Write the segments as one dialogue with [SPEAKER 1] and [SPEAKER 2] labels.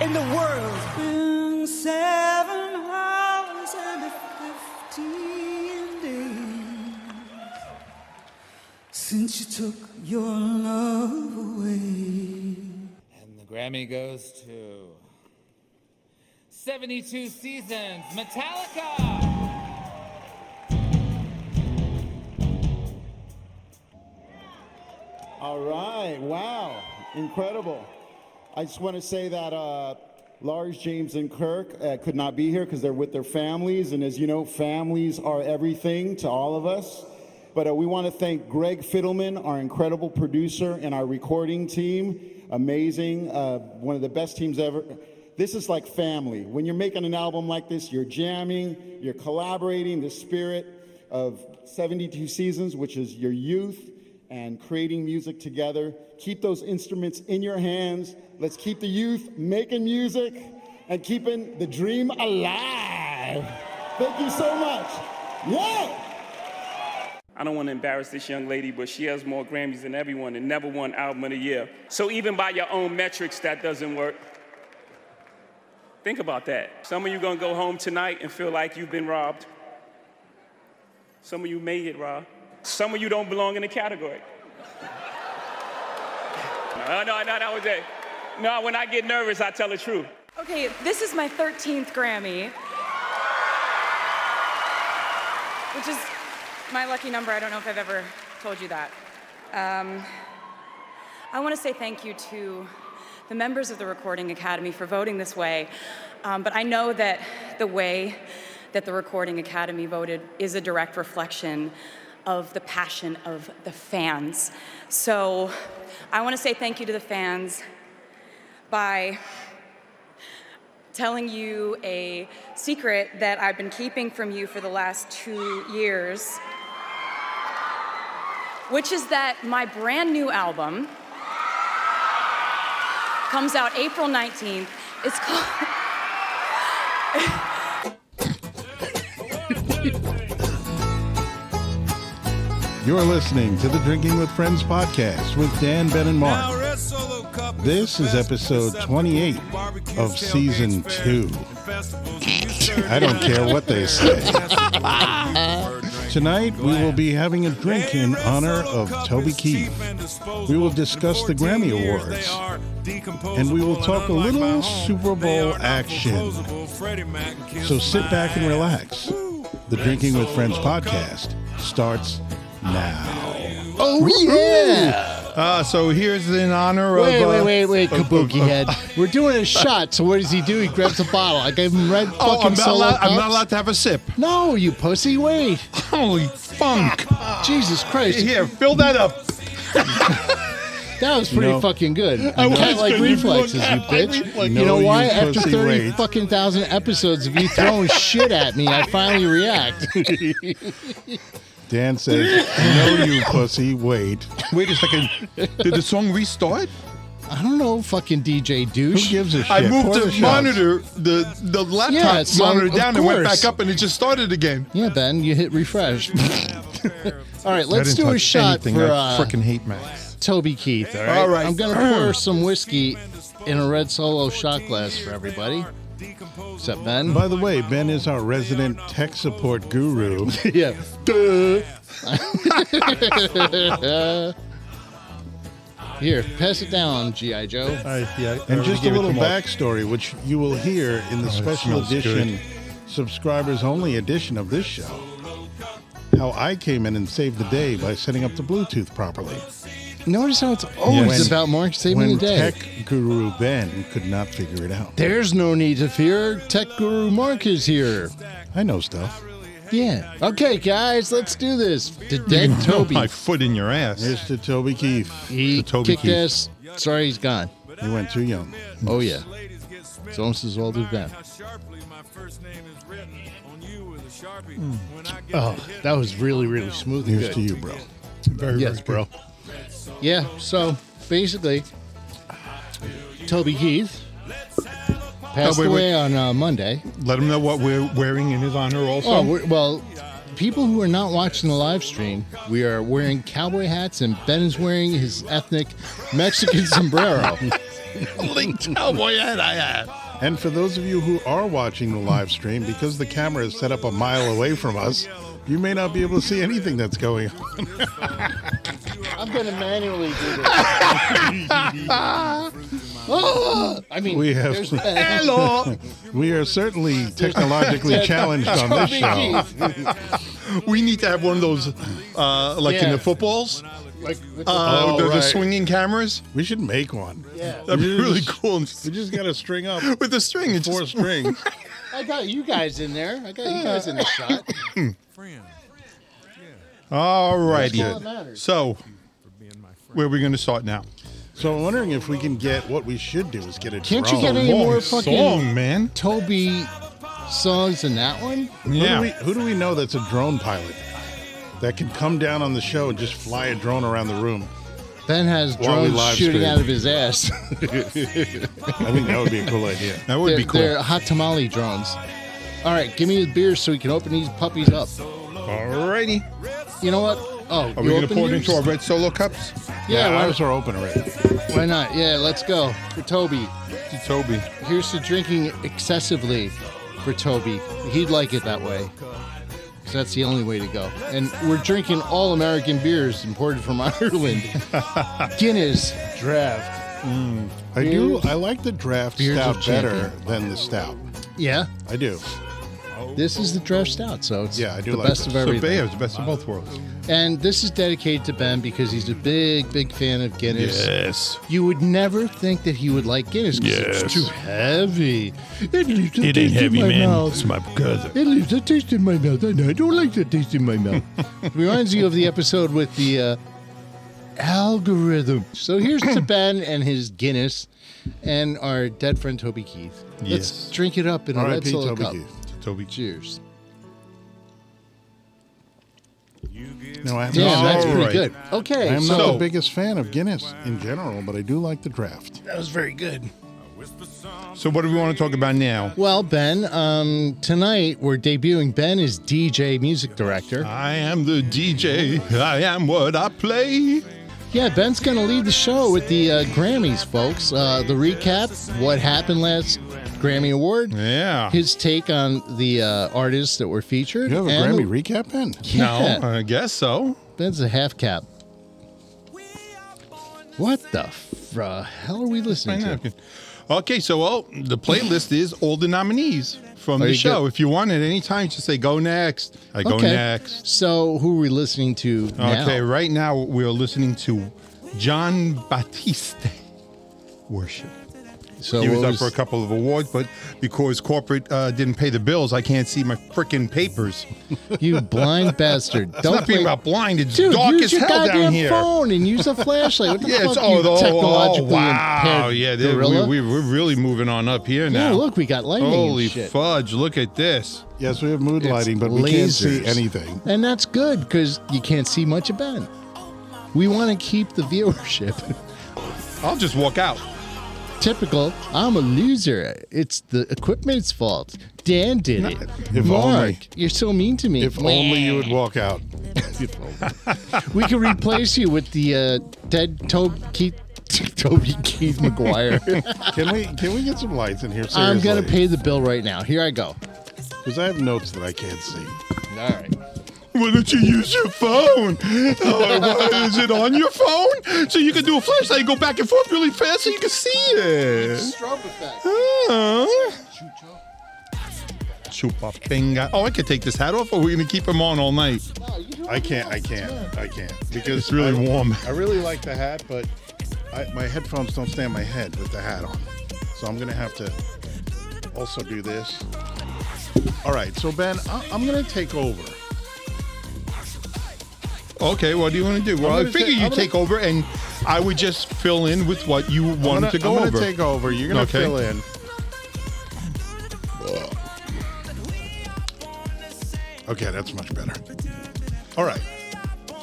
[SPEAKER 1] in the world. In seven hours and fifteen days since you took your love away.
[SPEAKER 2] And the Grammy goes to 72 Seasons, Metallica!
[SPEAKER 3] All right. Wow. Incredible. I just want to say that uh, Lars, James, and Kirk uh, could not be here because they're with their families. And as you know, families are everything to all of us. But uh, we want to thank Greg Fiddleman, our incredible producer, and our recording team. Amazing. Uh, one of the best teams ever. This is like family. When you're making an album like this, you're jamming, you're collaborating, the spirit of 72 seasons, which is your youth and creating music together. Keep those instruments in your hands. Let's keep the youth making music and keeping the dream alive. Thank you so much. Yeah!
[SPEAKER 4] I don't want to embarrass this young lady, but she has more Grammys than everyone and never won Album of the Year. So even by your own metrics, that doesn't work. Think about that. Some of you gonna go home tonight and feel like you've been robbed. Some of you may get robbed. Some of you don't belong in the category. no, no, no, that was it. No, when I get nervous, I tell the truth.
[SPEAKER 5] Okay, this is my 13th Grammy, which is my lucky number. I don't know if I've ever told you that. Um, I want to say thank you to the members of the Recording Academy for voting this way, um, but I know that the way that the Recording Academy voted is a direct reflection of the passion of the fans. So I want to say thank you to the fans by telling you a secret that I've been keeping from you for the last two years, which is that my brand new album comes out April 19th. It's called.
[SPEAKER 6] You're listening to the Drinking with Friends podcast with Dan, Ben, and Mark. This is episode 28 of season two. I don't care what they say. Tonight, we will be having a drink in honor of Toby Keith. We will discuss the Grammy Awards, and we will talk a little Super Bowl action. So sit back and relax. The Drinking with Friends podcast starts now.
[SPEAKER 7] Oh yeah!
[SPEAKER 8] Uh, so here's in honor of.
[SPEAKER 7] Wait,
[SPEAKER 8] uh,
[SPEAKER 7] wait, wait, wait,
[SPEAKER 8] of- of-
[SPEAKER 7] Kabuki head. We're doing a shot. So what does he do? He grabs a bottle. I gave him red
[SPEAKER 8] Oh,
[SPEAKER 7] fucking
[SPEAKER 8] I'm not,
[SPEAKER 7] solo
[SPEAKER 8] allowed, I'm not
[SPEAKER 7] cups.
[SPEAKER 8] allowed to have a sip.
[SPEAKER 7] No, you pussy. Wait.
[SPEAKER 8] Holy funk!
[SPEAKER 7] Jesus Christ.
[SPEAKER 8] Here, fill that up.
[SPEAKER 7] That was pretty
[SPEAKER 6] No.
[SPEAKER 7] fucking good. I
[SPEAKER 8] was
[SPEAKER 7] cat like
[SPEAKER 8] good. You
[SPEAKER 7] reflexes, you
[SPEAKER 8] look cat-like
[SPEAKER 7] bitch.
[SPEAKER 8] reflexes.
[SPEAKER 7] you know
[SPEAKER 8] No,
[SPEAKER 7] why?
[SPEAKER 8] you
[SPEAKER 7] After
[SPEAKER 8] pussy,
[SPEAKER 7] thirty
[SPEAKER 8] wait.
[SPEAKER 7] fucking thousand episodes of you throwing shit at me, I finally react.
[SPEAKER 6] Dan says, No, you pussy, wait.
[SPEAKER 8] Wait a second. Did the song restart?
[SPEAKER 7] I don't know, fucking DJ
[SPEAKER 6] Who
[SPEAKER 7] douche.
[SPEAKER 6] gives a shit?
[SPEAKER 8] I moved
[SPEAKER 6] Pour
[SPEAKER 8] the,
[SPEAKER 6] the shots.
[SPEAKER 8] monitor, the the laptop
[SPEAKER 7] Yeah, it's on-
[SPEAKER 8] monitor
[SPEAKER 7] of
[SPEAKER 8] down and went
[SPEAKER 7] course.
[SPEAKER 8] back up, and it just started again.
[SPEAKER 7] yeah, Ben, you hit refresh. All right,
[SPEAKER 8] I
[SPEAKER 7] let's
[SPEAKER 8] didn't
[SPEAKER 7] do a
[SPEAKER 8] touch
[SPEAKER 7] shot
[SPEAKER 8] anything.
[SPEAKER 7] for
[SPEAKER 8] I
[SPEAKER 7] uh,
[SPEAKER 8] freaking hate Max.
[SPEAKER 7] Toby Keith. All
[SPEAKER 8] All right.
[SPEAKER 7] I'm gonna pour some whiskey in a red solo shot glass for everybody, except Ben.
[SPEAKER 6] By the way, Ben is our resident tech support guru.
[SPEAKER 7] yeah. Duh. Here, pass it down, GI Joe.
[SPEAKER 6] And just a little backstory, which you will hear in the special
[SPEAKER 8] Oh, smells good.
[SPEAKER 6] edition, subscribers only edition of this show. How I came in and saved the day by setting up the Bluetooth properly.
[SPEAKER 7] Notice how it's always
[SPEAKER 6] Yes.
[SPEAKER 7] about Mark saving
[SPEAKER 6] when
[SPEAKER 7] the day.
[SPEAKER 6] tech guru Ben could not figure it out.
[SPEAKER 7] There's no need to fear. Tech Guru Mark is here.
[SPEAKER 6] I know stuff.
[SPEAKER 7] Yeah. Okay, guys, let's do this. The dead
[SPEAKER 8] Toby.
[SPEAKER 7] Toby.
[SPEAKER 8] My foot in your ass.
[SPEAKER 6] Here's to Toby Keith.
[SPEAKER 7] he
[SPEAKER 8] to Toby
[SPEAKER 7] kicked
[SPEAKER 8] Keith.
[SPEAKER 7] ass. Sorry, he's gone.
[SPEAKER 6] You went too young.
[SPEAKER 7] Oh yeah. It's almost as old as Ben.
[SPEAKER 8] Hmm.
[SPEAKER 7] Oh, that was really, really smooth. and
[SPEAKER 6] Here's
[SPEAKER 7] good.
[SPEAKER 6] to you, bro.
[SPEAKER 8] Very,
[SPEAKER 7] Yes,
[SPEAKER 8] very
[SPEAKER 7] bro. Yeah. So basically, Toby Keith passed
[SPEAKER 8] Oh, wait,
[SPEAKER 7] away
[SPEAKER 8] wait.
[SPEAKER 7] on uh, Monday.
[SPEAKER 8] good. Let him know what we're wearing in his honor. Also,
[SPEAKER 7] Oh, we're, well, people who are not watching the live stream, we are wearing cowboy hats, and Ben is wearing his ethnic Mexican sombrero.
[SPEAKER 6] Holy cowboy hat I have. And for those of you who are watching the live stream, because the camera is set up a mile away from us, you may not be able to see anything that's going on.
[SPEAKER 7] I'm going to manually do this. Ah, I mean,
[SPEAKER 6] We have-
[SPEAKER 7] there's Ben.
[SPEAKER 6] Hello. We are certainly technologically challenged on this show.
[SPEAKER 8] We need to have one of those, uh, like in
[SPEAKER 7] Yeah.
[SPEAKER 8] the footballs,
[SPEAKER 7] Like, with the-
[SPEAKER 8] uh,
[SPEAKER 6] Oh,
[SPEAKER 8] the, the
[SPEAKER 6] right.
[SPEAKER 8] swinging cameras.
[SPEAKER 6] We should make one.
[SPEAKER 7] yeah.
[SPEAKER 8] That'd be
[SPEAKER 6] Yeah.
[SPEAKER 8] really cool. And just-
[SPEAKER 6] We just got to string up
[SPEAKER 8] With the string, it's
[SPEAKER 6] four
[SPEAKER 8] just,
[SPEAKER 6] strings.
[SPEAKER 7] I got you guys in there. I got you guys in the shot.
[SPEAKER 9] Friend,
[SPEAKER 8] all
[SPEAKER 7] That's all that
[SPEAKER 8] righty.
[SPEAKER 7] matters.
[SPEAKER 8] So,
[SPEAKER 9] being my friend.
[SPEAKER 8] where are we going to start now?
[SPEAKER 6] So I'm wondering if we can get what we should do is get a
[SPEAKER 7] Can't
[SPEAKER 6] drone.
[SPEAKER 7] you get any
[SPEAKER 8] Long
[SPEAKER 7] more fucking
[SPEAKER 8] song, man.
[SPEAKER 7] Toby songs in that one?
[SPEAKER 6] Who,
[SPEAKER 8] Yeah.
[SPEAKER 6] do we, who do we know that's a drone pilot that can come down on the show and just fly a drone around the room?
[SPEAKER 7] Ben has
[SPEAKER 6] While we
[SPEAKER 7] drones
[SPEAKER 6] live
[SPEAKER 7] shooting
[SPEAKER 6] stream.
[SPEAKER 7] out of his ass.
[SPEAKER 6] I think that would be a cool idea.
[SPEAKER 8] That would
[SPEAKER 7] they're,
[SPEAKER 8] be cool.
[SPEAKER 7] they're hot tamale drones. All right, give me the beer so we can open these puppies up.
[SPEAKER 8] All righty.
[SPEAKER 7] You know what? Oh,
[SPEAKER 8] Are
[SPEAKER 7] you
[SPEAKER 8] we going to
[SPEAKER 7] open
[SPEAKER 8] pour it
[SPEAKER 7] yours?
[SPEAKER 8] into our red solo cups?
[SPEAKER 7] Yeah,
[SPEAKER 6] yeah
[SPEAKER 7] why,
[SPEAKER 6] ours are open already.
[SPEAKER 7] why not? Yeah, let's go for Toby.
[SPEAKER 8] To Toby.
[SPEAKER 7] Here's to drinking excessively for Toby. He'd like it that way. 'Cause that's the only way to go. And we're drinking all American beers imported from Ireland. Guinness draft.
[SPEAKER 6] I do. I like the draft
[SPEAKER 7] Beards
[SPEAKER 6] stout
[SPEAKER 7] of
[SPEAKER 6] better
[SPEAKER 7] champion.
[SPEAKER 6] than the stout.
[SPEAKER 7] Yeah,
[SPEAKER 6] I do.
[SPEAKER 7] this is the draft stout, so it's
[SPEAKER 6] Yeah, I do
[SPEAKER 7] the
[SPEAKER 6] like
[SPEAKER 7] best
[SPEAKER 6] this.
[SPEAKER 7] of
[SPEAKER 6] So
[SPEAKER 8] So,
[SPEAKER 7] everything.
[SPEAKER 8] Bayo is the best of both worlds.
[SPEAKER 7] And this is dedicated to Ben because he's a big, big fan of Guinness. You would never think that he would like Guinness because
[SPEAKER 8] Yes.
[SPEAKER 7] it's too heavy. It, leaves a
[SPEAKER 8] It ain't
[SPEAKER 7] taste in
[SPEAKER 8] heavy,
[SPEAKER 7] my
[SPEAKER 8] man.
[SPEAKER 7] mouth.
[SPEAKER 8] It's my cousin.
[SPEAKER 7] It leaves a taste in my mouth, and I don't like that taste in my mouth. Reminds you of the episode with the uh, algorithm. So here's to Ben and his Guinness and our dead friend Toby Keith.
[SPEAKER 8] Yes.
[SPEAKER 7] Let's drink it up in a red
[SPEAKER 6] R.I.P.
[SPEAKER 7] solo
[SPEAKER 6] Toby
[SPEAKER 7] cup.
[SPEAKER 6] Keith.
[SPEAKER 8] Toby.
[SPEAKER 7] Cheers.
[SPEAKER 6] No, I'm
[SPEAKER 7] Damn,
[SPEAKER 6] not,
[SPEAKER 7] that's pretty
[SPEAKER 8] Alright.
[SPEAKER 7] good. Okay,
[SPEAKER 6] I'm not
[SPEAKER 8] So-
[SPEAKER 6] the biggest fan of Guinness in general, but I do like the draft.
[SPEAKER 7] that was very good.
[SPEAKER 8] So, what do we want to talk about now?
[SPEAKER 7] Well, Ben, um, tonight we're debuting. Ben is DJ music director.
[SPEAKER 8] I am the DJ. I am what I play.
[SPEAKER 7] Yeah, Ben's going to lead the show with the uh, Grammys, folks. Uh, the recap, what happened last Grammy Award,
[SPEAKER 8] Yeah.
[SPEAKER 7] his take on the uh, artists that were featured.
[SPEAKER 6] You have a
[SPEAKER 7] and
[SPEAKER 6] Grammy recap, Ben?
[SPEAKER 7] yeah,
[SPEAKER 8] No, I guess so.
[SPEAKER 7] Ben's a half cap. What the fr- uh, hell are we
[SPEAKER 8] My
[SPEAKER 7] listening to?
[SPEAKER 8] napkin. Okay, so well, the playlist is all the nominees from
[SPEAKER 7] There
[SPEAKER 8] the
[SPEAKER 7] you
[SPEAKER 8] show.
[SPEAKER 7] go.
[SPEAKER 8] If you want it anytime, just say go next. I go next.
[SPEAKER 7] So who are we listening to now?
[SPEAKER 8] Okay, right now we're listening to John Batiste Worship.
[SPEAKER 7] So
[SPEAKER 8] He was
[SPEAKER 7] what
[SPEAKER 8] up for a couple of awards, but because corporate uh, didn't pay the bills, I can't see my freaking papers.
[SPEAKER 7] you blind bastard. Don't
[SPEAKER 8] It's not being
[SPEAKER 7] blame-
[SPEAKER 8] about blind. It's
[SPEAKER 7] Dude,
[SPEAKER 8] dark
[SPEAKER 7] use
[SPEAKER 8] as
[SPEAKER 7] your
[SPEAKER 8] hell
[SPEAKER 7] goddamn
[SPEAKER 8] down here.
[SPEAKER 7] phone and use a flashlight. What the
[SPEAKER 8] Yeah,
[SPEAKER 7] fuck?
[SPEAKER 8] it's all
[SPEAKER 7] you
[SPEAKER 8] the oh,
[SPEAKER 7] technologically
[SPEAKER 8] oh, wow.
[SPEAKER 7] impaired
[SPEAKER 8] Yeah, they-
[SPEAKER 7] gorilla?
[SPEAKER 8] we, we, we're really moving on up here now.
[SPEAKER 7] Yeah, look, we got lightning.
[SPEAKER 8] Holy
[SPEAKER 7] and shit.
[SPEAKER 8] fudge! Look at this.
[SPEAKER 6] Yes, we have mood
[SPEAKER 7] It's
[SPEAKER 6] lighting, but we can't see
[SPEAKER 7] lasers.
[SPEAKER 6] anything.
[SPEAKER 7] And that's good because you can't see much of Ben. We want to keep the viewership.
[SPEAKER 8] I'll just walk out.
[SPEAKER 7] Typical, I'm a loser. It's the equipment's fault. Dan did it.
[SPEAKER 6] If
[SPEAKER 7] Mark,
[SPEAKER 6] only.
[SPEAKER 7] you're so mean to me.
[SPEAKER 6] If only you would walk out.
[SPEAKER 7] we can replace you with the uh, dead Toby Keith, Toby Keith McGuire.
[SPEAKER 6] Can we? Can we get some lights in here? Seriously,
[SPEAKER 7] I'm gonna pay the bill right now. Here I go.
[SPEAKER 6] because I have notes that I can't see.
[SPEAKER 7] All right.
[SPEAKER 8] Why don't you use your phone? Oh, why is it on your phone? So you can do a flashlight, go back and forth really fast, so you can see it.
[SPEAKER 7] Strobe effect.
[SPEAKER 8] Huh? Chupa pinga. Oh, I could take this hat off, or we're gonna keep him on all night.
[SPEAKER 6] I can't. I can't. I can't. Because
[SPEAKER 8] It's really
[SPEAKER 6] I-
[SPEAKER 8] warm.
[SPEAKER 6] I really like the hat, but I, my headphones don't stay on my head with the hat on. So I'm gonna have to also do this. All right. So Ben, I, I'm gonna take over.
[SPEAKER 8] Okay, what do you want to do? Well, I
[SPEAKER 6] gonna
[SPEAKER 8] figure
[SPEAKER 6] ta-
[SPEAKER 8] you
[SPEAKER 6] I'm gonna-
[SPEAKER 8] take over, and I would just fill in with what you
[SPEAKER 6] I'm
[SPEAKER 8] wanted
[SPEAKER 6] gonna,
[SPEAKER 8] to go
[SPEAKER 6] I'm
[SPEAKER 8] over.
[SPEAKER 6] gonna take over. You're gonna
[SPEAKER 8] Okay.
[SPEAKER 6] fill in. Okay, that's much better. All right.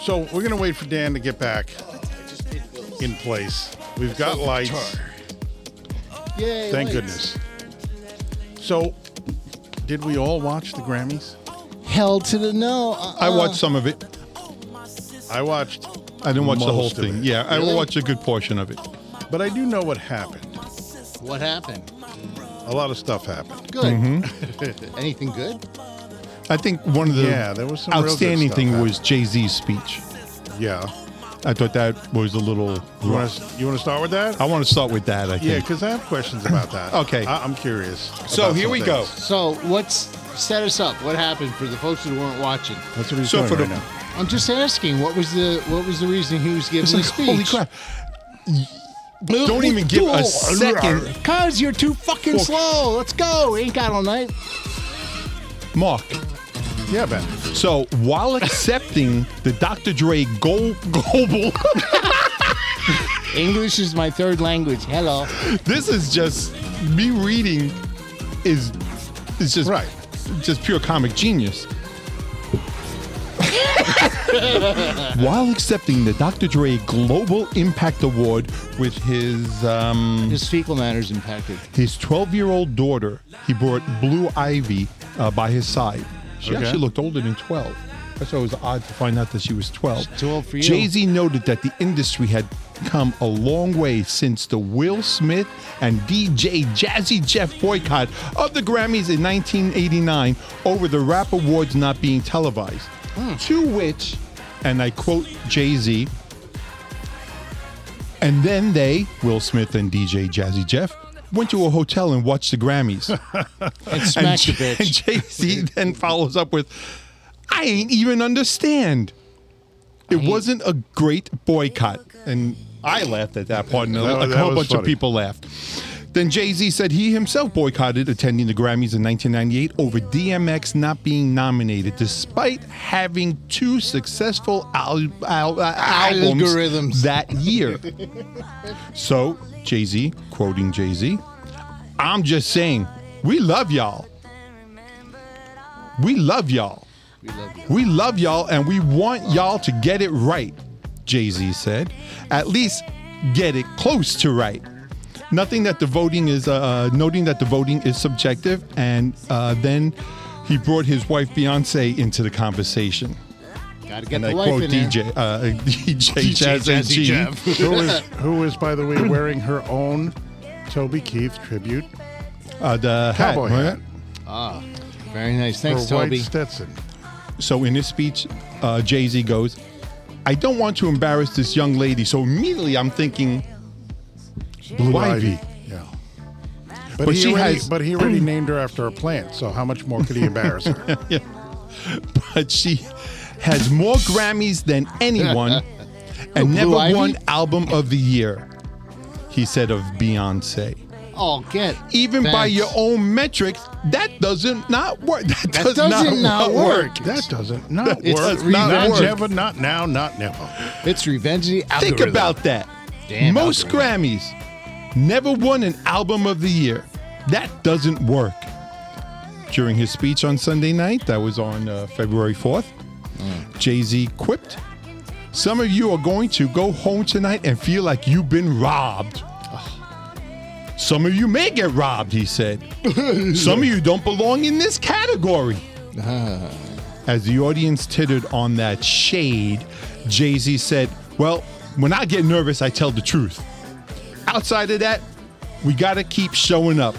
[SPEAKER 6] So we're gonna wait for Dan to get back in place. We've got lights.
[SPEAKER 7] Yay,
[SPEAKER 6] Thank
[SPEAKER 7] lights.
[SPEAKER 6] goodness. So, did we all watch the Grammys?
[SPEAKER 7] hell to the no. Uh,
[SPEAKER 6] I watched some of it.
[SPEAKER 8] I watched,
[SPEAKER 6] I didn't watch the whole
[SPEAKER 8] Most of
[SPEAKER 6] thing.
[SPEAKER 8] it.
[SPEAKER 6] Yeah, I
[SPEAKER 7] Really?
[SPEAKER 6] watched a good portion of it.
[SPEAKER 8] but I do know what happened.
[SPEAKER 7] What happened?
[SPEAKER 8] A lot of stuff happened.
[SPEAKER 7] Good.
[SPEAKER 6] Mm-hmm.
[SPEAKER 7] Anything good?
[SPEAKER 6] I think one of the
[SPEAKER 8] Yeah, there was some real good
[SPEAKER 6] outstanding
[SPEAKER 8] stuff
[SPEAKER 6] thing
[SPEAKER 8] happening.
[SPEAKER 6] was Jay Z's speech.
[SPEAKER 8] Yeah.
[SPEAKER 6] I thought that was a little.
[SPEAKER 8] You want to you want to start with that?
[SPEAKER 6] I want to start with that. I think.
[SPEAKER 8] yeah, because I have questions about that.
[SPEAKER 6] Okay.
[SPEAKER 8] I, I'm curious.
[SPEAKER 6] So
[SPEAKER 8] about
[SPEAKER 6] here
[SPEAKER 8] some
[SPEAKER 6] we go.
[SPEAKER 8] things.
[SPEAKER 7] So what's set us up? What happened for the folks who weren't watching?
[SPEAKER 8] That's what he's
[SPEAKER 6] So
[SPEAKER 8] doing
[SPEAKER 6] for
[SPEAKER 8] right
[SPEAKER 6] the-
[SPEAKER 8] now.
[SPEAKER 7] I'm just asking. What was the what was the reason he was giving
[SPEAKER 6] It's
[SPEAKER 7] the
[SPEAKER 6] like,
[SPEAKER 7] speech?
[SPEAKER 6] holy crap! Don't even give a second.
[SPEAKER 7] Cause you're too fucking
[SPEAKER 6] Fuck.
[SPEAKER 7] slow. Let's go. Ain't got all night.
[SPEAKER 6] Mark.
[SPEAKER 8] Yeah, Ben.
[SPEAKER 6] So while accepting the Dr. Dre Gold Global,
[SPEAKER 7] English is my third language. Hello.
[SPEAKER 6] this is just me reading is is just
[SPEAKER 8] Right.
[SPEAKER 6] just pure comic genius. While accepting the Dr. Dre Global Impact Award with his um,
[SPEAKER 7] His fecal matters impacted.
[SPEAKER 6] his 12 year old daughter, he brought Blue Ivy uh, by his side. She
[SPEAKER 8] Okay.
[SPEAKER 6] actually looked older than 12. That's why it was odd to find out that she was 12.
[SPEAKER 7] She's too old for you.
[SPEAKER 6] Jay Z noted that the industry had come a long way since the Will Smith and DJ Jazzy Jeff boycott of the Grammys in 1989 over the rap awards not being televised.
[SPEAKER 7] Hmm.
[SPEAKER 6] To which, and I quote Jay Z, and then they, Will Smith and DJ Jazzy Jeff, went to a hotel and watched the Grammys.
[SPEAKER 7] And smack the
[SPEAKER 6] and,
[SPEAKER 7] bitch.
[SPEAKER 6] Jay Z then follows up with, "I ain't even understand. It wasn't a great boycott." And I laughed at that part, and a-
[SPEAKER 8] That-
[SPEAKER 6] a
[SPEAKER 8] that
[SPEAKER 6] whole
[SPEAKER 8] was
[SPEAKER 6] bunch of
[SPEAKER 8] funny.
[SPEAKER 6] people laughed. Then Jay Z said he himself boycotted attending the Grammys in 1998 over DMX not being nominated, despite having two successful al- al- albums
[SPEAKER 7] Algorithms.
[SPEAKER 6] that year. so Jay Z, quoting Jay Z, I'm just saying, we love y'all. We love y'all.
[SPEAKER 7] We love you.
[SPEAKER 6] We love y'all and we want y'all to get it right, Jay Z said. At least get it close to right. Nothing that the voting is, uh, noting that the voting is subjective. And uh, then he brought his wife Beyonce into the conversation.
[SPEAKER 7] Gotta get
[SPEAKER 6] And
[SPEAKER 7] the
[SPEAKER 6] I
[SPEAKER 7] wife
[SPEAKER 6] quote
[SPEAKER 7] in there.
[SPEAKER 6] DJ, uh, DJ,
[SPEAKER 7] DJ
[SPEAKER 6] Jazzy,
[SPEAKER 7] Jazzy
[SPEAKER 6] G.
[SPEAKER 7] Jeff.
[SPEAKER 8] who is who is by the way wearing her own Toby Keith tribute
[SPEAKER 6] Uh, the hat,
[SPEAKER 8] cowboy
[SPEAKER 6] right?
[SPEAKER 8] hat?
[SPEAKER 7] Ah, Very nice.
[SPEAKER 8] for
[SPEAKER 7] Thanks,
[SPEAKER 8] White
[SPEAKER 7] Toby.
[SPEAKER 8] Stetson.
[SPEAKER 6] So in his speech, uh, Jay Z goes, I don't want to embarrass this young lady. So immediately I'm thinking,
[SPEAKER 8] Blue
[SPEAKER 6] Ivy.
[SPEAKER 8] Yeah. But,
[SPEAKER 6] But
[SPEAKER 8] he
[SPEAKER 6] she
[SPEAKER 8] already,
[SPEAKER 6] has-
[SPEAKER 8] but he already named her after a plant, so how much more could he embarrass her?
[SPEAKER 6] but she has more Grammys than anyone and
[SPEAKER 7] Blue
[SPEAKER 6] never
[SPEAKER 7] Ivy?
[SPEAKER 6] won Album of the Year, he said of Beyonce.
[SPEAKER 7] Oh, get.
[SPEAKER 6] Even by
[SPEAKER 7] Thanks.
[SPEAKER 6] your own metrics, that doesn't not work. That,
[SPEAKER 7] That
[SPEAKER 6] does
[SPEAKER 7] doesn't not work.
[SPEAKER 8] that doesn't not
[SPEAKER 7] It's
[SPEAKER 8] work.
[SPEAKER 7] re-
[SPEAKER 8] not
[SPEAKER 7] not work.
[SPEAKER 8] never, not now, not never.
[SPEAKER 7] It's revenge of the
[SPEAKER 6] Think
[SPEAKER 7] algorithm.
[SPEAKER 6] about that.
[SPEAKER 7] Damn
[SPEAKER 6] Most
[SPEAKER 7] algorithm.
[SPEAKER 6] Grammys never won an album of the year. That doesn't work. During his speech on Sunday night, that was on uh, February 4th,
[SPEAKER 7] Mm.
[SPEAKER 6] Jay Z quipped, Some of you are going to go home tonight and feel like you've been robbed. Some of you may get robbed, he said. Some of you don't belong in this category. As the audience tittered on that shade, Jay Z said, Well, when I get nervous, I tell the truth. Outside of that, we gotta keep showing up.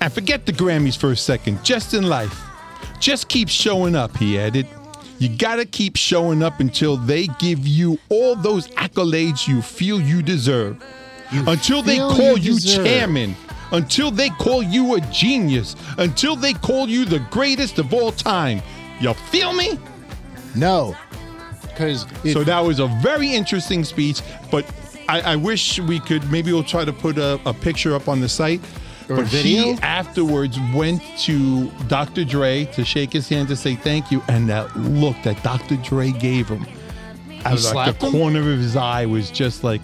[SPEAKER 6] And forget the Grammys for a second, just in life. Just keep showing up, he added. You gotta keep showing up until they give you all those accolades you feel you deserve. until they
[SPEAKER 7] feel
[SPEAKER 6] call
[SPEAKER 7] you
[SPEAKER 6] you
[SPEAKER 7] deserve.
[SPEAKER 6] chairman. Until they call you a genius. Until they call you the greatest of all time. You feel me?
[SPEAKER 7] No. Because
[SPEAKER 6] so that was a very interesting speech, but I, I wish we could maybe we'll try to put a, a picture up on the site.
[SPEAKER 7] Or
[SPEAKER 6] but he
[SPEAKER 7] video?
[SPEAKER 6] afterwards went to Dr. Dre to shake his hand to say thank you, and that look that Dr. Dre gave him out of like
[SPEAKER 7] slapped
[SPEAKER 6] the
[SPEAKER 7] him?
[SPEAKER 6] corner of his eye was just like,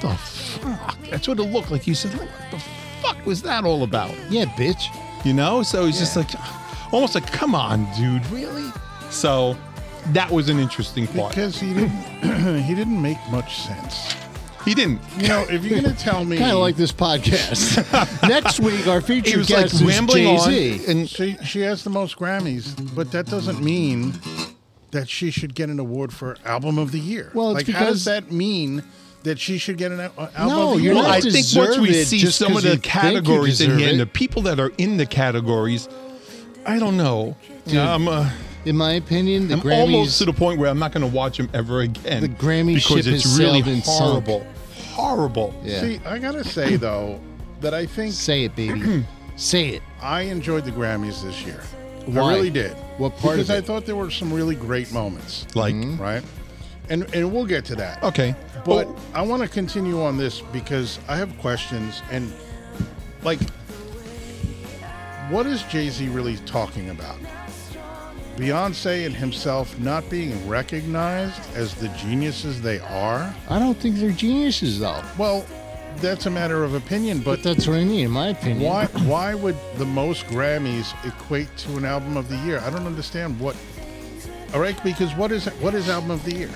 [SPEAKER 6] the fuck? That's what it looked like. He said, what the fuck was that all about?
[SPEAKER 7] yeah, bitch.
[SPEAKER 6] you know so it's just like almost like come on dude really so that was an interesting part
[SPEAKER 8] Because he didn't he didn't make much sense.
[SPEAKER 6] He didn't.
[SPEAKER 8] You know, if you're gonna tell me,
[SPEAKER 7] Kind of like this podcast. Next week, our
[SPEAKER 6] He
[SPEAKER 7] featured
[SPEAKER 6] was like
[SPEAKER 7] guest is
[SPEAKER 6] rambling
[SPEAKER 7] Jay
[SPEAKER 6] on,
[SPEAKER 7] Z.
[SPEAKER 6] and
[SPEAKER 8] she she has the most Grammys, but that doesn't mean that she should get an award for album of the year.
[SPEAKER 7] Well, it's
[SPEAKER 8] like how does
[SPEAKER 7] because-
[SPEAKER 8] that mean that she should get an al- uh, album?
[SPEAKER 7] No,
[SPEAKER 8] of the
[SPEAKER 7] Oh, you're
[SPEAKER 8] year?
[SPEAKER 6] well,
[SPEAKER 7] not
[SPEAKER 6] I think once
[SPEAKER 7] deserve
[SPEAKER 6] we
[SPEAKER 7] it
[SPEAKER 6] see
[SPEAKER 7] just
[SPEAKER 6] some of
[SPEAKER 7] 'cause
[SPEAKER 6] the
[SPEAKER 7] you think you
[SPEAKER 6] categories in
[SPEAKER 7] deserve
[SPEAKER 6] here and
[SPEAKER 7] it.
[SPEAKER 6] the people that are in the categories, I don't know. Yeah, I'm, uh,
[SPEAKER 7] In my opinion, the
[SPEAKER 6] I'm almost
[SPEAKER 7] Grammys.
[SPEAKER 6] to the point where I'm not going to watch them ever again.
[SPEAKER 7] The Grammy
[SPEAKER 6] because
[SPEAKER 7] ship
[SPEAKER 6] it's
[SPEAKER 7] has
[SPEAKER 6] really
[SPEAKER 7] sailed and sunk.
[SPEAKER 6] horrible, horrible.
[SPEAKER 7] yeah.
[SPEAKER 8] See, I gotta say though that I think
[SPEAKER 7] Say it, baby. Say it.
[SPEAKER 8] I enjoyed the Grammys this year. I
[SPEAKER 7] Why?
[SPEAKER 8] really did.
[SPEAKER 7] What part
[SPEAKER 8] Because
[SPEAKER 7] of
[SPEAKER 8] I
[SPEAKER 7] it?
[SPEAKER 8] thought there were some really great moments,
[SPEAKER 6] Like,
[SPEAKER 7] Mm-hmm.
[SPEAKER 8] right? And and we'll get to that.
[SPEAKER 6] okay,
[SPEAKER 8] But
[SPEAKER 6] Well,
[SPEAKER 8] I want to continue on this because I have questions and like what is Jay-Z really talking about? Beyonce and himself not being recognized as the geniuses they are?
[SPEAKER 7] I don't think they're geniuses, though.
[SPEAKER 8] Well, that's a matter of opinion, but
[SPEAKER 7] But that's what I mean, in my opinion.
[SPEAKER 8] why why would the most Grammys equate to an album of the year? I don't understand what All right, because what is what is album of the year?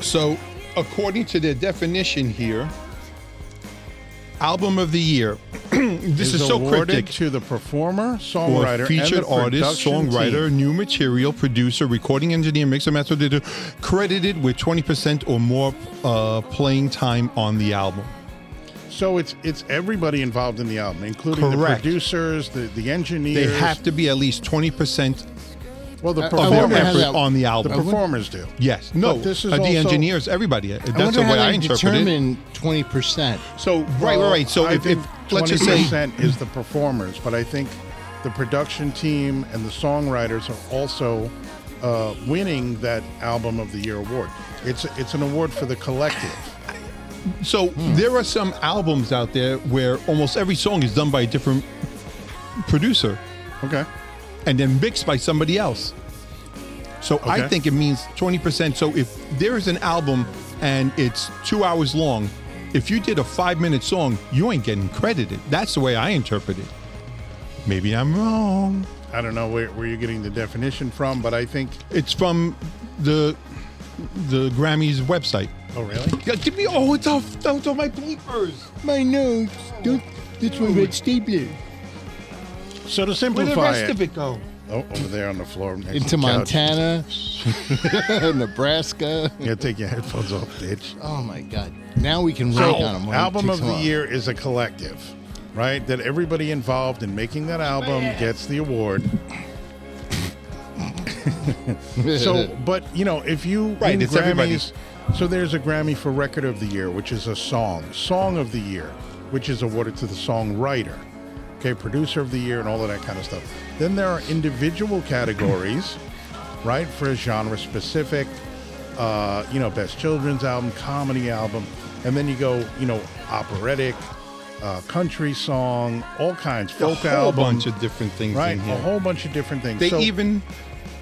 [SPEAKER 6] so according to the definition here, album of the year. this is, so
[SPEAKER 8] awarded
[SPEAKER 6] cryptic.
[SPEAKER 8] to the performer,
[SPEAKER 6] or
[SPEAKER 8] songwriter,
[SPEAKER 6] featured
[SPEAKER 8] and the
[SPEAKER 6] artist,
[SPEAKER 8] production
[SPEAKER 6] songwriter,
[SPEAKER 8] team.
[SPEAKER 6] new material, producer, recording engineer, mixer, master, editor, credited with 20% or more uh, playing time on the album.
[SPEAKER 8] So it's it's everybody involved in the album, including
[SPEAKER 6] Correct.
[SPEAKER 8] the producers, the the
[SPEAKER 6] They
[SPEAKER 8] engineers.
[SPEAKER 6] have to be at least 20%
[SPEAKER 8] well the
[SPEAKER 6] of their
[SPEAKER 7] wonder how
[SPEAKER 8] performers,
[SPEAKER 6] effort
[SPEAKER 7] that-
[SPEAKER 6] on the
[SPEAKER 8] the
[SPEAKER 6] album.
[SPEAKER 8] performers do.
[SPEAKER 6] Yes. No.
[SPEAKER 8] But this is
[SPEAKER 6] uh, the
[SPEAKER 8] also-
[SPEAKER 6] engineers, everybody. Uh,
[SPEAKER 7] I
[SPEAKER 6] That's
[SPEAKER 7] wonder
[SPEAKER 6] the
[SPEAKER 7] how
[SPEAKER 6] way I
[SPEAKER 7] they
[SPEAKER 6] interpret it.
[SPEAKER 7] determine twenty percent.
[SPEAKER 6] So right, right, right. So
[SPEAKER 8] I
[SPEAKER 6] if,
[SPEAKER 8] think
[SPEAKER 6] if let's just say
[SPEAKER 8] 20% is the performers, but I think the production team and the songwriters are also uh, winning that album of the year award. It's it's an award for the collective.
[SPEAKER 6] so there are some albums out there where almost every song is done by a different producer.
[SPEAKER 8] Okay.
[SPEAKER 6] and then mixed by somebody else. So I
[SPEAKER 8] Okay.
[SPEAKER 6] think it means 20%. So if there is an album and it's two hours long, if you did a five minute song, you ain't getting credited. That's the way I interpret it. Maybe I'm wrong.
[SPEAKER 8] I don't know where, where you're getting the definition from, but I think.
[SPEAKER 6] It's from the the Grammys website.
[SPEAKER 8] Oh, really?
[SPEAKER 6] Yeah, give me oh it's off it's all my papers.
[SPEAKER 7] My notes. Don't. That's my red stapler.
[SPEAKER 8] So to
[SPEAKER 6] Where
[SPEAKER 8] simplify
[SPEAKER 6] the rest
[SPEAKER 8] it,
[SPEAKER 6] of it go?
[SPEAKER 8] Oh, over there on the floor next to
[SPEAKER 7] Into
[SPEAKER 8] the couch.
[SPEAKER 7] Montana, Nebraska.
[SPEAKER 8] Yeah, take your headphones off, bitch.
[SPEAKER 7] Oh my God! Now we can
[SPEAKER 8] So,
[SPEAKER 7] rank on them.
[SPEAKER 8] album of the year is a collective, right? That everybody involved in making that album gets the award. So, but you know, if you
[SPEAKER 6] Right,
[SPEAKER 8] win
[SPEAKER 6] it's
[SPEAKER 8] Grammys,
[SPEAKER 6] everybody.
[SPEAKER 8] so there's a Grammy for Record of the Year, which is a song, Song of the Year, which is awarded to the songwriter, okay, Producer of the Year, and all of that kind of stuff. Then there are individual categories, right, for genre specific, uh, you know, best children's album, comedy album, and then you go, you know, operatic, uh, country song, all kinds,
[SPEAKER 6] A
[SPEAKER 8] folk
[SPEAKER 6] whole
[SPEAKER 8] album,
[SPEAKER 6] bunch of different things
[SPEAKER 8] right,
[SPEAKER 6] in
[SPEAKER 8] a
[SPEAKER 6] here.
[SPEAKER 8] whole bunch of different things.
[SPEAKER 6] they
[SPEAKER 8] So-
[SPEAKER 6] even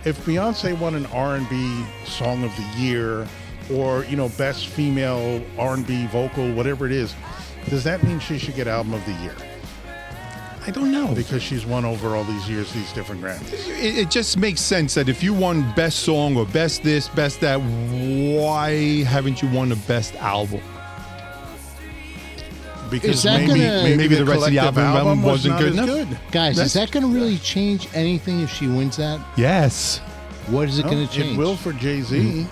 [SPEAKER 8] if Beyonce won an R&B song of the year or you know best female R&B vocal whatever it is does that mean she should get album of the year
[SPEAKER 6] I don't know.
[SPEAKER 8] because she's won over all these years these different Grammys
[SPEAKER 6] it, it just makes sense that if you won best song or best this, best that, why haven't you won the best album?
[SPEAKER 8] because
[SPEAKER 7] Is that
[SPEAKER 8] maybe,
[SPEAKER 7] gonna-
[SPEAKER 8] maybe
[SPEAKER 6] Maybe
[SPEAKER 8] the,
[SPEAKER 6] the rest of the
[SPEAKER 8] collective
[SPEAKER 6] album
[SPEAKER 8] was
[SPEAKER 6] wasn't
[SPEAKER 8] not
[SPEAKER 6] good
[SPEAKER 8] as
[SPEAKER 6] enough?
[SPEAKER 8] good.
[SPEAKER 7] guys,
[SPEAKER 8] That's-
[SPEAKER 7] is that going to really change anything if she wins that?
[SPEAKER 6] Yes,
[SPEAKER 7] What is it
[SPEAKER 8] No,
[SPEAKER 7] going to change?
[SPEAKER 8] Oh,
[SPEAKER 7] Mm-hmm.
[SPEAKER 8] it will for Jay-Z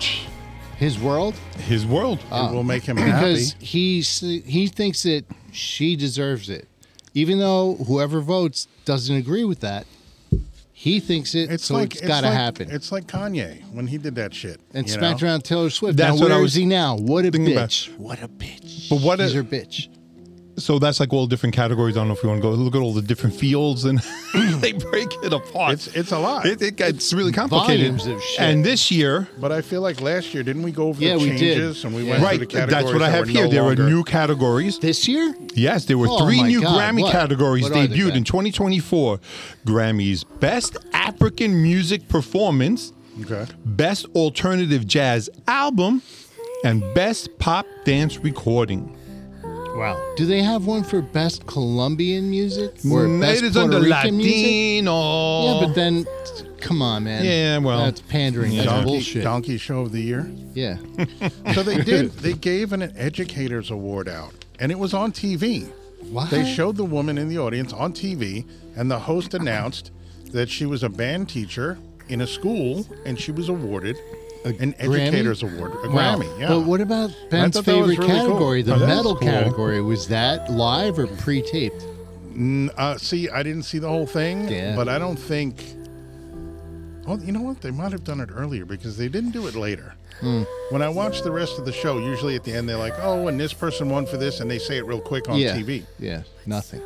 [SPEAKER 7] His world,
[SPEAKER 6] his world.
[SPEAKER 8] it will make him happy
[SPEAKER 7] Um, because he s- he thinks that she deserves it, even though whoever votes doesn't agree with that. He thinks it, so it's got to
[SPEAKER 8] like-
[SPEAKER 7] happen.
[SPEAKER 8] It's like Kanye when he did that shit.
[SPEAKER 7] and
[SPEAKER 8] you
[SPEAKER 7] smacked
[SPEAKER 8] know?
[SPEAKER 7] around Taylor Swift.
[SPEAKER 6] That's
[SPEAKER 7] now,
[SPEAKER 6] what I
[SPEAKER 7] where
[SPEAKER 6] was
[SPEAKER 7] is he now? What a
[SPEAKER 6] thinking about.
[SPEAKER 7] bitch! What a bitch!
[SPEAKER 6] But what
[SPEAKER 7] She's
[SPEAKER 6] a-
[SPEAKER 7] her bitch?
[SPEAKER 6] so that's like all different categories. I don't know if you want to go look at all the different fields and they break it apart.
[SPEAKER 8] It's it's a lot.
[SPEAKER 6] it, it gets really complicated.
[SPEAKER 7] volumes of shit.
[SPEAKER 6] And this year,
[SPEAKER 8] but I feel like last year didn't we go over
[SPEAKER 7] Yeah,
[SPEAKER 8] the
[SPEAKER 7] we did.
[SPEAKER 8] changes and we went
[SPEAKER 6] right?
[SPEAKER 8] through the categories?
[SPEAKER 6] That's what I
[SPEAKER 8] that
[SPEAKER 6] have
[SPEAKER 8] were
[SPEAKER 6] here.
[SPEAKER 8] no
[SPEAKER 6] there
[SPEAKER 8] longer-
[SPEAKER 6] are new categories.
[SPEAKER 7] This year?
[SPEAKER 6] Yes, there were
[SPEAKER 7] Oh
[SPEAKER 6] three
[SPEAKER 7] my
[SPEAKER 6] new
[SPEAKER 7] God,
[SPEAKER 6] Grammy
[SPEAKER 7] what?
[SPEAKER 6] categories
[SPEAKER 7] What are they
[SPEAKER 6] debuted
[SPEAKER 7] then?
[SPEAKER 6] in 2024. Grammys Best African Music Performance,
[SPEAKER 8] Okay.
[SPEAKER 6] Best Alternative Jazz Album, and Best Pop Dance Recording.
[SPEAKER 7] Wow. Do they have one for best Colombian music or
[SPEAKER 6] Mm,
[SPEAKER 7] best
[SPEAKER 6] it is
[SPEAKER 7] Puerto
[SPEAKER 6] under
[SPEAKER 7] Rican music?
[SPEAKER 6] Latino.
[SPEAKER 7] Yeah, but then come on, man.
[SPEAKER 6] Yeah, well,
[SPEAKER 7] that's pandering.
[SPEAKER 6] yeah.
[SPEAKER 7] That's
[SPEAKER 8] Donkey,
[SPEAKER 7] bullshit.
[SPEAKER 8] Donkey Show of the Year.
[SPEAKER 7] Yeah,
[SPEAKER 8] So they did. They gave an educators award out, and it was on TV.
[SPEAKER 7] What?
[SPEAKER 8] They showed the woman in the audience on TV, and the host announced that she was a band teacher in a school, and she was awarded an
[SPEAKER 7] Grammy?
[SPEAKER 8] educators award, a
[SPEAKER 7] Wow.
[SPEAKER 8] Grammy. Yeah.
[SPEAKER 7] But what about Ben's
[SPEAKER 8] I thought that was really
[SPEAKER 7] favorite
[SPEAKER 8] cool.
[SPEAKER 7] category,
[SPEAKER 8] Oh,
[SPEAKER 7] the
[SPEAKER 8] that was
[SPEAKER 7] metal
[SPEAKER 8] cool.
[SPEAKER 7] category? Was that live or pre-taped?
[SPEAKER 8] Uh, see, I didn't see the whole thing,
[SPEAKER 7] Yeah.
[SPEAKER 8] but I don't think. Well, you know what? They might have done it earlier because they didn't do it later.
[SPEAKER 7] Hmm.
[SPEAKER 8] When I watch the rest of the show, usually at the end they're like, "Oh, and this person won for this," and they say it real quick on
[SPEAKER 7] yeah.
[SPEAKER 8] TV.
[SPEAKER 7] Yeah. Nothing.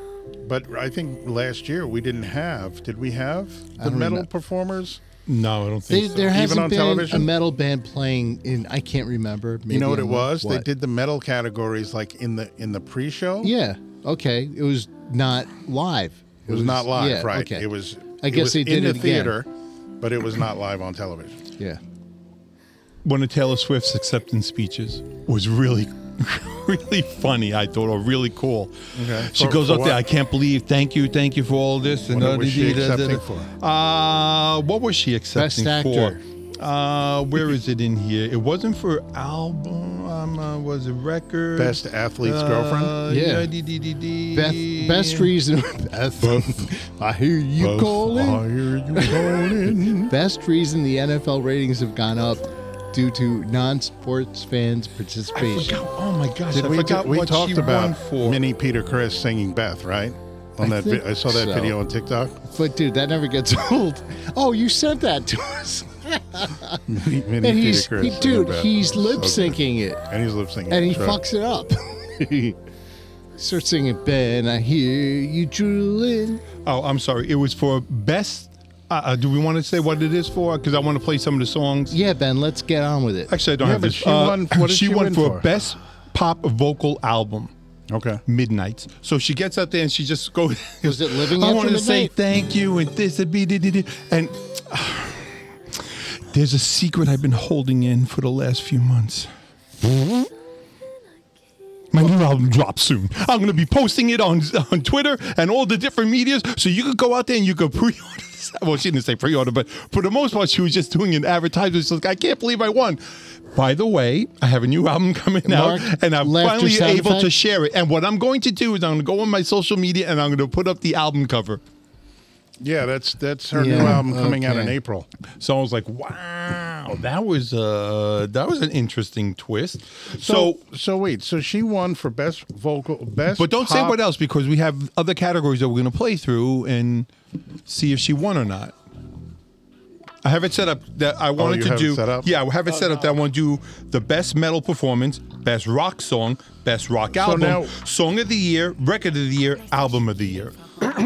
[SPEAKER 8] But I think last year we didn't have. Did we have the
[SPEAKER 7] don't
[SPEAKER 8] metal
[SPEAKER 7] remem-
[SPEAKER 8] performers?
[SPEAKER 6] No, I don't think
[SPEAKER 7] They,
[SPEAKER 6] so.
[SPEAKER 7] there hasn't
[SPEAKER 8] on
[SPEAKER 7] been
[SPEAKER 8] television?
[SPEAKER 7] a metal band playing in. I can't remember.
[SPEAKER 8] you
[SPEAKER 7] maybe
[SPEAKER 8] know what
[SPEAKER 7] I'm-
[SPEAKER 8] it was? They
[SPEAKER 7] what?
[SPEAKER 8] did the metal categories like in the in the pre-show.
[SPEAKER 7] Yeah. Okay. It was not live.
[SPEAKER 8] It was not live,
[SPEAKER 7] yeah,
[SPEAKER 8] right?
[SPEAKER 7] Okay.
[SPEAKER 8] It was.
[SPEAKER 7] I
[SPEAKER 8] it
[SPEAKER 7] guess
[SPEAKER 8] was
[SPEAKER 7] they did
[SPEAKER 8] in
[SPEAKER 7] it
[SPEAKER 8] the
[SPEAKER 7] again.
[SPEAKER 8] theater, but it was not live on television.
[SPEAKER 7] Yeah.
[SPEAKER 6] one of Taylor Swift's acceptance speeches was really, really funny. I thought, or really cool.
[SPEAKER 8] Okay.
[SPEAKER 6] She
[SPEAKER 8] For-
[SPEAKER 6] goes
[SPEAKER 8] for
[SPEAKER 6] up there.
[SPEAKER 8] what?
[SPEAKER 6] I can't believe. Thank you, thank you for all this. And
[SPEAKER 8] What
[SPEAKER 6] uh,
[SPEAKER 8] was
[SPEAKER 6] da-
[SPEAKER 8] she
[SPEAKER 6] da- da- da-
[SPEAKER 8] accepting for?
[SPEAKER 6] Uh, what was she accepting
[SPEAKER 7] actor.
[SPEAKER 6] for? Uh, where is it in here? It wasn't for album. Um, uh, was it record?
[SPEAKER 8] Best athlete's
[SPEAKER 6] Uh,
[SPEAKER 8] girlfriend.
[SPEAKER 7] Yeah.
[SPEAKER 6] yeah. dee- dee- dee- dee.
[SPEAKER 7] Beth, best reason. Beth, I hear you
[SPEAKER 8] Buzz, I
[SPEAKER 7] calling.
[SPEAKER 8] hear you calling.
[SPEAKER 7] Best reason the NFL ratings have gone up due to non-sports fans
[SPEAKER 6] I
[SPEAKER 7] participation.
[SPEAKER 6] forgot. Oh my gosh!
[SPEAKER 8] Did
[SPEAKER 6] I
[SPEAKER 8] we,
[SPEAKER 6] forgot
[SPEAKER 8] we
[SPEAKER 6] what
[SPEAKER 8] talked
[SPEAKER 6] she won
[SPEAKER 8] about
[SPEAKER 6] for.
[SPEAKER 8] Minnie Peter Chris singing Beth, right? On
[SPEAKER 7] I
[SPEAKER 8] that, vi-
[SPEAKER 7] think
[SPEAKER 8] I saw that
[SPEAKER 7] so.
[SPEAKER 8] video on TikTok.
[SPEAKER 7] But dude, that never gets old. Oh, you sent that to us,
[SPEAKER 8] Minnie
[SPEAKER 7] and he's
[SPEAKER 8] Peter
[SPEAKER 7] he,
[SPEAKER 8] Chris, singing
[SPEAKER 7] dude,
[SPEAKER 8] Beth.
[SPEAKER 7] he's
[SPEAKER 8] So good.
[SPEAKER 7] lip syncing it,
[SPEAKER 8] and he's lip syncing,
[SPEAKER 7] and he
[SPEAKER 8] That's right.
[SPEAKER 7] fucks it up. Starts singing, Ben, I hear you drooling.
[SPEAKER 6] Oh, I'm sorry. It was for best. Uh, uh, do we want to say what it is for? Because I want to play some of the songs.
[SPEAKER 7] Yeah, Ben, let's get on with it.
[SPEAKER 6] Actually, I don't
[SPEAKER 8] Yeah,
[SPEAKER 6] have
[SPEAKER 8] but
[SPEAKER 6] this. uh,
[SPEAKER 8] she won- what did
[SPEAKER 6] she,
[SPEAKER 8] she
[SPEAKER 6] won
[SPEAKER 8] win
[SPEAKER 6] for,
[SPEAKER 8] for?
[SPEAKER 6] best pop vocal album,
[SPEAKER 8] Okay,
[SPEAKER 6] Midnights. So she gets up there and she just goes.
[SPEAKER 7] Was it Living
[SPEAKER 6] I
[SPEAKER 7] After
[SPEAKER 6] wanted to say
[SPEAKER 7] Midnight?
[SPEAKER 6] thank you and this and be did- did- did." and there's a secret I've been holding in for the last few months. My new album drops soon. I'm going to be posting it on on Twitter and all the different medias, so you could go out there and you could pre-order. This. Well, she didn't say pre-order, but for the most part, she was just doing an advertisement. She's like, "I can't believe I won." By the way, I have a new album coming
[SPEAKER 7] Mark,
[SPEAKER 6] out, and I'm
[SPEAKER 7] laughter
[SPEAKER 6] finally
[SPEAKER 7] sound
[SPEAKER 6] able to
[SPEAKER 7] effect?
[SPEAKER 6] share it. And what I'm going to do is I'm going to go on my social media and I'm going to put up the album cover.
[SPEAKER 8] yeah, that's that's her new
[SPEAKER 7] Yeah,
[SPEAKER 8] album coming out in
[SPEAKER 7] okay.
[SPEAKER 8] April.
[SPEAKER 6] So I was like, "Wow, that was uh that was an interesting twist."
[SPEAKER 8] So,
[SPEAKER 6] So,
[SPEAKER 8] so wait, so she won for best vocal, best.
[SPEAKER 6] but don't say
[SPEAKER 8] pop-
[SPEAKER 6] what else because we have other categories that we're going to play through and see if she won or not. I have it set up that I wanted
[SPEAKER 8] Oh, you
[SPEAKER 6] to
[SPEAKER 8] have it
[SPEAKER 6] do.
[SPEAKER 8] set up?
[SPEAKER 6] Yeah, I have it set up that I want to do the best metal performance, best rock song, best rock album,
[SPEAKER 8] now-
[SPEAKER 6] song of the year, record of the year, album of the year.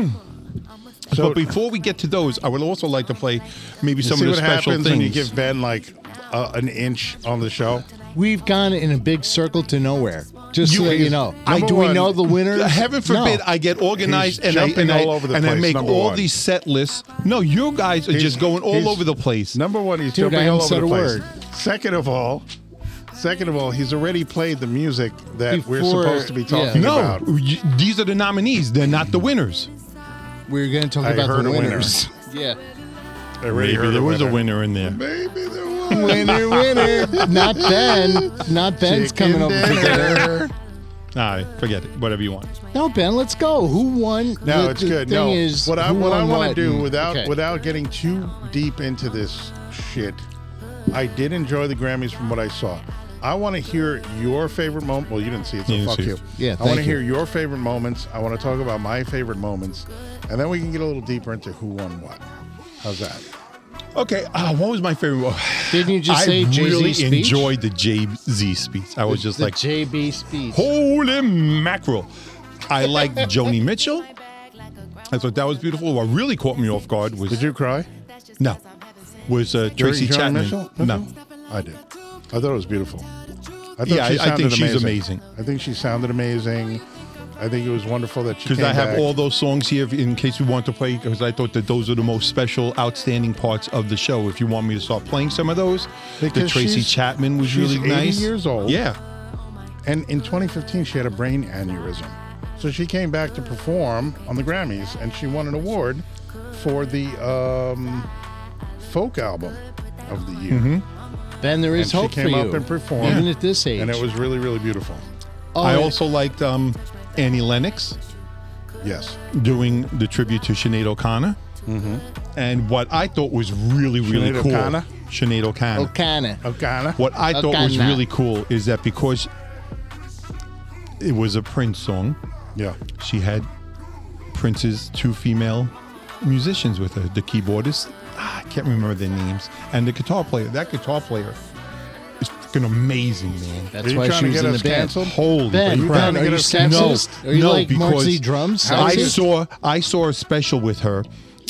[SPEAKER 8] So-
[SPEAKER 6] but before we get to those, I would also like to play maybe some
[SPEAKER 8] See
[SPEAKER 6] of the
[SPEAKER 8] what
[SPEAKER 6] special
[SPEAKER 8] happens
[SPEAKER 6] things.
[SPEAKER 8] when you give Ben like a an inch on the show.
[SPEAKER 7] We've gone in a big circle to nowhere. Just so
[SPEAKER 6] You-
[SPEAKER 7] that you know, I,
[SPEAKER 8] Number
[SPEAKER 7] do we
[SPEAKER 8] one,
[SPEAKER 7] know the winners?
[SPEAKER 6] Heaven forbid
[SPEAKER 7] No.
[SPEAKER 6] I get organized
[SPEAKER 8] He's
[SPEAKER 6] and I
[SPEAKER 8] jumping
[SPEAKER 6] and, I,
[SPEAKER 8] all over the
[SPEAKER 6] and I
[SPEAKER 8] place,
[SPEAKER 6] make
[SPEAKER 8] number
[SPEAKER 6] all
[SPEAKER 8] one.
[SPEAKER 6] these set lists. No, you guys are just
[SPEAKER 8] He's-
[SPEAKER 6] going all
[SPEAKER 8] he's-
[SPEAKER 6] over the place.
[SPEAKER 8] Number one, he's
[SPEAKER 7] Dude, I
[SPEAKER 8] jumping all over
[SPEAKER 7] haven't
[SPEAKER 8] the place.
[SPEAKER 7] said a
[SPEAKER 8] Second of all, second of all, he's already played the music that we're
[SPEAKER 7] Before-
[SPEAKER 8] supposed to be
[SPEAKER 7] yeah.
[SPEAKER 8] talking
[SPEAKER 6] no,
[SPEAKER 8] about.
[SPEAKER 6] y- these are the nominees. They're not the winners.
[SPEAKER 7] We're going to talk
[SPEAKER 8] I
[SPEAKER 7] about
[SPEAKER 8] heard
[SPEAKER 7] the
[SPEAKER 8] a winner.
[SPEAKER 7] winners. yeah.
[SPEAKER 8] I already heard
[SPEAKER 6] winner in there.
[SPEAKER 8] Maybe there was.
[SPEAKER 7] Winner, winner. Not Ben. Not Ben's coming
[SPEAKER 8] Chicken
[SPEAKER 7] over for dinner.
[SPEAKER 8] dinner.
[SPEAKER 6] All right, forget it. Whatever you want.
[SPEAKER 7] No, Ben, let's go. Who won?
[SPEAKER 8] No,
[SPEAKER 7] the,
[SPEAKER 8] it's
[SPEAKER 7] the
[SPEAKER 8] good.
[SPEAKER 7] Thing
[SPEAKER 8] No,
[SPEAKER 7] is,
[SPEAKER 8] what I
[SPEAKER 7] who
[SPEAKER 8] what I
[SPEAKER 7] won
[SPEAKER 8] want to
[SPEAKER 7] what
[SPEAKER 8] do
[SPEAKER 7] and-
[SPEAKER 8] without
[SPEAKER 7] okay.
[SPEAKER 8] without getting too deep into this shit, I did enjoy the Grammys from what I saw. I want to hear your favorite moment. Well, you didn't see it, so
[SPEAKER 6] You didn't
[SPEAKER 8] fuck
[SPEAKER 6] see it.
[SPEAKER 8] you.
[SPEAKER 7] Yeah,
[SPEAKER 8] I want to
[SPEAKER 7] thank you.
[SPEAKER 8] hear your favorite moments. I want to talk about my favorite moments, and then we can get a little deeper into who won what. How's that?
[SPEAKER 6] Okay, uh, what was my favorite? one?
[SPEAKER 7] Didn't you just
[SPEAKER 6] I
[SPEAKER 7] say Jay-Z
[SPEAKER 6] really
[SPEAKER 7] speech?
[SPEAKER 6] enjoyed the Jay Z speech. I was just
[SPEAKER 7] the
[SPEAKER 6] like,
[SPEAKER 7] JB speech.
[SPEAKER 6] Holy mackerel. I liked Joni Mitchell. I thought that was beautiful. What really caught me off guard was
[SPEAKER 8] Did you cry?
[SPEAKER 6] no was uh,
[SPEAKER 8] during
[SPEAKER 6] Tracy
[SPEAKER 8] Joni
[SPEAKER 6] Chapman.
[SPEAKER 8] Mitchell?
[SPEAKER 6] No,
[SPEAKER 8] I did. I thought it was beautiful. I thought
[SPEAKER 6] Yeah, I- I think
[SPEAKER 8] sounded
[SPEAKER 6] she's amazing.
[SPEAKER 8] I think she sounded amazing. I think it was wonderful that she.
[SPEAKER 6] because I
[SPEAKER 8] came
[SPEAKER 6] have
[SPEAKER 8] back.
[SPEAKER 6] all those songs here in case you want to play. Because I thought that those are the most special, outstanding parts of the show. If you want me to start playing some of those, the
[SPEAKER 8] Because
[SPEAKER 6] Tracy
[SPEAKER 8] she's-
[SPEAKER 6] Chapman was
[SPEAKER 8] she's
[SPEAKER 6] really
[SPEAKER 8] 80
[SPEAKER 6] nice.
[SPEAKER 8] years old.
[SPEAKER 6] Yeah,
[SPEAKER 8] And in 2015, she had a brain aneurysm. So she came back to perform on the Grammys and she won an award for the um,
[SPEAKER 7] folk album of the year.
[SPEAKER 3] Then there
[SPEAKER 7] And
[SPEAKER 3] is
[SPEAKER 7] she
[SPEAKER 3] hope
[SPEAKER 7] came
[SPEAKER 3] for
[SPEAKER 7] up
[SPEAKER 3] you,
[SPEAKER 7] and performed,
[SPEAKER 3] even at this age.
[SPEAKER 7] and it was really, really beautiful.
[SPEAKER 3] Oh,
[SPEAKER 6] I
[SPEAKER 3] and-
[SPEAKER 6] also liked um, Annie Lennox
[SPEAKER 7] Yes,
[SPEAKER 6] doing the tribute to Sinead O'Connor.
[SPEAKER 8] Mm-hmm.
[SPEAKER 6] And what I thought was really, really
[SPEAKER 7] Sinead
[SPEAKER 6] cool.
[SPEAKER 7] O'Connor?
[SPEAKER 6] Sinead O'Connor.
[SPEAKER 3] O'Connor.
[SPEAKER 7] O'Connor.
[SPEAKER 6] What I thought was
[SPEAKER 3] O'Connor.
[SPEAKER 6] really cool is that because it was a Prince song,
[SPEAKER 7] Yeah,
[SPEAKER 6] she had Prince's two female musicians with her the keyboardist, ah, I can't remember their names, and the guitar player. That guitar player is fucking amazing, man.
[SPEAKER 7] Are
[SPEAKER 3] That's
[SPEAKER 7] you
[SPEAKER 3] why
[SPEAKER 7] trying
[SPEAKER 3] she
[SPEAKER 7] to
[SPEAKER 3] was
[SPEAKER 7] get
[SPEAKER 3] in the
[SPEAKER 7] us
[SPEAKER 3] band.
[SPEAKER 7] canceled?
[SPEAKER 6] Holy
[SPEAKER 3] Ben, Ben,
[SPEAKER 6] crap.
[SPEAKER 7] trying to
[SPEAKER 3] are
[SPEAKER 7] get
[SPEAKER 3] you
[SPEAKER 7] us
[SPEAKER 3] sexist?
[SPEAKER 6] No,
[SPEAKER 3] Are you
[SPEAKER 6] no,
[SPEAKER 3] like Mark
[SPEAKER 6] because
[SPEAKER 3] Z. Drums?
[SPEAKER 6] I
[SPEAKER 3] sexist?
[SPEAKER 6] saw I saw a special with her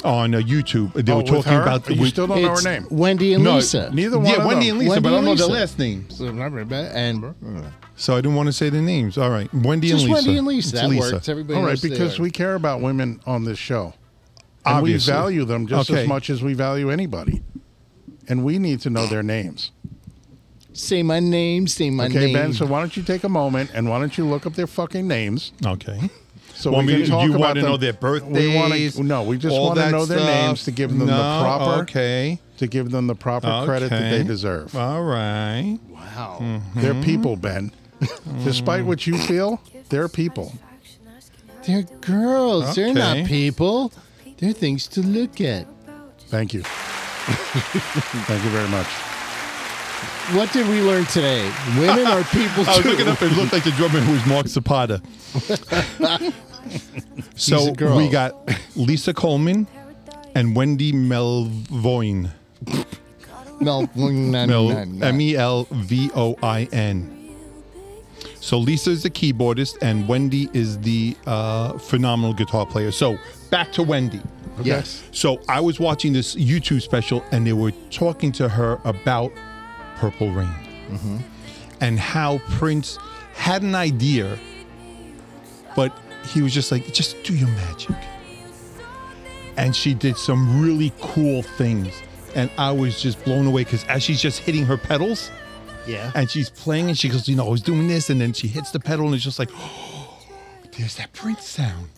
[SPEAKER 6] on uh, YouTube. They
[SPEAKER 7] Oh,
[SPEAKER 6] were
[SPEAKER 7] with
[SPEAKER 6] talking
[SPEAKER 7] her?
[SPEAKER 6] about
[SPEAKER 7] you
[SPEAKER 6] with-
[SPEAKER 7] still don't know her
[SPEAKER 3] It's
[SPEAKER 7] name.
[SPEAKER 3] Wendy and
[SPEAKER 6] No,
[SPEAKER 3] Lisa.
[SPEAKER 7] neither one
[SPEAKER 6] yeah,
[SPEAKER 7] of
[SPEAKER 6] Wendy and
[SPEAKER 7] them.
[SPEAKER 6] Lisa,
[SPEAKER 3] Wendy
[SPEAKER 6] but I don't
[SPEAKER 3] and
[SPEAKER 6] know their
[SPEAKER 3] Lisa.
[SPEAKER 6] last names.
[SPEAKER 3] and
[SPEAKER 6] So I didn't want to say the names. All right, Wendy
[SPEAKER 3] just
[SPEAKER 6] and Lisa.
[SPEAKER 3] Wendy and Lisa.
[SPEAKER 6] It's
[SPEAKER 3] That
[SPEAKER 6] Lisa.
[SPEAKER 3] works. Everybody
[SPEAKER 7] All right,
[SPEAKER 3] knows who they
[SPEAKER 7] because
[SPEAKER 3] are.
[SPEAKER 7] we care about women on this show. And
[SPEAKER 6] Obviously.
[SPEAKER 7] we value them just
[SPEAKER 6] Okay.
[SPEAKER 7] as much as we value anybody. And we need to know their names.
[SPEAKER 3] say my name, say my
[SPEAKER 7] Okay,
[SPEAKER 3] name.
[SPEAKER 7] Ben, so why don't you take a moment and why don't you look up their fucking names?
[SPEAKER 6] Okay.
[SPEAKER 7] So
[SPEAKER 6] Well,
[SPEAKER 7] we
[SPEAKER 6] we-
[SPEAKER 7] can talk
[SPEAKER 6] you
[SPEAKER 7] about
[SPEAKER 6] wanna
[SPEAKER 7] them.
[SPEAKER 6] know their
[SPEAKER 7] We wanna-
[SPEAKER 6] birthdays,
[SPEAKER 7] no, we just
[SPEAKER 6] all
[SPEAKER 7] want to
[SPEAKER 6] that
[SPEAKER 7] know their
[SPEAKER 6] stuff?
[SPEAKER 7] names to give them the
[SPEAKER 6] No,
[SPEAKER 7] proper
[SPEAKER 6] okay.
[SPEAKER 7] to give them the proper credit that they
[SPEAKER 6] Okay.
[SPEAKER 7] deserve.
[SPEAKER 6] All right.
[SPEAKER 3] wow.
[SPEAKER 7] They're people, Ben. Despite what you feel, they're people.
[SPEAKER 3] They're girls. They're
[SPEAKER 6] Okay.
[SPEAKER 3] not people. They're things to look at.
[SPEAKER 7] Thank you. Thank you very much.
[SPEAKER 3] What did we learn today? Women are people too.
[SPEAKER 6] I was looking up. Oh, It looked like the drummer who was Mark Zapata.
[SPEAKER 3] He's
[SPEAKER 6] so
[SPEAKER 3] a girl.
[SPEAKER 6] we got Lisa Coleman and Wendy Melvoin.
[SPEAKER 3] Mel, mm,
[SPEAKER 6] Mel M
[SPEAKER 3] Emmy.
[SPEAKER 6] E L V O I N. So Lisa is the keyboardist and Wendy is the uh, phenomenal guitar player. So back to Wendy.
[SPEAKER 3] Yes.
[SPEAKER 6] So I was watching this YouTube special and they were talking to her about Purple Rain and how Prince had an idea, but he was just like, just do your magic. And she did some really cool things. And I was just blown away because as she's just hitting her pedals
[SPEAKER 3] Yeah.
[SPEAKER 6] and she's playing and she goes, you know, I was doing this. And then she hits the pedal and it's just like, oh, there's that Prince sound.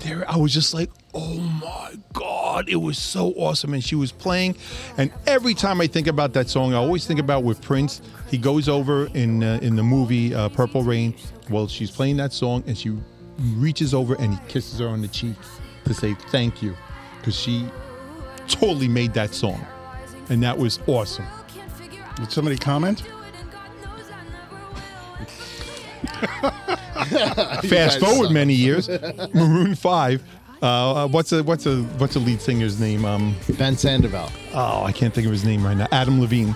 [SPEAKER 6] There, I was just like, oh my God, it was so awesome. And she was playing. And every time I think about that song, I always think about with Prince. He goes over in, uh, in the movie uh, Purple Rain. Well, she's playing that song and she reaches over and he kisses her on the cheek to say thank you because she totally made that song. And that was awesome.
[SPEAKER 7] Did somebody comment?
[SPEAKER 6] Fast
[SPEAKER 3] You guys
[SPEAKER 6] forward
[SPEAKER 3] suck.
[SPEAKER 6] many years, Maroon Five. Uh, uh, what's a what's a what's a lead singer's name? Um,
[SPEAKER 3] Ben Sandoval.
[SPEAKER 6] oh, I can't think of his name right now. Adam Levine.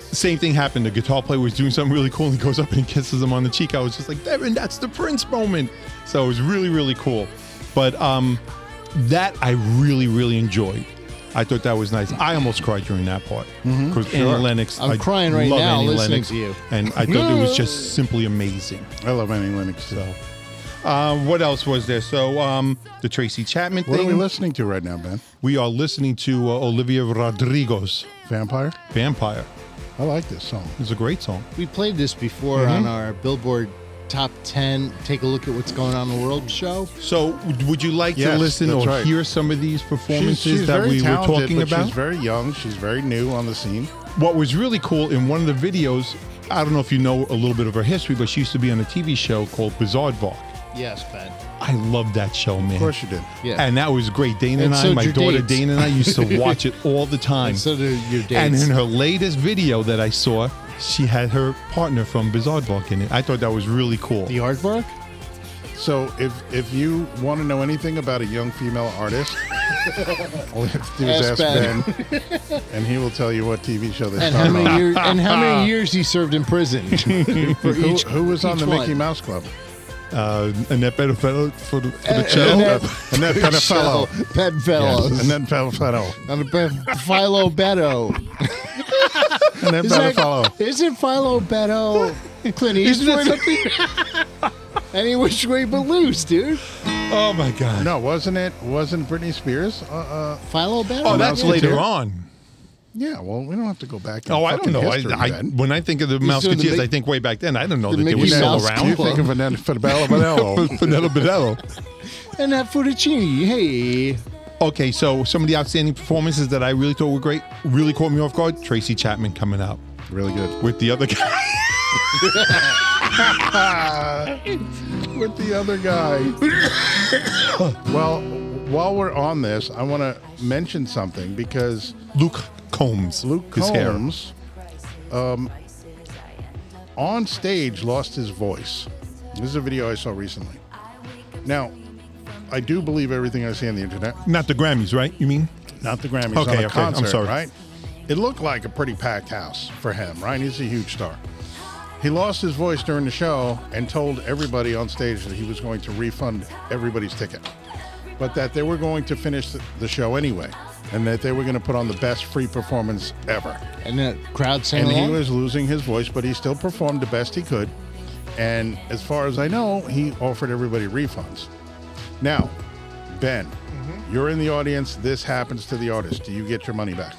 [SPEAKER 6] Same thing happened. The guitar player was doing something really cool, and he goes up and kisses him on the cheek. I was just like, Devin, that's the Prince moment. So it was really really cool. But um, that I really really enjoyed. I thought that was nice. I almost cried during that part because Annie Lennox.
[SPEAKER 3] Mm-hmm. I'm
[SPEAKER 6] I
[SPEAKER 3] crying right
[SPEAKER 6] love
[SPEAKER 3] now
[SPEAKER 6] Annie
[SPEAKER 3] listening
[SPEAKER 6] Lennox,
[SPEAKER 3] to you.
[SPEAKER 6] and I thought it was just simply amazing.
[SPEAKER 7] I love Annie Lennox.
[SPEAKER 6] So, uh, what else was there? So, um, the Tracy Chapman
[SPEAKER 7] What are
[SPEAKER 6] thing.
[SPEAKER 7] we listening to right now, Ben?
[SPEAKER 6] we are listening to uh, Olivia Rodrigo's
[SPEAKER 7] Vampire?
[SPEAKER 6] "Vampire."
[SPEAKER 7] I like this song.
[SPEAKER 6] It's a great song. Mm-hmm.
[SPEAKER 3] We played this before on our Billboard Top 10 Take a Look at What's Going On in the World show.
[SPEAKER 6] So, w- would you like to
[SPEAKER 7] Yes,
[SPEAKER 6] listen
[SPEAKER 7] that's
[SPEAKER 6] or
[SPEAKER 7] right.
[SPEAKER 6] hear some of these performances that
[SPEAKER 7] very
[SPEAKER 6] we were
[SPEAKER 7] talented,
[SPEAKER 6] talking
[SPEAKER 7] but
[SPEAKER 6] about?
[SPEAKER 7] She's very young. She's very new on the scene.
[SPEAKER 6] what was really cool in one of the videos, I don't know if you know a little bit of her history, but she used to be on a TV show called Bizardvark.
[SPEAKER 3] Yes, Ben.
[SPEAKER 6] I love that show, man.
[SPEAKER 7] Of course you did.
[SPEAKER 3] Yeah.
[SPEAKER 6] And that was great. Dana
[SPEAKER 3] And
[SPEAKER 6] and, I,
[SPEAKER 3] so
[SPEAKER 6] my
[SPEAKER 3] did your
[SPEAKER 6] daughter
[SPEAKER 3] dates.
[SPEAKER 6] Dana and I used to watch it all the time.
[SPEAKER 3] And so do your dates.
[SPEAKER 6] And in her latest video that I saw, she had her partner from Bizarre in it. I thought that was really cool.
[SPEAKER 3] The Aardvark?
[SPEAKER 7] So if if you want to know anything about a young female artist, all you have to do is
[SPEAKER 3] Ask
[SPEAKER 7] ask Ben, and he will tell you what TV show they
[SPEAKER 3] And how
[SPEAKER 7] started
[SPEAKER 3] many
[SPEAKER 7] on.
[SPEAKER 3] years? And how many years he served in prison? For
[SPEAKER 7] Who,
[SPEAKER 3] each,
[SPEAKER 7] who was on
[SPEAKER 3] each
[SPEAKER 7] the
[SPEAKER 3] one.
[SPEAKER 7] Mickey Mouse Club?
[SPEAKER 6] Uh, Annette Benefetto for the, for the show.
[SPEAKER 3] And
[SPEAKER 7] Annette-
[SPEAKER 3] that-
[SPEAKER 7] Annette Pedofello.
[SPEAKER 3] Pet fellows.
[SPEAKER 7] And then Pedofello.
[SPEAKER 3] On the pe- Philo Beto.
[SPEAKER 7] And then
[SPEAKER 3] Isn't,
[SPEAKER 7] Pedofello.
[SPEAKER 3] that, isn't Philo Beto Clint
[SPEAKER 6] Isn't
[SPEAKER 3] Eastwood?
[SPEAKER 6] it something?
[SPEAKER 3] Any which way but loose, dude.
[SPEAKER 6] Oh my God.
[SPEAKER 7] No, wasn't it? Wasn't Britney Spears? Uh, uh,
[SPEAKER 3] Philo Beto.
[SPEAKER 6] Oh, that's
[SPEAKER 7] Mouseketeer.
[SPEAKER 6] later on.
[SPEAKER 7] yeah. Well, we don't have to go back. in
[SPEAKER 6] Oh, I don't
[SPEAKER 7] fucking
[SPEAKER 6] know. I,
[SPEAKER 7] History,
[SPEAKER 6] I,
[SPEAKER 7] Ben.
[SPEAKER 6] when I think of the
[SPEAKER 3] doing the
[SPEAKER 6] Mouseketeers,
[SPEAKER 3] Mic-
[SPEAKER 6] I think way back then. I don't know
[SPEAKER 3] the
[SPEAKER 6] that they were
[SPEAKER 3] Mickey
[SPEAKER 6] still
[SPEAKER 3] Mouse
[SPEAKER 6] around.
[SPEAKER 7] you think of Annette Pedofello?
[SPEAKER 6] Finello Bedello.
[SPEAKER 3] and that fettuccine. Hey,
[SPEAKER 6] Okay, so some of the outstanding performances that I really thought were great really caught me off guard. Tracy Chapman coming out
[SPEAKER 7] Really good.
[SPEAKER 6] with the other guy.
[SPEAKER 7] With the other guy. well, while we're on this, I want to mention something because
[SPEAKER 6] Luke Combs.
[SPEAKER 7] Luke
[SPEAKER 6] his hair.
[SPEAKER 7] Combs um, on stage lost his voice. This is a video I saw recently. Now, I do believe everything I see on the internet,
[SPEAKER 6] Not the Grammys, right? You mean?
[SPEAKER 7] not the Grammys,
[SPEAKER 6] Okay,
[SPEAKER 7] on
[SPEAKER 6] okay,
[SPEAKER 7] a
[SPEAKER 6] I'm
[SPEAKER 7] concert,
[SPEAKER 6] sorry.
[SPEAKER 7] right? It looked like a pretty packed house for him, right? He's a huge star. He lost his voice during the show and told everybody on stage that he was going to refund everybody's ticket, but that they were going to finish the- the show anyway, and that they were going to put on the best free performance ever.
[SPEAKER 3] And the crowd sang
[SPEAKER 7] And he
[SPEAKER 3] along.
[SPEAKER 7] was losing his voice, but he still performed the best he could. And as far as I know, he offered everybody refunds. Now, Ben,
[SPEAKER 6] Mm-hmm.
[SPEAKER 7] you're in the audience. This happens to the artist. Do you get your money back?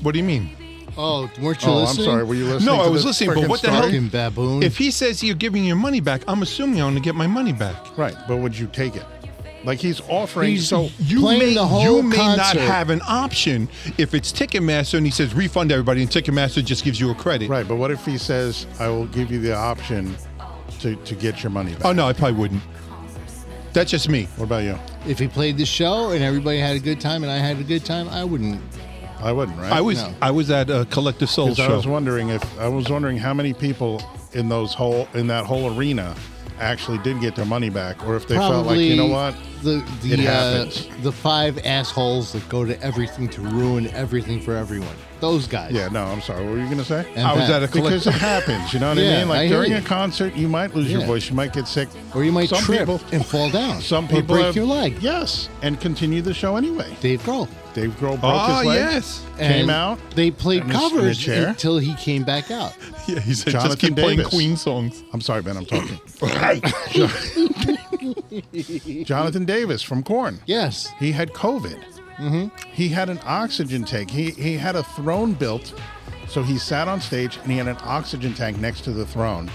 [SPEAKER 6] What do you mean?
[SPEAKER 3] oh, weren't you
[SPEAKER 7] Oh,
[SPEAKER 3] listening?
[SPEAKER 7] I'm sorry. Were you listening?
[SPEAKER 6] No, I
[SPEAKER 7] to
[SPEAKER 6] was
[SPEAKER 7] this
[SPEAKER 6] listening, but
[SPEAKER 7] frickin'
[SPEAKER 6] what the hell-
[SPEAKER 7] story?
[SPEAKER 3] Fucking baboon.
[SPEAKER 6] If he says you're giving your money back, I'm assuming I'm going to get my money back.
[SPEAKER 7] Right, but would you take it? Like he's offering.
[SPEAKER 3] He's-
[SPEAKER 7] so
[SPEAKER 6] You
[SPEAKER 3] Playing
[SPEAKER 6] may,
[SPEAKER 3] the whole
[SPEAKER 6] you may not
[SPEAKER 3] concert.
[SPEAKER 6] have an option if it's Ticketmaster and he says refund everybody and Ticketmaster just gives you a credit.
[SPEAKER 7] right, but what if he says, "I will give you the option to to get your money back"?
[SPEAKER 6] Oh, no, I probably wouldn't. That's just me.
[SPEAKER 7] What about you?
[SPEAKER 3] if he played the show and everybody had a good time and I had a good time, I wouldn't.
[SPEAKER 7] I wouldn't. Right.
[SPEAKER 6] I was
[SPEAKER 3] No.
[SPEAKER 6] I was at a Collective Soul
[SPEAKER 7] 'Cause I was
[SPEAKER 6] show.
[SPEAKER 7] wondering if I was wondering how many people in those whole in that whole arena actually did get their money back, or if they
[SPEAKER 3] probably
[SPEAKER 7] felt like you know what,
[SPEAKER 3] the the
[SPEAKER 7] It happens.
[SPEAKER 3] uh, the five assholes that go to everything to ruin everything for everyone. Those guys.
[SPEAKER 7] yeah, no, I'm sorry, what were you gonna say?
[SPEAKER 3] And
[SPEAKER 6] I was
[SPEAKER 3] that.
[SPEAKER 6] at a
[SPEAKER 7] because it
[SPEAKER 6] collective.
[SPEAKER 7] happens, you know what
[SPEAKER 3] Yeah,
[SPEAKER 7] I mean? Like
[SPEAKER 3] I hear
[SPEAKER 7] during
[SPEAKER 3] you.
[SPEAKER 7] a concert, you might lose your
[SPEAKER 3] Yeah.
[SPEAKER 7] voice, you might get sick,
[SPEAKER 3] Or you might
[SPEAKER 7] some
[SPEAKER 3] trip
[SPEAKER 7] people,
[SPEAKER 3] and fall down.
[SPEAKER 7] Some
[SPEAKER 3] or
[SPEAKER 7] people
[SPEAKER 3] break
[SPEAKER 7] have-
[SPEAKER 3] your leg.
[SPEAKER 7] Yes, and continue the show anyway.
[SPEAKER 3] Dave Grohl.
[SPEAKER 7] Dave Grohl broke
[SPEAKER 6] Oh,
[SPEAKER 7] his leg.
[SPEAKER 6] yes.
[SPEAKER 7] Came
[SPEAKER 3] Ah, And
[SPEAKER 7] out
[SPEAKER 3] They played
[SPEAKER 7] and he's in a
[SPEAKER 3] covers
[SPEAKER 7] chair.
[SPEAKER 3] until he came back out.
[SPEAKER 6] Yeah, he said
[SPEAKER 7] Jonathan
[SPEAKER 6] just keep playing
[SPEAKER 7] Davis.
[SPEAKER 6] Queen songs.
[SPEAKER 7] I'm sorry, Ben. I'm talking. Jonathan Davis from Corn.
[SPEAKER 3] Yes.
[SPEAKER 7] He had COVID. Mm-hmm. He had an oxygen tank. He he had a throne built, so he sat on stage and he had an oxygen tank next to the throne,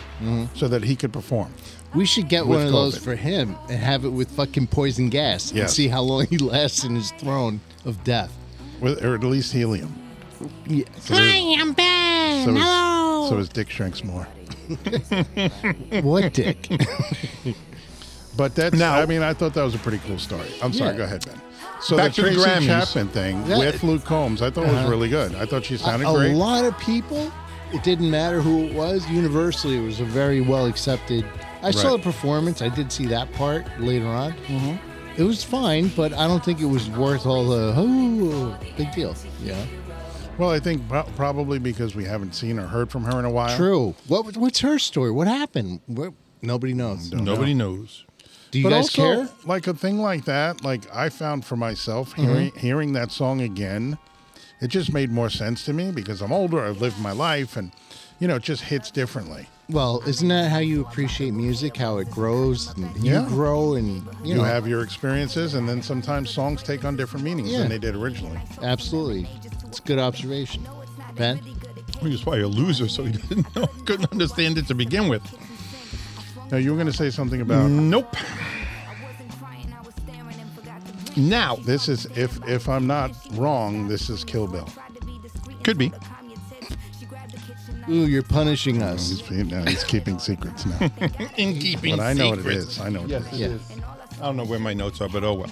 [SPEAKER 7] so that he could perform.
[SPEAKER 3] We should get
[SPEAKER 7] With
[SPEAKER 3] one of those
[SPEAKER 7] COVID.
[SPEAKER 3] for him and have it with fucking poison gas and
[SPEAKER 7] Yes.
[SPEAKER 3] see how long he lasts in his throne of death.
[SPEAKER 7] With, or at least helium.
[SPEAKER 3] Hi, I'm
[SPEAKER 7] So
[SPEAKER 3] Ben.
[SPEAKER 7] his- so his dick shrinks more.
[SPEAKER 3] What dick?
[SPEAKER 7] But that's
[SPEAKER 6] Now-
[SPEAKER 7] I mean, I thought that was a pretty cool story. I'm sorry,
[SPEAKER 3] Yeah.
[SPEAKER 7] go ahead, Ben. So
[SPEAKER 6] Back
[SPEAKER 7] the
[SPEAKER 6] to the
[SPEAKER 7] Tracy
[SPEAKER 6] Grammys.
[SPEAKER 7] Chapman thing
[SPEAKER 3] Yeah.
[SPEAKER 7] with Luke Combs, I thought was really good. I thought she
[SPEAKER 3] a,
[SPEAKER 7] sounded
[SPEAKER 3] a
[SPEAKER 7] great.
[SPEAKER 3] lot of people. It didn't matter who it was. Universally, it was a very well accepted. I saw
[SPEAKER 7] Right.
[SPEAKER 3] the performance. I did see that part later on. It was fine, but I don't think it was worth all the oh big deal. Yeah,
[SPEAKER 7] Well, I think pro- probably because we haven't seen or heard from her in a while.
[SPEAKER 3] true. What what's her story? What happened? What, nobody knows.
[SPEAKER 6] Nobody knows.
[SPEAKER 3] Do you
[SPEAKER 7] but
[SPEAKER 3] guys
[SPEAKER 7] also,
[SPEAKER 3] care? Mm-hmm.
[SPEAKER 7] like a thing like that, like I found for myself hearing hearing that song again, it just made more sense to me because I'm older, I've lived my life, and you know, it just hits differently.
[SPEAKER 3] Well, isn't that how you appreciate music? How it grows and you
[SPEAKER 7] Yeah.
[SPEAKER 3] grow and you,
[SPEAKER 7] You,
[SPEAKER 3] know
[SPEAKER 7] have your experiences, and then sometimes songs take on different meanings
[SPEAKER 3] Yeah.
[SPEAKER 7] than they did originally.
[SPEAKER 3] absolutely. It's a good observation, Ben.
[SPEAKER 6] He was probably a loser, so he didn't know, couldn't understand it to begin with.
[SPEAKER 7] Now, you were going to say something about
[SPEAKER 3] Mm-hmm.
[SPEAKER 6] Nope. Now,
[SPEAKER 7] this is if if I'm not wrong, this is Kill Bill.
[SPEAKER 6] could be.
[SPEAKER 3] Ooh, you're punishing us.
[SPEAKER 7] He's, now he's keeping secrets now,
[SPEAKER 6] In keeping
[SPEAKER 7] but I know what it is. I know what it is.
[SPEAKER 3] Yeah.
[SPEAKER 6] I don't know where my notes are, but oh well.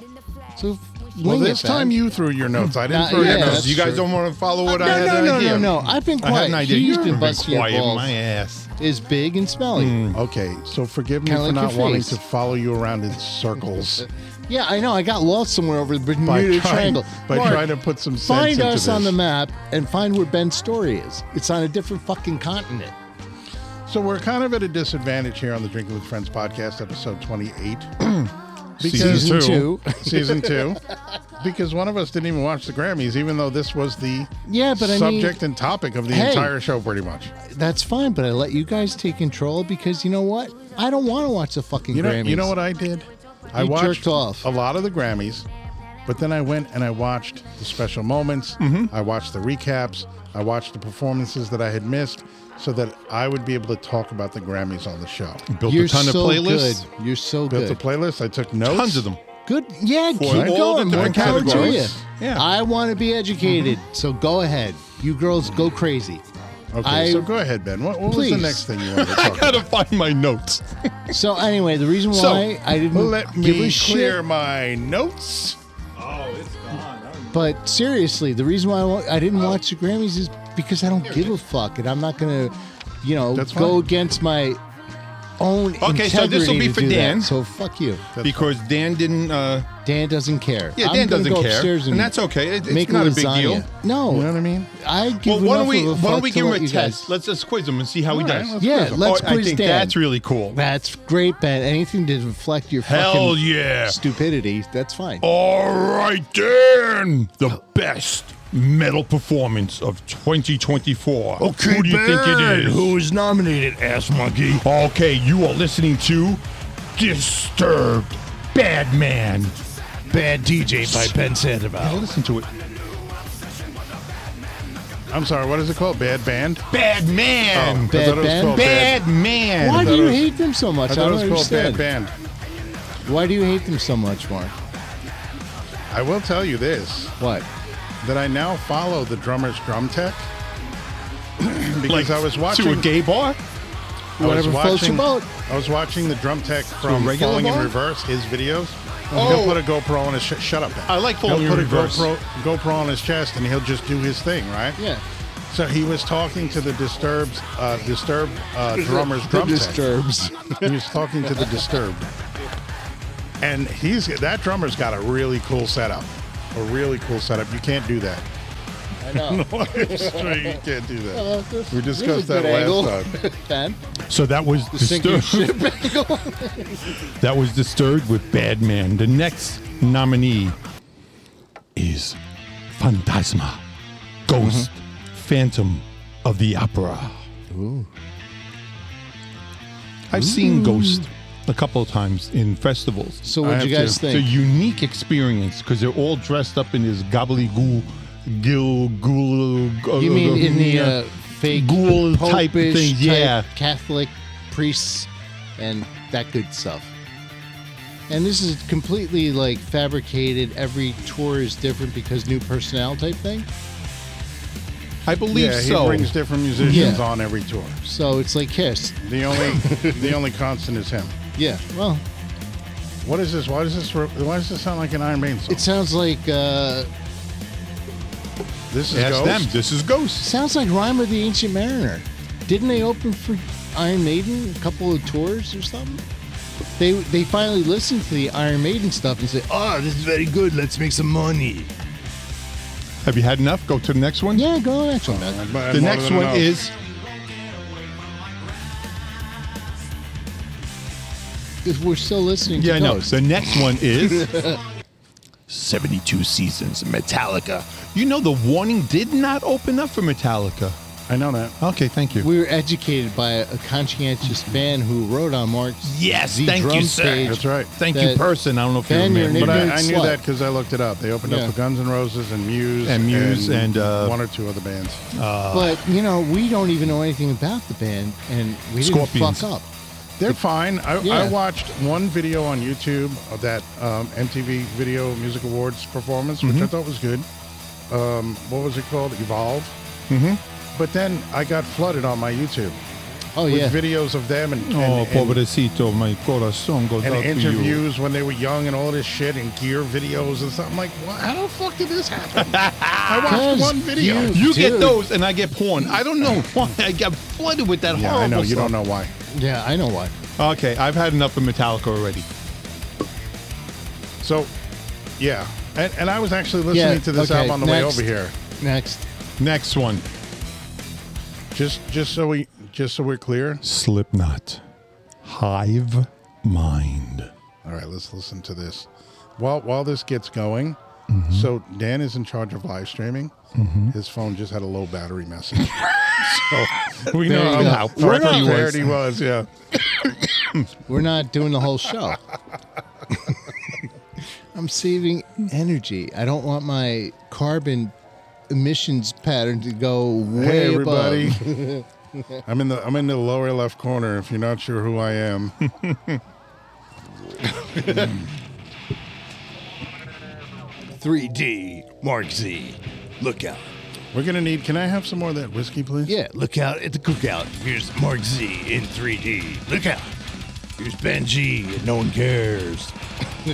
[SPEAKER 3] So
[SPEAKER 7] Well,
[SPEAKER 3] wing it,
[SPEAKER 7] this time
[SPEAKER 3] Ben.
[SPEAKER 7] you threw your notes. I didn't
[SPEAKER 3] Uh,
[SPEAKER 7] throw
[SPEAKER 3] yeah,
[SPEAKER 7] your notes.
[SPEAKER 3] that's
[SPEAKER 6] you
[SPEAKER 3] true.
[SPEAKER 6] guys
[SPEAKER 3] Oh,
[SPEAKER 6] don't want to follow what I
[SPEAKER 3] no,
[SPEAKER 6] had
[SPEAKER 3] no,
[SPEAKER 6] an
[SPEAKER 3] no,
[SPEAKER 6] idea.
[SPEAKER 3] no, no. I've been
[SPEAKER 6] I had
[SPEAKER 3] quiet.
[SPEAKER 6] an idea.
[SPEAKER 3] He's
[SPEAKER 6] You've
[SPEAKER 3] been
[SPEAKER 6] been
[SPEAKER 3] busting your
[SPEAKER 6] quiet,
[SPEAKER 3] balls.
[SPEAKER 6] my ass.
[SPEAKER 3] Is big and smelly.
[SPEAKER 7] Okay, so forgive me
[SPEAKER 3] Kinda
[SPEAKER 7] for
[SPEAKER 3] like your
[SPEAKER 7] not wanting
[SPEAKER 3] face.
[SPEAKER 7] to follow you around in circles
[SPEAKER 3] Yeah, I know. I got lost somewhere over the
[SPEAKER 7] by,
[SPEAKER 3] Bermuda
[SPEAKER 7] trying,
[SPEAKER 3] Triangle.
[SPEAKER 7] by
[SPEAKER 3] Mark,
[SPEAKER 7] trying to put some sense
[SPEAKER 3] find
[SPEAKER 7] into
[SPEAKER 3] us
[SPEAKER 7] this.
[SPEAKER 3] on the map and find where Ben's story is. It's on a different fucking continent.
[SPEAKER 7] So we're kind of at a disadvantage here on the Drinking with Friends podcast, episode 28.
[SPEAKER 6] Season
[SPEAKER 3] two.
[SPEAKER 7] season two. Because one of us didn't even watch the Grammys, even though this was the
[SPEAKER 3] Yeah, but I mean-
[SPEAKER 7] subject and topic of the
[SPEAKER 3] Hey.
[SPEAKER 7] entire show, pretty much.
[SPEAKER 3] That's fine, but I let you guys take control because you know what? I don't want to watch the fucking
[SPEAKER 7] You know,
[SPEAKER 3] Grammys.
[SPEAKER 7] you know what I did? I
[SPEAKER 3] You
[SPEAKER 7] watched
[SPEAKER 3] jerked off.
[SPEAKER 7] a lot of the Grammys, but then I went and I watched the special moments.
[SPEAKER 3] Mm-hmm.
[SPEAKER 7] I watched the recaps. I watched the performances that I had missed, so that I would be able to talk about the Grammys on the show.
[SPEAKER 6] Built
[SPEAKER 3] You're
[SPEAKER 6] a ton
[SPEAKER 3] so
[SPEAKER 6] of playlists.
[SPEAKER 3] good. You're so
[SPEAKER 7] Built
[SPEAKER 3] good. Oh,
[SPEAKER 7] a playlist. I took notes.
[SPEAKER 6] Tons of them.
[SPEAKER 3] Good. Yeah, keep
[SPEAKER 6] all
[SPEAKER 3] going.
[SPEAKER 6] the
[SPEAKER 3] More
[SPEAKER 6] different
[SPEAKER 3] power to you.
[SPEAKER 6] categories. Yeah.
[SPEAKER 3] I want to be educated, so go ahead. You girls go crazy.
[SPEAKER 7] Mm-hmm. Okay,
[SPEAKER 3] I-
[SPEAKER 7] so go ahead, Ben. What, what was the
[SPEAKER 3] Please.
[SPEAKER 7] next thing you wanted to
[SPEAKER 6] I
[SPEAKER 7] talk
[SPEAKER 6] gotta
[SPEAKER 7] about?
[SPEAKER 6] find my notes.
[SPEAKER 3] So anyway, the reason why
[SPEAKER 6] So,
[SPEAKER 3] I didn't
[SPEAKER 7] Let
[SPEAKER 3] give
[SPEAKER 7] me
[SPEAKER 3] a
[SPEAKER 7] clear
[SPEAKER 3] shit,
[SPEAKER 7] my notes.
[SPEAKER 3] but seriously, the reason why I wa- I didn't watch the Grammys is because I don't give a fuck, and I'm not gonna, you know,
[SPEAKER 7] That's
[SPEAKER 3] go
[SPEAKER 7] fine.
[SPEAKER 3] against my own
[SPEAKER 6] Okay, so
[SPEAKER 3] integrity
[SPEAKER 6] this will be
[SPEAKER 3] to
[SPEAKER 6] for
[SPEAKER 3] do that.
[SPEAKER 6] Dan.
[SPEAKER 3] So fuck you.
[SPEAKER 6] because Dan didn't. Uh,
[SPEAKER 3] Dan doesn't care.
[SPEAKER 6] Yeah,
[SPEAKER 3] I'm
[SPEAKER 6] Dan
[SPEAKER 3] gonna
[SPEAKER 6] doesn't
[SPEAKER 3] go
[SPEAKER 6] care,
[SPEAKER 3] upstairs and
[SPEAKER 6] and that's okay. It- it's
[SPEAKER 3] make
[SPEAKER 6] not a big deal.
[SPEAKER 3] lasagna. No,
[SPEAKER 7] You know what I mean?
[SPEAKER 3] I give
[SPEAKER 6] well, why don't
[SPEAKER 3] enough
[SPEAKER 6] we
[SPEAKER 3] of a
[SPEAKER 6] why don't
[SPEAKER 3] fuck
[SPEAKER 6] we
[SPEAKER 3] to
[SPEAKER 6] give him
[SPEAKER 3] let
[SPEAKER 6] a
[SPEAKER 3] you guys-
[SPEAKER 6] test? Let's just quiz him and see how he
[SPEAKER 7] All right,
[SPEAKER 6] does.
[SPEAKER 7] let's
[SPEAKER 3] Yeah,
[SPEAKER 7] quiz him.
[SPEAKER 3] let's
[SPEAKER 6] Oh, I
[SPEAKER 3] quiz
[SPEAKER 6] think
[SPEAKER 3] Dan.
[SPEAKER 6] that's really cool.
[SPEAKER 3] That's great, Ben. Anything to deflect your
[SPEAKER 6] Hell
[SPEAKER 3] fucking
[SPEAKER 6] yeah. Oh,
[SPEAKER 3] stupidity, that's fine.
[SPEAKER 6] All right, Dan, the best metal performance of 2024.
[SPEAKER 10] Okay,
[SPEAKER 6] who do you think
[SPEAKER 10] Ben,
[SPEAKER 6] it is?
[SPEAKER 10] Who is nominated, ass monkey?
[SPEAKER 6] Okay, you are listening to Disturbed Bad Man.
[SPEAKER 10] Bad DJ by Ben Sandoval.
[SPEAKER 6] listen to it.
[SPEAKER 7] I'm sorry. What is it called? Bad band.
[SPEAKER 6] Bad Man.
[SPEAKER 7] Oh, I
[SPEAKER 3] Bad
[SPEAKER 7] thought it was
[SPEAKER 3] Band?
[SPEAKER 7] called
[SPEAKER 6] Bad Man.
[SPEAKER 3] Why do you
[SPEAKER 7] it was-
[SPEAKER 3] hate them so much?
[SPEAKER 7] I
[SPEAKER 3] I,
[SPEAKER 7] thought
[SPEAKER 3] don't
[SPEAKER 7] it was called
[SPEAKER 3] understand.
[SPEAKER 7] Bad Band.
[SPEAKER 3] Why do you hate them so much, Mark?
[SPEAKER 7] I will tell you this:
[SPEAKER 3] What?
[SPEAKER 7] that I now follow the drummer's drum tech because
[SPEAKER 6] Like
[SPEAKER 7] I was watching
[SPEAKER 6] to a gay bar.
[SPEAKER 7] I was
[SPEAKER 3] Whatever floats your
[SPEAKER 7] watching-
[SPEAKER 3] boat.
[SPEAKER 7] I was watching the drum tech from
[SPEAKER 6] regular
[SPEAKER 7] Falling in
[SPEAKER 6] bar?
[SPEAKER 7] Reverse, his videos.
[SPEAKER 6] Oh.
[SPEAKER 7] He'll put a GoPro on his sh- shut up. Ben.
[SPEAKER 6] I like Falling
[SPEAKER 7] he'll put
[SPEAKER 6] in Reverse.
[SPEAKER 7] a GoPro, GoPro on his chest, and he'll just do his thing, right?
[SPEAKER 3] Yeah.
[SPEAKER 7] So he was talking to the Disturbed, uh, Disturbed uh, drummer's
[SPEAKER 3] The
[SPEAKER 7] drum tech.
[SPEAKER 3] disturbs.
[SPEAKER 7] He was talking to the Disturbed, and he's that drummer's got a really cool setup, a really cool setup. You can't do that.
[SPEAKER 3] I know.
[SPEAKER 7] you can't do that.
[SPEAKER 3] This-
[SPEAKER 7] We
[SPEAKER 3] this is
[SPEAKER 7] discussed
[SPEAKER 3] a
[SPEAKER 7] that
[SPEAKER 3] good
[SPEAKER 7] last
[SPEAKER 3] angle.
[SPEAKER 7] time.
[SPEAKER 3] Ben,
[SPEAKER 6] So that was
[SPEAKER 3] the sinking
[SPEAKER 6] Disturbed.
[SPEAKER 3] ship angle.
[SPEAKER 6] That was Disturbed with Bad Man. The next nominee is Phantasma, Ghost,
[SPEAKER 3] Mm-hmm.
[SPEAKER 6] Phantom of the Opera. I've seen Ghost a couple of times in festivals.
[SPEAKER 3] So what'd
[SPEAKER 6] I
[SPEAKER 3] you
[SPEAKER 6] have
[SPEAKER 3] guys
[SPEAKER 6] to-
[SPEAKER 3] think?
[SPEAKER 6] It's a unique experience because they're all dressed up in this gobbledygook, gil, ghoul.
[SPEAKER 3] You mean in the uh, fake
[SPEAKER 6] ghoul type
[SPEAKER 3] popish
[SPEAKER 6] thing?
[SPEAKER 3] type
[SPEAKER 6] Yeah,
[SPEAKER 3] Catholic priests and that good stuff. And this is completely like fabricated. Every tour is different because new personnel type thing.
[SPEAKER 6] I believe
[SPEAKER 7] yeah,
[SPEAKER 6] so.
[SPEAKER 7] he brings different musicians
[SPEAKER 3] Yeah.
[SPEAKER 7] on every tour.
[SPEAKER 3] So it's like Kiss.
[SPEAKER 7] The only the only constant is him.
[SPEAKER 3] Yeah. Well,
[SPEAKER 7] What is this? Why does this? re- Why does this sound like an Iron Maiden song?
[SPEAKER 3] it sounds like uh,
[SPEAKER 7] this is
[SPEAKER 6] Ask
[SPEAKER 7] Ghost.
[SPEAKER 6] them. This is Ghost.
[SPEAKER 3] sounds like Rhyme of the Ancient Mariner. Didn't they open for Iron Maiden a couple of tours or something? They they finally listened to the Iron Maiden stuff and said, "Oh, this is very good. Let's make some money."
[SPEAKER 6] Have you had enough? Go to the next one.
[SPEAKER 3] Yeah, go to the next one, man.
[SPEAKER 7] I'm more
[SPEAKER 6] The
[SPEAKER 7] than
[SPEAKER 6] next one
[SPEAKER 7] enough.
[SPEAKER 6] is
[SPEAKER 3] If we're still listening to
[SPEAKER 6] yeah, I know.
[SPEAKER 3] those.
[SPEAKER 6] The next one is seventy-two seasons Metallica. You know, the warning did not open up for Metallica.
[SPEAKER 7] I know that.
[SPEAKER 6] Okay, thank you.
[SPEAKER 3] We were educated by a conscientious fan who wrote on Mark's
[SPEAKER 6] yes,
[SPEAKER 3] the
[SPEAKER 6] thank
[SPEAKER 3] drum
[SPEAKER 6] you, sir.
[SPEAKER 3] page.
[SPEAKER 7] That's right.
[SPEAKER 6] Thank you,
[SPEAKER 3] That-
[SPEAKER 6] person. Uh, I don't know if
[SPEAKER 3] Ben,
[SPEAKER 6] you
[SPEAKER 3] you're an
[SPEAKER 6] remember,
[SPEAKER 7] But I,
[SPEAKER 3] Ignorant
[SPEAKER 7] I knew
[SPEAKER 3] slut.
[SPEAKER 7] that because I looked it up. They opened
[SPEAKER 3] Yeah.
[SPEAKER 7] up for Guns N' Roses and Muse
[SPEAKER 6] And Muse and, uh,
[SPEAKER 7] one or two other bands.
[SPEAKER 3] but you know, we don't even know anything about the band, and we didn't
[SPEAKER 6] Scorpions.
[SPEAKER 3] fuck up.
[SPEAKER 7] They're fine. I,
[SPEAKER 3] Yeah.
[SPEAKER 7] I watched one video on YouTube of that um, MTV Video Music Awards performance, which
[SPEAKER 3] Mm-hmm.
[SPEAKER 7] I thought was good. Um, what was it called? Evolve. Mm-hmm. But then I got flooded on my YouTube
[SPEAKER 3] Oh
[SPEAKER 7] with
[SPEAKER 3] yeah,
[SPEAKER 7] videos of them and,
[SPEAKER 6] Oh,
[SPEAKER 7] and, and
[SPEAKER 6] pobrecito, my corazón goes
[SPEAKER 7] and
[SPEAKER 6] out to you.
[SPEAKER 7] interviews when they were young and all this shit and gear videos and something like, what? How the fuck did this happen? I watched
[SPEAKER 3] Because
[SPEAKER 7] one video.
[SPEAKER 3] you-
[SPEAKER 6] You get
[SPEAKER 3] Dude.
[SPEAKER 6] those, and I get porn. I don't know why I got flooded with that
[SPEAKER 7] yeah,
[SPEAKER 6] horrible
[SPEAKER 7] I know you
[SPEAKER 6] stuff.
[SPEAKER 7] don't know why.
[SPEAKER 3] yeah, I know why.
[SPEAKER 6] Okay, I've had enough of Metallica already.
[SPEAKER 7] So, yeah, and, and I was actually listening
[SPEAKER 3] Yeah,
[SPEAKER 7] to this
[SPEAKER 3] okay,
[SPEAKER 7] album on the way
[SPEAKER 3] next.
[SPEAKER 7] over here,
[SPEAKER 3] Next,
[SPEAKER 6] Next one,
[SPEAKER 7] just just so we just so we're clear.
[SPEAKER 6] Slipknot, Hive Mind.
[SPEAKER 7] All right, let's listen to this. While while this gets going, so Dan is in charge of live streaming. His phone just had a low battery message. so we
[SPEAKER 3] There know you go. how
[SPEAKER 7] We're
[SPEAKER 6] prepared he
[SPEAKER 7] not
[SPEAKER 6] was.
[SPEAKER 7] prepared he was. Yeah,
[SPEAKER 3] we're not doing the whole show. I'm saving energy. I don't want my carbon emissions pattern to go way
[SPEAKER 7] hey
[SPEAKER 3] above.
[SPEAKER 7] everybody. I'm in the I'm in the lower left corner. If you're not sure who I am,
[SPEAKER 10] 3D Mark Z. Look out.
[SPEAKER 7] We're gonna need. Can I have some more of that whiskey, please?
[SPEAKER 3] Yeah,
[SPEAKER 10] Look out at the cookout. Here's Mark Z in 3D. Look out. Here's Ben G and no one cares.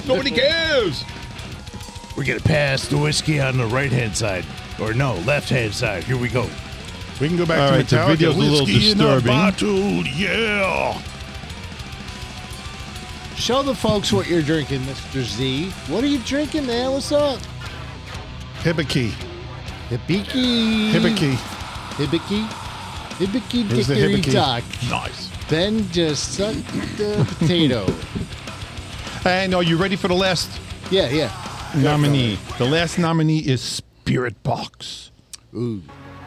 [SPEAKER 6] Nobody cares.
[SPEAKER 10] We're going to pass the whiskey on the right hand side. Or no, left hand side. Here we go.
[SPEAKER 7] We can go back
[SPEAKER 6] All
[SPEAKER 7] to
[SPEAKER 6] right, the
[SPEAKER 7] Metallica.
[SPEAKER 6] video's a little
[SPEAKER 7] Whiskey in
[SPEAKER 6] disturbing.
[SPEAKER 7] bottle, yeah.
[SPEAKER 3] Show the folks what you're drinking, Mr. Z. What are you drinking, man? What's up?
[SPEAKER 7] Hibiki.
[SPEAKER 3] Hibiki.
[SPEAKER 7] Hibiki.
[SPEAKER 3] Hibiki. Hibiki
[SPEAKER 7] There's the
[SPEAKER 3] dickery
[SPEAKER 7] Hibiki.
[SPEAKER 3] dock.
[SPEAKER 6] Nice.
[SPEAKER 3] Ben just sucked the potato.
[SPEAKER 6] And are you ready for the last
[SPEAKER 3] Yeah, yeah.
[SPEAKER 6] nominee? The last nominee is Spirit Box.
[SPEAKER 3] Ooh.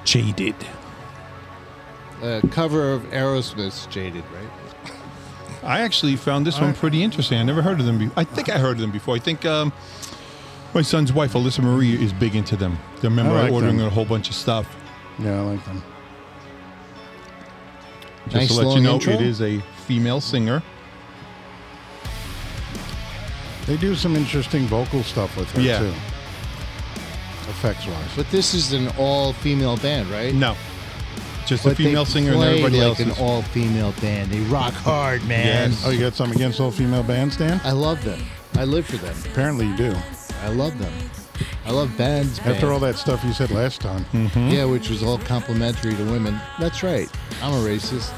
[SPEAKER 6] Jaded.
[SPEAKER 3] Uh, cover of Aerosmith's Jaded, right?
[SPEAKER 6] I actually found this one pretty interesting. I never heard of them. Be- I think I heard of them before. I think um, my son's wife, Alyssa Marie, is big into them. I remember
[SPEAKER 7] I like
[SPEAKER 6] ordering
[SPEAKER 7] them.
[SPEAKER 6] a whole bunch of stuff.
[SPEAKER 7] Yeah, I like them.
[SPEAKER 6] Just
[SPEAKER 3] Nice
[SPEAKER 6] to let you
[SPEAKER 3] long
[SPEAKER 6] know,
[SPEAKER 3] intro.
[SPEAKER 6] it is a female singer.
[SPEAKER 7] They do some interesting vocal stuff with her
[SPEAKER 6] Yeah.
[SPEAKER 7] too. Effects wise.
[SPEAKER 3] But this is an all-female band, right?
[SPEAKER 6] No, just
[SPEAKER 3] But
[SPEAKER 6] a female
[SPEAKER 3] they
[SPEAKER 6] singer, and
[SPEAKER 3] play
[SPEAKER 6] everybody
[SPEAKER 3] like
[SPEAKER 6] else
[SPEAKER 3] an
[SPEAKER 6] is
[SPEAKER 3] all-female band. They rock hard, man.
[SPEAKER 6] Yes.
[SPEAKER 7] Oh, you got some against all female bands, Dan?
[SPEAKER 3] I love them. I live for them.
[SPEAKER 7] Apparently you do.
[SPEAKER 3] I love them. I love bands.
[SPEAKER 7] After
[SPEAKER 3] man.
[SPEAKER 7] all that stuff you said last time.
[SPEAKER 3] Yeah, which was all complimentary to women. That's right. I'm a racist.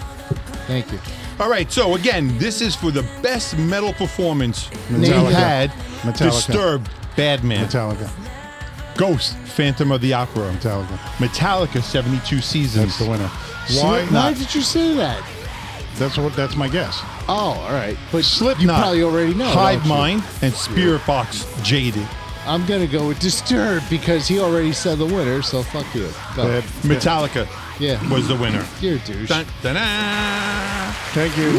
[SPEAKER 3] Thank you.
[SPEAKER 6] All right, so again, this is for the best metal performance
[SPEAKER 7] Metallica.
[SPEAKER 6] we had.
[SPEAKER 7] Metallica.
[SPEAKER 6] Disturbed, Badman,
[SPEAKER 7] Metallica.
[SPEAKER 6] Ghost, Phantom of the Opera,
[SPEAKER 7] Metallica.
[SPEAKER 6] Metallica, 72 Seasons.
[SPEAKER 7] That's the winner.
[SPEAKER 6] Why
[SPEAKER 7] Slipknot.
[SPEAKER 3] Why did you say that?
[SPEAKER 7] That's what that's my guess.
[SPEAKER 3] Oh, all right. But
[SPEAKER 6] Slipknot,
[SPEAKER 3] you probably already know.
[SPEAKER 6] Hive
[SPEAKER 3] don't you?
[SPEAKER 6] Mind, and Spirit Box, Jaded.
[SPEAKER 3] I'm gonna go with Disturbed because he already said the winner. So fuck you. Go.
[SPEAKER 7] Bad.
[SPEAKER 6] Metallica
[SPEAKER 3] Yeah.
[SPEAKER 6] was the winner.
[SPEAKER 3] You're a douche.
[SPEAKER 6] Dun, dun, dun.
[SPEAKER 7] Thank you.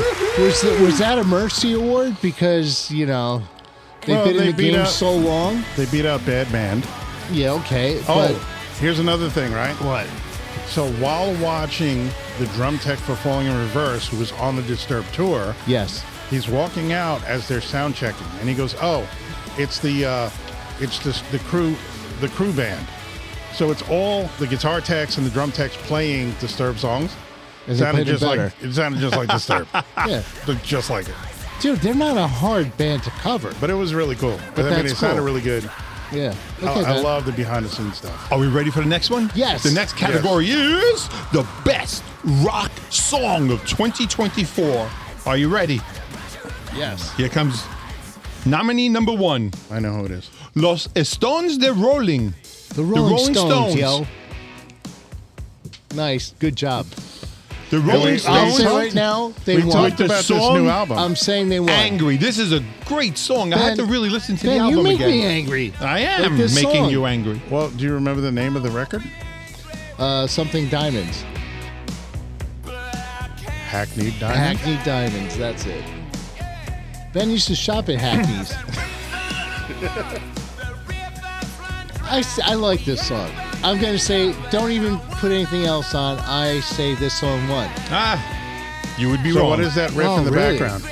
[SPEAKER 3] Was that, was that a mercy award? Because you know they've
[SPEAKER 7] Well,
[SPEAKER 3] been in
[SPEAKER 7] they
[SPEAKER 3] the
[SPEAKER 7] beat
[SPEAKER 3] game
[SPEAKER 7] out-
[SPEAKER 3] so long.
[SPEAKER 7] They beat out Bad Band.
[SPEAKER 3] Yeah. Okay.
[SPEAKER 7] Oh,
[SPEAKER 3] But
[SPEAKER 7] here's another thing, right?
[SPEAKER 10] What?
[SPEAKER 7] So while watching the drum tech for Falling in Reverse, who was on the Disturbed tour,
[SPEAKER 3] yes.
[SPEAKER 7] he's walking out as they're sound checking, and he goes, "Oh, it's the uh, it's the, the crew the crew band." So it's all the guitar techs and the drum techs playing Disturbed songs.
[SPEAKER 3] And they
[SPEAKER 7] sounded
[SPEAKER 3] played it
[SPEAKER 7] just like
[SPEAKER 3] better.
[SPEAKER 7] it sounded just like Disturbed,
[SPEAKER 3] Yeah.
[SPEAKER 7] Looked just like it.
[SPEAKER 3] Dude, they're not a hard band to cover.
[SPEAKER 7] But it was really cool. But, I mean, it
[SPEAKER 3] that's
[SPEAKER 7] sounded
[SPEAKER 3] cool.
[SPEAKER 7] really good.
[SPEAKER 3] Yeah. Okay,
[SPEAKER 7] oh, I, I
[SPEAKER 3] man.
[SPEAKER 7] love the behind the scenes stuff.
[SPEAKER 6] Are we ready for the next one?
[SPEAKER 3] Yes.
[SPEAKER 6] The next category is the best rock song of 2024. Are you ready?
[SPEAKER 3] Yes.
[SPEAKER 6] Here comes nominee number one
[SPEAKER 7] I know who it is.
[SPEAKER 6] Los Stones de Rolling.
[SPEAKER 3] The Rolling,
[SPEAKER 6] Rolling
[SPEAKER 3] Stones,
[SPEAKER 6] Stones.
[SPEAKER 3] yo. Nice, good job.
[SPEAKER 6] The Rolling
[SPEAKER 3] I'll
[SPEAKER 6] Stones.
[SPEAKER 3] say right now they Um,
[SPEAKER 7] we
[SPEAKER 3] won.
[SPEAKER 7] talked about this
[SPEAKER 6] song
[SPEAKER 7] new album.
[SPEAKER 3] I'm saying they won.
[SPEAKER 6] Angry. This is a great song. I had to
[SPEAKER 3] Ben-
[SPEAKER 6] really listen to the
[SPEAKER 3] Ben,
[SPEAKER 6] album
[SPEAKER 3] you make
[SPEAKER 6] again.
[SPEAKER 3] me angry.
[SPEAKER 6] I
[SPEAKER 3] Like
[SPEAKER 6] am
[SPEAKER 3] this
[SPEAKER 6] making
[SPEAKER 3] song.
[SPEAKER 6] you angry.
[SPEAKER 7] well, do you remember the name of the record?
[SPEAKER 3] Uh, something diamonds.
[SPEAKER 7] Hackneyed Diamond.
[SPEAKER 3] Hackney Diamonds. That's it. Ben used to shop at Hackney's. I, s- I like this song. I'm gonna say don't even put anything else on. I say this song won.
[SPEAKER 6] Ah, you would be
[SPEAKER 7] so
[SPEAKER 6] wrong.
[SPEAKER 7] what is that riff
[SPEAKER 3] Oh,
[SPEAKER 7] in the
[SPEAKER 3] really?
[SPEAKER 7] background?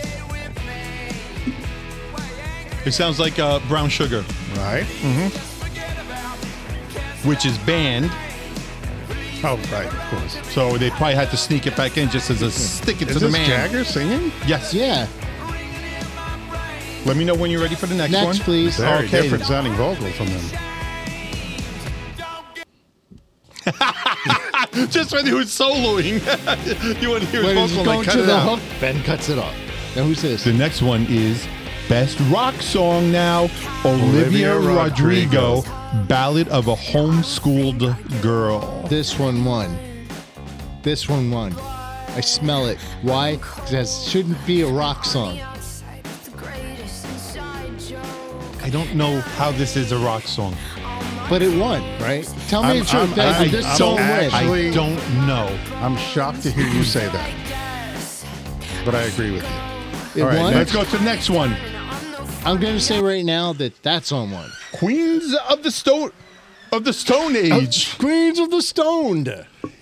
[SPEAKER 6] It sounds like uh, Brown Sugar,
[SPEAKER 7] Right.
[SPEAKER 3] Mm-hmm.
[SPEAKER 6] which is banned.
[SPEAKER 7] Oh, right. Of course.
[SPEAKER 6] So they probably had to sneak it back in just as a stick it
[SPEAKER 7] Is
[SPEAKER 6] to the
[SPEAKER 7] this
[SPEAKER 6] man.
[SPEAKER 7] Jagger singing?
[SPEAKER 6] Yes.
[SPEAKER 3] Yeah.
[SPEAKER 6] Let me know when you're ready for the next,
[SPEAKER 3] Next,
[SPEAKER 6] one.
[SPEAKER 3] please.
[SPEAKER 7] Very
[SPEAKER 6] Okay.
[SPEAKER 7] different sounding vocal from him.
[SPEAKER 6] Just when he was soloing, you wouldn't hear
[SPEAKER 3] Wait,
[SPEAKER 6] his
[SPEAKER 3] is it
[SPEAKER 6] vocal. Like,
[SPEAKER 3] going
[SPEAKER 6] cut
[SPEAKER 3] to
[SPEAKER 6] it
[SPEAKER 3] the
[SPEAKER 6] out.
[SPEAKER 3] hook? Ben cuts it off. Now who's this?
[SPEAKER 6] The next one is best rock song now. Olivia,
[SPEAKER 7] Olivia
[SPEAKER 6] Rodrigo,
[SPEAKER 7] Rodrigo.
[SPEAKER 6] Ballad of a Homeschooled Girl.
[SPEAKER 3] This one won. This one won. I smell it. Why? 'Cause That shouldn't be a rock song.
[SPEAKER 6] I don't know how this is a rock song.
[SPEAKER 3] But it won, right? Tell me the
[SPEAKER 7] I'm-
[SPEAKER 3] truth,
[SPEAKER 7] I'm-
[SPEAKER 3] guys.
[SPEAKER 7] I-
[SPEAKER 3] Did this
[SPEAKER 7] I'm
[SPEAKER 3] song win?
[SPEAKER 7] actually-
[SPEAKER 6] I don't know.
[SPEAKER 7] I'm shocked to hear you say that. But I agree with you.
[SPEAKER 3] it
[SPEAKER 7] all right,
[SPEAKER 3] won?
[SPEAKER 6] Let's go to the next one.
[SPEAKER 3] I'm going to say right now that that song won.
[SPEAKER 6] Queens of the Stone of the Stone Age.
[SPEAKER 3] Queens of the Stoned.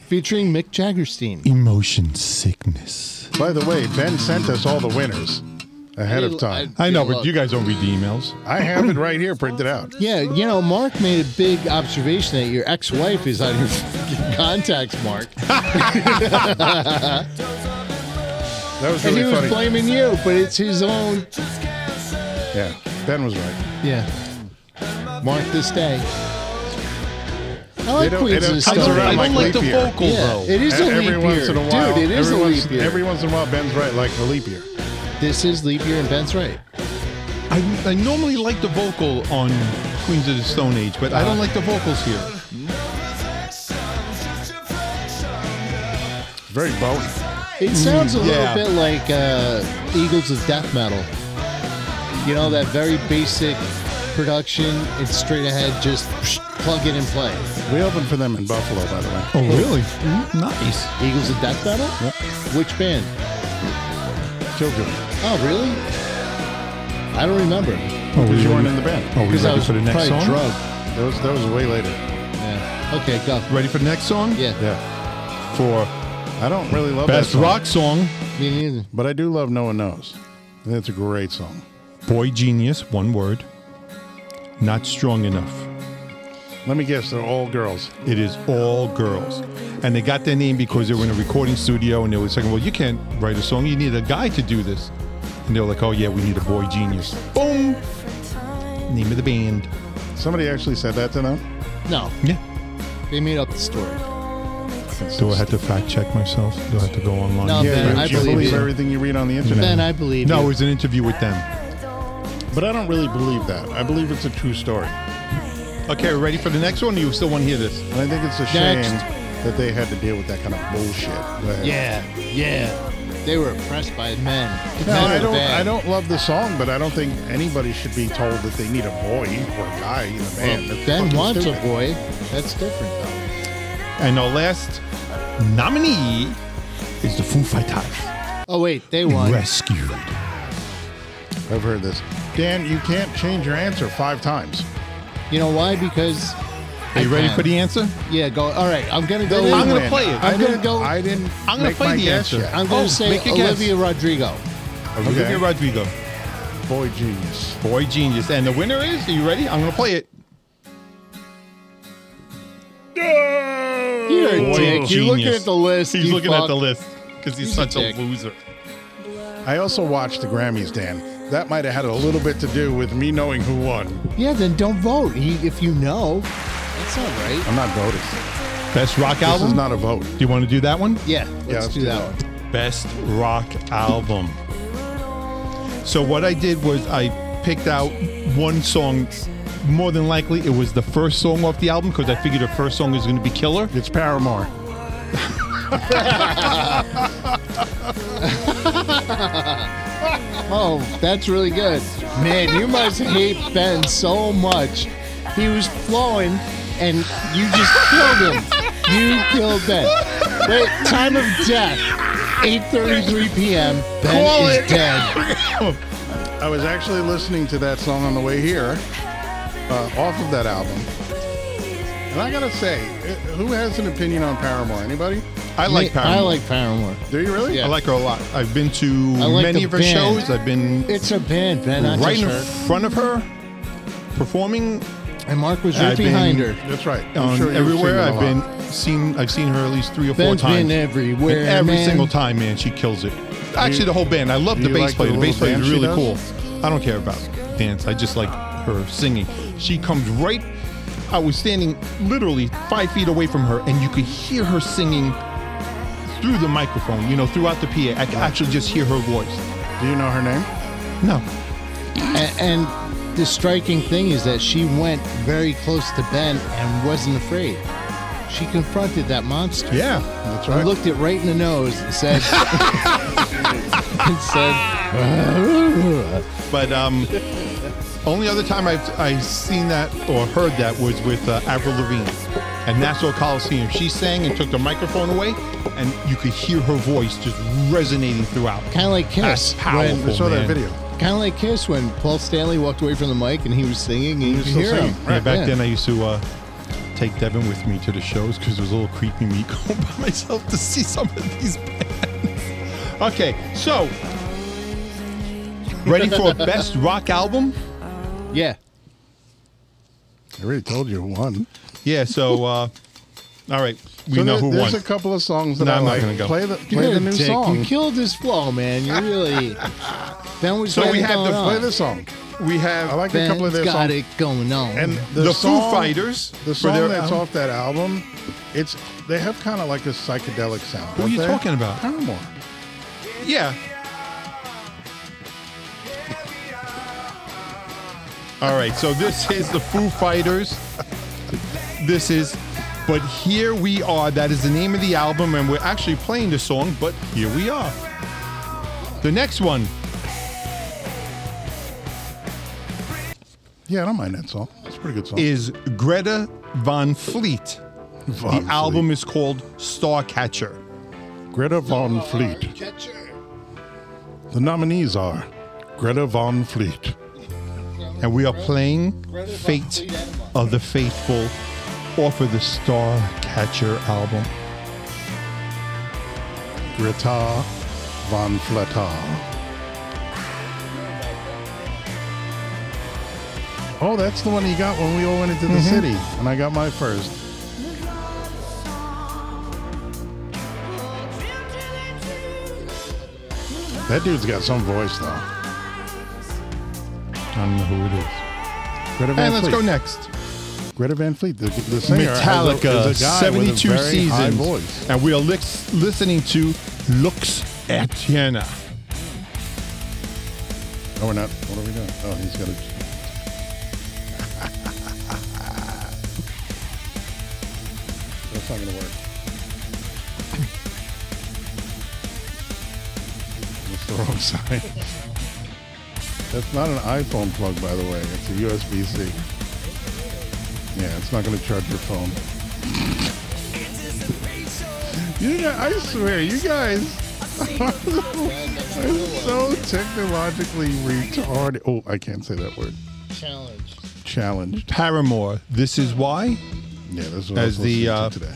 [SPEAKER 3] Featuring Mick Jaggerstein.
[SPEAKER 6] Emotion sickness.
[SPEAKER 7] By the way, Ben sent us all the winners. ahead of
[SPEAKER 3] I'd-
[SPEAKER 7] time.
[SPEAKER 6] I know,
[SPEAKER 3] Yeah,
[SPEAKER 6] but
[SPEAKER 3] look.
[SPEAKER 6] you guys don't read the emails.
[SPEAKER 7] I have it right here printed out.
[SPEAKER 3] Yeah, you know, Mark made a big observation that your ex-wife is on your fucking contacts, Mark,
[SPEAKER 7] That
[SPEAKER 3] and
[SPEAKER 7] was really
[SPEAKER 3] he was
[SPEAKER 7] funny.
[SPEAKER 3] blaming you, but it's his own.
[SPEAKER 7] yeah, Ben was right.
[SPEAKER 3] Yeah, Mark this day. I
[SPEAKER 7] They
[SPEAKER 3] like
[SPEAKER 7] don't-
[SPEAKER 3] Queens
[SPEAKER 7] they
[SPEAKER 3] of
[SPEAKER 7] don't
[SPEAKER 3] the
[SPEAKER 7] come
[SPEAKER 3] Stone
[SPEAKER 7] around
[SPEAKER 3] Age.
[SPEAKER 7] like
[SPEAKER 6] like the
[SPEAKER 7] leap year.
[SPEAKER 6] vocal
[SPEAKER 3] Yeah,
[SPEAKER 6] though.
[SPEAKER 3] it is a
[SPEAKER 7] E-
[SPEAKER 3] leap
[SPEAKER 7] every
[SPEAKER 3] year,
[SPEAKER 7] once in a while,
[SPEAKER 3] dude. It is a
[SPEAKER 7] every once,
[SPEAKER 3] leap year.
[SPEAKER 7] Every once in a while, Ben's right, like a leap year.
[SPEAKER 3] This is leap year, and Ben's right.
[SPEAKER 6] I, I normally like the vocal on Queens of the Stone Age, but I don't like the vocals here.
[SPEAKER 7] Very Bowie.
[SPEAKER 3] It sounds a
[SPEAKER 6] yeah.
[SPEAKER 3] little bit like uh, Eagles of Death Metal. You know, that very basic production. It's straight ahead, just plug it and play.
[SPEAKER 7] We opened for them in Buffalo, by the way.
[SPEAKER 6] Oh, really? Oh, Nice.
[SPEAKER 3] Eagles of Death Metal? Which band?
[SPEAKER 7] Killjoy.
[SPEAKER 3] Oh, really? I don't remember.
[SPEAKER 6] Oh,
[SPEAKER 7] Because you weren't in the band.
[SPEAKER 6] Oh, we
[SPEAKER 3] Because I
[SPEAKER 6] ready
[SPEAKER 3] was
[SPEAKER 6] for the next
[SPEAKER 3] probably
[SPEAKER 6] song?
[SPEAKER 3] drunk.
[SPEAKER 7] That was, that was way later.
[SPEAKER 3] Yeah. Okay, go.
[SPEAKER 6] Ready for the next song?
[SPEAKER 3] Yeah.
[SPEAKER 7] Yeah.
[SPEAKER 6] For
[SPEAKER 7] I don't really love
[SPEAKER 6] best
[SPEAKER 7] that song,
[SPEAKER 6] rock song,
[SPEAKER 3] Me neither.
[SPEAKER 7] but I do love No One Knows. That's a great song.
[SPEAKER 6] Boy Genius, one word. Not strong enough.
[SPEAKER 7] Let me guess, they're all girls.
[SPEAKER 6] It is all girls. And they got their name because they were in a recording studio and they were saying, Well, you can't write a song. You need a guy to do this. And they were like, Oh, yeah, we need a boy genius. Boom! Name of the band.
[SPEAKER 7] Somebody actually said that to them.
[SPEAKER 3] No,
[SPEAKER 6] Yeah.
[SPEAKER 3] they made up the story.
[SPEAKER 6] Do I have to fact check myself? Do I have to go online?
[SPEAKER 3] No,
[SPEAKER 7] Yeah,
[SPEAKER 3] Ben,
[SPEAKER 7] you,
[SPEAKER 3] I
[SPEAKER 7] you
[SPEAKER 3] believe
[SPEAKER 7] believe
[SPEAKER 3] you.
[SPEAKER 7] everything you read on the internet.
[SPEAKER 3] Ben, I believe
[SPEAKER 6] No, it
[SPEAKER 3] you.
[SPEAKER 6] was an interview with them.
[SPEAKER 7] But I don't really believe that. I believe it's a true story.
[SPEAKER 6] Okay, ready for the next one? You still want to hear this?
[SPEAKER 7] And I think it's a
[SPEAKER 3] Next.
[SPEAKER 7] shame that they had to deal with that kind of bullshit. Go ahead.
[SPEAKER 3] Yeah, yeah. They were oppressed by men.
[SPEAKER 7] No,
[SPEAKER 3] Men
[SPEAKER 7] I
[SPEAKER 3] were
[SPEAKER 7] don't.
[SPEAKER 3] bad.
[SPEAKER 7] I don't love the song, but I don't think anybody should be told that they need a boy or a guy in a
[SPEAKER 3] Well,
[SPEAKER 7] band. That's
[SPEAKER 3] ben
[SPEAKER 7] fucking
[SPEAKER 3] wants a
[SPEAKER 7] stupid.
[SPEAKER 3] boy. That's different, though.
[SPEAKER 6] And our last nominee is the Foo Fighters.
[SPEAKER 3] Oh wait, they won.
[SPEAKER 6] Rescued.
[SPEAKER 7] I've heard this. Dan, you can't change your answer five times.
[SPEAKER 3] You know why? Because
[SPEAKER 6] Are you ready
[SPEAKER 3] can.
[SPEAKER 6] for the answer?
[SPEAKER 3] yeah, go. All right, I'm gonna go.
[SPEAKER 6] didn't
[SPEAKER 3] with-
[SPEAKER 6] I'm gonna
[SPEAKER 7] win.
[SPEAKER 6] play it.
[SPEAKER 7] I
[SPEAKER 3] I'm gonna
[SPEAKER 7] didn't-
[SPEAKER 3] go-
[SPEAKER 7] I didn't.
[SPEAKER 6] I'm gonna
[SPEAKER 7] make
[SPEAKER 6] play
[SPEAKER 7] my
[SPEAKER 6] the
[SPEAKER 7] guess
[SPEAKER 6] answer.
[SPEAKER 7] yet.
[SPEAKER 3] I'm gonna
[SPEAKER 6] Oh,
[SPEAKER 3] say
[SPEAKER 6] make a guess.
[SPEAKER 3] Olivia Rodrigo.
[SPEAKER 6] Olivia
[SPEAKER 7] Okay.
[SPEAKER 6] Rodrigo.
[SPEAKER 7] Boy genius.
[SPEAKER 6] Boy genius. And the winner is, are you ready? I'm going to play it.
[SPEAKER 3] You're a
[SPEAKER 6] Boy
[SPEAKER 3] dick. You're looking
[SPEAKER 6] genius.
[SPEAKER 3] at the list.
[SPEAKER 6] He's
[SPEAKER 3] you
[SPEAKER 6] looking at
[SPEAKER 3] fuck.
[SPEAKER 6] the list because he's,
[SPEAKER 3] He's a
[SPEAKER 6] such a,
[SPEAKER 3] dick.
[SPEAKER 6] loser.
[SPEAKER 7] I also watched the Grammys, Dan. That might have had a little bit to do with me knowing who won.
[SPEAKER 3] Yeah, then don't vote. He, if you know, that's not right.
[SPEAKER 7] I'm not voting.
[SPEAKER 6] Best rock
[SPEAKER 7] This
[SPEAKER 6] album?
[SPEAKER 7] is not a vote.
[SPEAKER 6] do you want to do that one?
[SPEAKER 3] Yeah, let's,
[SPEAKER 7] let's
[SPEAKER 3] do
[SPEAKER 7] do
[SPEAKER 3] that
[SPEAKER 7] that.
[SPEAKER 3] one.
[SPEAKER 6] Best rock album. So what I did was I picked out one song. More than likely, it was the first song off the album because I figured the first song is going to be killer.
[SPEAKER 7] It's Paramore.
[SPEAKER 3] Oh, that's really good. Man, you must hate Ben so much. He was flowing, and you just killed him. You killed Ben. Wait, time of death, 8.33 p.m. Ben
[SPEAKER 7] Call
[SPEAKER 3] is
[SPEAKER 7] it.
[SPEAKER 3] dead.
[SPEAKER 7] I was actually listening to that song on the way here, uh, off of that album. And I gotta say, eh, who has an opinion on Paramore? Anybody?
[SPEAKER 6] I like Paramore.
[SPEAKER 3] I like Paramore.
[SPEAKER 7] Do you really?
[SPEAKER 3] Yeah.
[SPEAKER 6] I like her a lot. I've been to
[SPEAKER 3] I like
[SPEAKER 6] many
[SPEAKER 3] the
[SPEAKER 6] of her
[SPEAKER 3] band.
[SPEAKER 6] shows. I've been
[SPEAKER 3] It's a band, Ben. Not
[SPEAKER 6] right
[SPEAKER 3] just
[SPEAKER 6] in
[SPEAKER 3] her.
[SPEAKER 6] front of her performing
[SPEAKER 3] And Mark was right
[SPEAKER 6] I've been-
[SPEAKER 3] behind her.
[SPEAKER 7] That's right. I'm
[SPEAKER 6] on
[SPEAKER 7] sure you've seen
[SPEAKER 6] everywhere.
[SPEAKER 7] them a
[SPEAKER 6] I've
[SPEAKER 7] lot.
[SPEAKER 6] been seen. I've seen her at least three or
[SPEAKER 3] Ben's
[SPEAKER 6] four times.
[SPEAKER 3] been everywhere,
[SPEAKER 6] And every
[SPEAKER 3] man.
[SPEAKER 6] single time, man, she kills it. Actually, the whole band. I love
[SPEAKER 7] do
[SPEAKER 6] the
[SPEAKER 7] you
[SPEAKER 6] bass
[SPEAKER 7] like
[SPEAKER 6] player.
[SPEAKER 7] the
[SPEAKER 6] The, bass
[SPEAKER 7] little
[SPEAKER 6] player is
[SPEAKER 7] dance she
[SPEAKER 6] really
[SPEAKER 7] does?
[SPEAKER 6] cool. I don't care about dance. I just like her singing. She comes right. I was standing literally five feet away from her, and you could hear her singing through the microphone. You know, throughout the PA, I could actually just hear her voice.
[SPEAKER 7] Do you know her name?
[SPEAKER 6] No,
[SPEAKER 3] And, and the striking thing is that she went very close to Ben and wasn't afraid. She confronted that monster.
[SPEAKER 7] Yeah, that's
[SPEAKER 3] I
[SPEAKER 7] right.
[SPEAKER 3] looked it right in the nose and said, and said
[SPEAKER 6] But um, only other time I've I seen that or heard that was with uh, Avril Lavigne at Nassau Coliseum. She sang and took the microphone away, and you could hear her voice just resonating throughout.
[SPEAKER 3] kind of like
[SPEAKER 6] That's
[SPEAKER 3] Kiss.
[SPEAKER 6] powerful.
[SPEAKER 7] I saw
[SPEAKER 6] man.
[SPEAKER 7] that video.
[SPEAKER 3] Kind of like Kiss when Paul Stanley walked away from the mic and he was singing and you
[SPEAKER 7] was
[SPEAKER 3] could
[SPEAKER 7] still
[SPEAKER 3] hear him.
[SPEAKER 7] singing,
[SPEAKER 6] Yeah, back then I used to uh, take Devin with me to the shows because it was a little creepy me going by myself to see some of these bands. okay, so Ready for best rock album?
[SPEAKER 3] Yeah.
[SPEAKER 7] I already told you one.
[SPEAKER 6] Yeah. So, uh, all right, we
[SPEAKER 7] So
[SPEAKER 6] know
[SPEAKER 7] there-
[SPEAKER 6] who
[SPEAKER 7] there's
[SPEAKER 6] won.
[SPEAKER 7] a couple of songs that
[SPEAKER 6] No,
[SPEAKER 7] I
[SPEAKER 6] I'm not
[SPEAKER 7] like.
[SPEAKER 6] gonna go.
[SPEAKER 7] Play the
[SPEAKER 3] You're
[SPEAKER 7] play the
[SPEAKER 3] a
[SPEAKER 7] new
[SPEAKER 3] dick. You
[SPEAKER 7] song.
[SPEAKER 3] killed his flow, man. You really. Then we
[SPEAKER 6] So
[SPEAKER 3] got
[SPEAKER 6] we
[SPEAKER 3] it
[SPEAKER 6] had to
[SPEAKER 3] going
[SPEAKER 7] Play
[SPEAKER 3] on.
[SPEAKER 7] the song.
[SPEAKER 6] we have
[SPEAKER 7] I like a couple of
[SPEAKER 3] Ben's
[SPEAKER 7] their
[SPEAKER 3] got
[SPEAKER 7] songs.
[SPEAKER 3] it going on.
[SPEAKER 7] And
[SPEAKER 6] the,
[SPEAKER 7] the,
[SPEAKER 6] Foo
[SPEAKER 7] song-
[SPEAKER 6] Fighters.
[SPEAKER 7] The
[SPEAKER 6] for
[SPEAKER 7] song
[SPEAKER 6] their
[SPEAKER 7] that's
[SPEAKER 6] album.
[SPEAKER 7] off that album, it's they have kind of like a psychedelic sound.
[SPEAKER 6] Who are
[SPEAKER 7] don't
[SPEAKER 6] you
[SPEAKER 7] they?
[SPEAKER 6] talking about?
[SPEAKER 7] Paramore.
[SPEAKER 6] Yeah. All right, so this is the Foo Fighters. This is But Here We Are. That is the name of the album, and we're actually playing the song, but here we are. The next one,
[SPEAKER 7] Yeah, I don't mind that song. It's a pretty good song.
[SPEAKER 6] is Greta Von Fleet. the
[SPEAKER 7] Von
[SPEAKER 6] album is called Starcatcher.
[SPEAKER 7] Fleet. Greta Von Fleet. The nominees are Greta Von Fleet.
[SPEAKER 6] And we are playing Fate of the Faithful off of the Starcatcher album.
[SPEAKER 7] Greta Von Fleta. Oh, that's the one he got when we all went into
[SPEAKER 6] Mm-hmm.
[SPEAKER 7] the city, and I got my first. That dude's got some voice though.
[SPEAKER 6] I don't know who it is.
[SPEAKER 7] Greta Van
[SPEAKER 6] And let's
[SPEAKER 7] Fleet.
[SPEAKER 6] go next.
[SPEAKER 7] Greta Van Fleet, the, the singer, has a-
[SPEAKER 6] Metallica,
[SPEAKER 7] is a guy
[SPEAKER 6] 72
[SPEAKER 7] with a very
[SPEAKER 6] seasons.
[SPEAKER 7] high voice.
[SPEAKER 6] And we are lis- listening to Lux Atiena.
[SPEAKER 7] No, we're not. What are we doing? Oh, he's got a. That's not gonna work. That's the wrong side. That's not an iPhone plug, by the way. It's a USB-C. Yeah, it's not gonna charge your phone. you guys, I swear, you guys. I'm so technologically retarded. Oh, I can't say that word.
[SPEAKER 3] Challenge.
[SPEAKER 7] Challenged.
[SPEAKER 6] Paramore, This Is Why,
[SPEAKER 7] Yeah, that's
[SPEAKER 6] As
[SPEAKER 7] what As I was
[SPEAKER 6] the,
[SPEAKER 7] the,
[SPEAKER 6] uh,
[SPEAKER 7] today.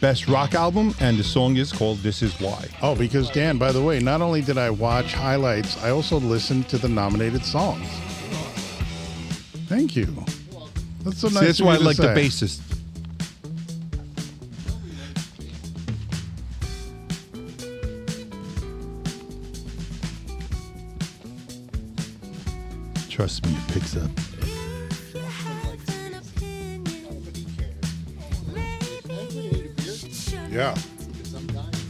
[SPEAKER 6] best rock album, and the song is called This Is Why.
[SPEAKER 7] Oh, because Dan, by the way, not only did I watch highlights, I also listened to the nominated songs. Thank you. That's so nice.
[SPEAKER 6] See, that's
[SPEAKER 7] of
[SPEAKER 6] why I
[SPEAKER 7] you to
[SPEAKER 6] like the
[SPEAKER 7] say.
[SPEAKER 6] bassist. Trust me, it picks up.
[SPEAKER 7] Yeah.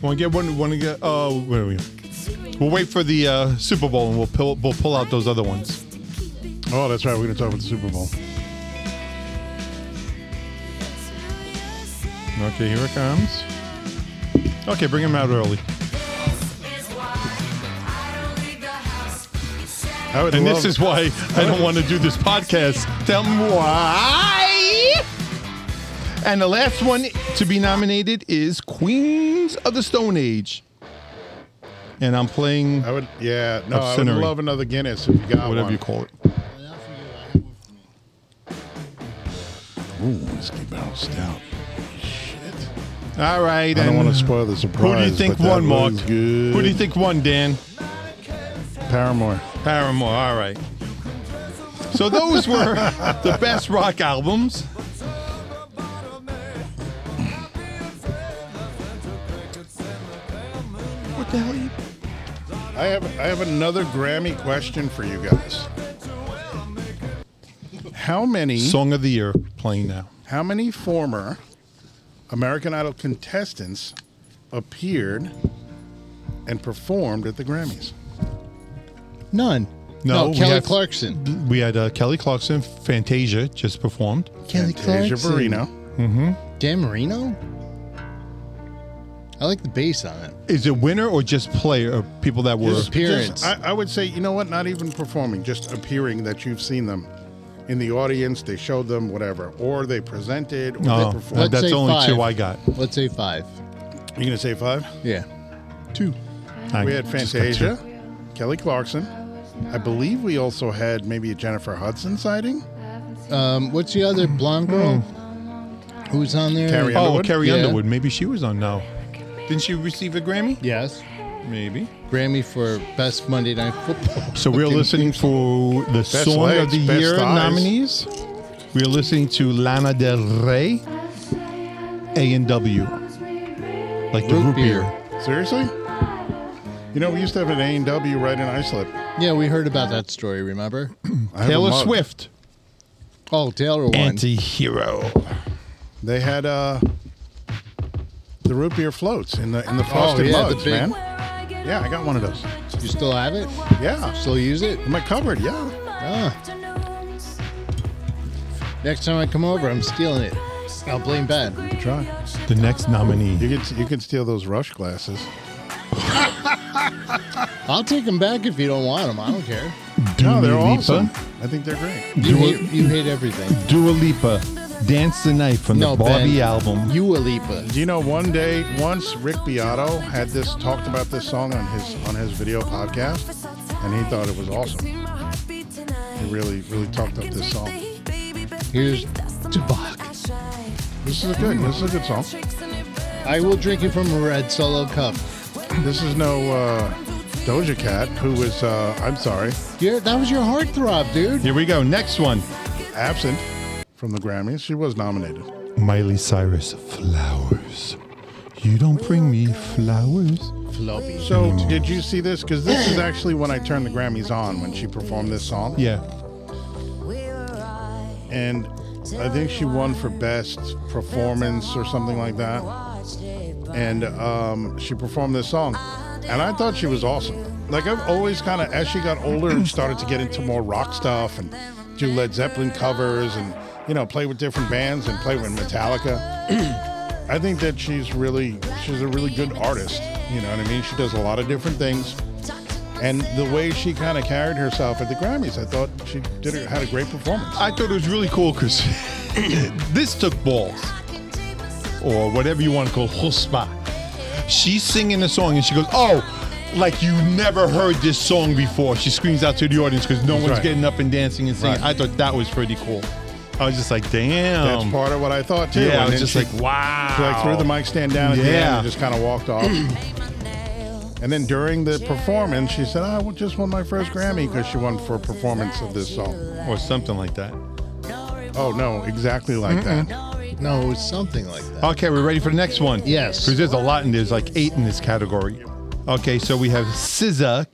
[SPEAKER 6] Want to get one? Want to get? Uh, where are we? We'll wait for the uh, Super Bowl and we'll pull we'll pull out those other ones.
[SPEAKER 7] Oh, that's right. We're going to talk about the Super Bowl.
[SPEAKER 6] Okay, here it comes. Okay, bring them out early.
[SPEAKER 7] I would
[SPEAKER 6] And
[SPEAKER 7] love,
[SPEAKER 6] this is why I don't want to do this podcast. Tell me why. And the last one to be nominated is Queens of the Stone Age. And I'm playing
[SPEAKER 7] I would. Yeah. No, I would
[SPEAKER 6] Obscenity.
[SPEAKER 7] love another Guinness if you got
[SPEAKER 6] whatever
[SPEAKER 7] one.
[SPEAKER 6] you call it.
[SPEAKER 7] Ooh, whiskey bounced out. Shit.
[SPEAKER 6] All right.
[SPEAKER 7] I don't
[SPEAKER 6] and
[SPEAKER 7] want to spoil the
[SPEAKER 6] Who do
[SPEAKER 7] surprise.
[SPEAKER 6] you think
[SPEAKER 7] but that
[SPEAKER 6] won, Mark?
[SPEAKER 7] was Good.
[SPEAKER 6] Who do you think won, Dan?
[SPEAKER 7] Paramore.
[SPEAKER 6] Paramore. All right. So those were the best rock albums. What the hell? Are you?
[SPEAKER 7] I have I have another Grammy question for you guys. How many
[SPEAKER 6] Song of the year playing now.
[SPEAKER 7] how many former American Idol contestants appeared and performed at the Grammys?
[SPEAKER 3] None.
[SPEAKER 6] No, we
[SPEAKER 3] Kelly
[SPEAKER 6] have-
[SPEAKER 3] Clarkson.
[SPEAKER 6] We had uh, Kelly Clarkson, Fantasia just performed.
[SPEAKER 3] Kelly
[SPEAKER 7] Fantasia
[SPEAKER 3] Clarkson.
[SPEAKER 7] Barrino.
[SPEAKER 3] Dan Marino? I like the bass on it.
[SPEAKER 6] Is it winner or just player? Or people that were
[SPEAKER 3] Just- Appearance.
[SPEAKER 7] I, I would say, you know what? Not even performing, just appearing that you've seen them in the audience. They showed them whatever, or they presented, or
[SPEAKER 6] no,
[SPEAKER 7] they
[SPEAKER 6] that-
[SPEAKER 7] performed.
[SPEAKER 3] Let's
[SPEAKER 6] Uh,
[SPEAKER 3] say
[SPEAKER 6] that's only two
[SPEAKER 3] five.
[SPEAKER 6] Oh, I got.
[SPEAKER 3] Let's say five.
[SPEAKER 7] You gonna say five?
[SPEAKER 3] Yeah.
[SPEAKER 7] Two.
[SPEAKER 6] I
[SPEAKER 7] We had
[SPEAKER 6] just got two.
[SPEAKER 7] Fantasia, Kelly Clarkson. I believe we also had maybe a Jennifer Hudson sighting.
[SPEAKER 3] Um, what's the other blonde
[SPEAKER 6] Hmm.
[SPEAKER 3] girl? Who's on there?
[SPEAKER 7] Carrie
[SPEAKER 6] Oh,
[SPEAKER 7] Underwood?
[SPEAKER 6] Carrie
[SPEAKER 3] Yeah.
[SPEAKER 6] Underwood. Maybe she was on. No, didn't she receive a Grammy?
[SPEAKER 3] Yes.
[SPEAKER 6] Maybe.
[SPEAKER 3] Grammy for Best Monday Night Football.
[SPEAKER 6] So we're listening for the Song
[SPEAKER 7] legs,
[SPEAKER 6] of the
[SPEAKER 7] best
[SPEAKER 6] Year
[SPEAKER 7] eyes.
[SPEAKER 6] nominees. We're listening to Lana Del Rey, A and W, like the
[SPEAKER 3] Root
[SPEAKER 6] root beer.
[SPEAKER 3] beer.
[SPEAKER 7] Seriously? You know, we used to have an A and W right in Islip.
[SPEAKER 3] Yeah, we heard about that story. Remember?
[SPEAKER 7] I have a
[SPEAKER 6] Taylor
[SPEAKER 7] mug.
[SPEAKER 6] Swift,
[SPEAKER 3] Oh, Taylor won.
[SPEAKER 6] anti-hero.
[SPEAKER 7] They had uh, the root beer floats in the in
[SPEAKER 6] Oh,
[SPEAKER 7] the frosted
[SPEAKER 3] yeah, the
[SPEAKER 7] mugs,
[SPEAKER 3] big-
[SPEAKER 7] man. Yeah, I got one of those.
[SPEAKER 3] You still have it?
[SPEAKER 7] Yeah,
[SPEAKER 3] Still use it?
[SPEAKER 7] in my cupboard. Yeah,
[SPEAKER 3] Ah. Next time I come over, I'm stealing it. I'll blame Ben.
[SPEAKER 7] try.
[SPEAKER 6] The next nominee.
[SPEAKER 7] You can you can steal those rush glasses.
[SPEAKER 3] I'll take them back if you don't want them. I don't care.
[SPEAKER 7] No, they're
[SPEAKER 6] Dua Lipa.
[SPEAKER 7] awesome. I think they're great.
[SPEAKER 3] You,
[SPEAKER 6] Dua,
[SPEAKER 3] hate, you hate everything.
[SPEAKER 6] Dua Lipa, Dance the Night from
[SPEAKER 3] No,
[SPEAKER 6] the Barbie
[SPEAKER 3] ben,
[SPEAKER 6] album.
[SPEAKER 3] You a Lipa.
[SPEAKER 7] Do you know one day once Rick Beato had this talked about this song on his on his video podcast, and he thought it was awesome. He really really talked up this song.
[SPEAKER 3] Here's Tabak.
[SPEAKER 7] This is a good this is a good song.
[SPEAKER 3] I will drink it from a red solo cup.
[SPEAKER 7] This is no uh, Doja Cat, who was uh, I'm sorry
[SPEAKER 3] You're, that was your heartthrob, dude.
[SPEAKER 6] Here we go. Next one.
[SPEAKER 7] absent from the Grammys. She was nominated.
[SPEAKER 6] Miley Cyrus, Flowers. You don't bring me flowers.
[SPEAKER 3] Floppy.
[SPEAKER 7] So did you see this? Because this is actually when I turned the Grammys on when she performed this song.
[SPEAKER 6] Yeah.
[SPEAKER 7] and I think she won for best performance or something like that. And um, she performed this song, and I thought she was awesome. Like I've always kind of, as she got older, started to get into more rock stuff and do Led Zeppelin covers and you know play with different bands and play with Metallica. I think that she's really, she's a really good artist. You know what I mean? She does a lot of different things. And the way she kind of carried herself at the Grammys, I thought she did had a great performance.
[SPEAKER 6] I thought it was really cool because this took balls, or whatever you want to call chutzpah. She's singing a song and she goes, "Oh, like you never heard this song before." She screams out to the audience because no one's
[SPEAKER 7] right.
[SPEAKER 6] getting up and dancing and singing.
[SPEAKER 7] Right.
[SPEAKER 6] I thought that was pretty cool. I was just like, "Damn."
[SPEAKER 7] That's part of what I thought too.
[SPEAKER 6] Um, yeah, I
[SPEAKER 7] And
[SPEAKER 6] was
[SPEAKER 7] then
[SPEAKER 6] just
[SPEAKER 7] she-
[SPEAKER 6] like, "Wow."
[SPEAKER 7] she, like threw the mic stand down at the end
[SPEAKER 6] Yeah.
[SPEAKER 7] and just kind of walked off. and then during the performance, she said, "I just won my first Grammy because she won for a performance of this song."
[SPEAKER 6] or something like that.
[SPEAKER 7] Oh no, exactly like that.
[SPEAKER 3] No, it was something like that.
[SPEAKER 6] Okay, we're ready for the next one.
[SPEAKER 3] Yes.
[SPEAKER 6] Because there's a lot, and there's like eight in this category. Okay, so we have SZA,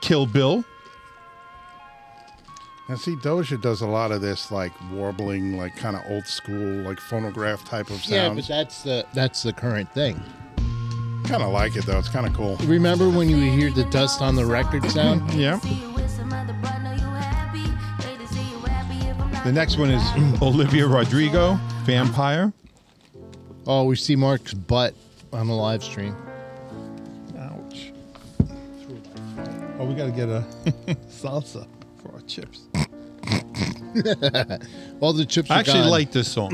[SPEAKER 6] Kill Bill.
[SPEAKER 7] And see, Doja does a lot of this like warbling, like kind of old school, like phonograph type of
[SPEAKER 3] Yeah, but
[SPEAKER 7] sounds.
[SPEAKER 3] that's the that's the current thing.
[SPEAKER 7] kind of like it though. It's kind of cool.
[SPEAKER 3] Remember when you would hear the dust on the record sound?
[SPEAKER 6] Yeah. The next one is Olivia Rodrigo, Vampire.
[SPEAKER 3] Oh, we see Mark's butt on the live stream.
[SPEAKER 6] Ouch. Oh, we got to get a salsa for our chips.
[SPEAKER 3] All the chips are
[SPEAKER 6] I actually
[SPEAKER 3] gone.
[SPEAKER 6] like this song.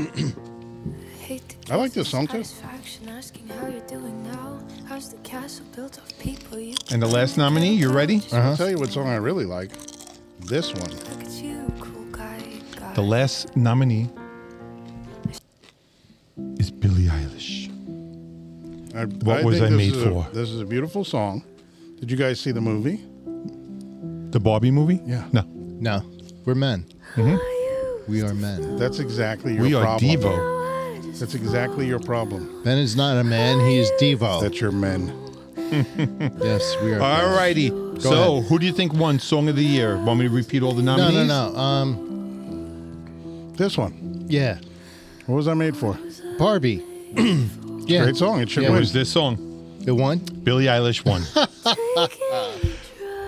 [SPEAKER 7] I like this song too.
[SPEAKER 6] And the last nominee, you ready?
[SPEAKER 7] I'll tell you what song I really like. This one.
[SPEAKER 6] The last nominee is Billie Eilish.
[SPEAKER 7] I,
[SPEAKER 6] What was
[SPEAKER 7] think
[SPEAKER 6] I
[SPEAKER 7] this
[SPEAKER 6] made
[SPEAKER 7] is a-
[SPEAKER 6] for?
[SPEAKER 7] This is a beautiful song. Did you guys see the movie?
[SPEAKER 6] The Barbie movie?
[SPEAKER 7] Yeah.
[SPEAKER 6] No.
[SPEAKER 3] No, we're men. We are men.
[SPEAKER 7] That's exactly your
[SPEAKER 6] We are
[SPEAKER 7] problem.
[SPEAKER 6] Devo.
[SPEAKER 7] That's exactly your problem.
[SPEAKER 3] Ben is not a man. He is Devo.
[SPEAKER 7] That's your men.
[SPEAKER 3] yes, we are.
[SPEAKER 6] All
[SPEAKER 3] men.
[SPEAKER 6] righty. So, who do you think won Song of the Year? Want me to repeat all the nominees?
[SPEAKER 3] No, no, no. Um,
[SPEAKER 7] This one.
[SPEAKER 3] yeah,
[SPEAKER 7] What was I made for?
[SPEAKER 3] Barbie. yeah,
[SPEAKER 7] Great song. It should
[SPEAKER 3] Yeah,
[SPEAKER 6] It
[SPEAKER 7] win.
[SPEAKER 6] was this song.
[SPEAKER 3] it won.
[SPEAKER 6] Billie Eilish won.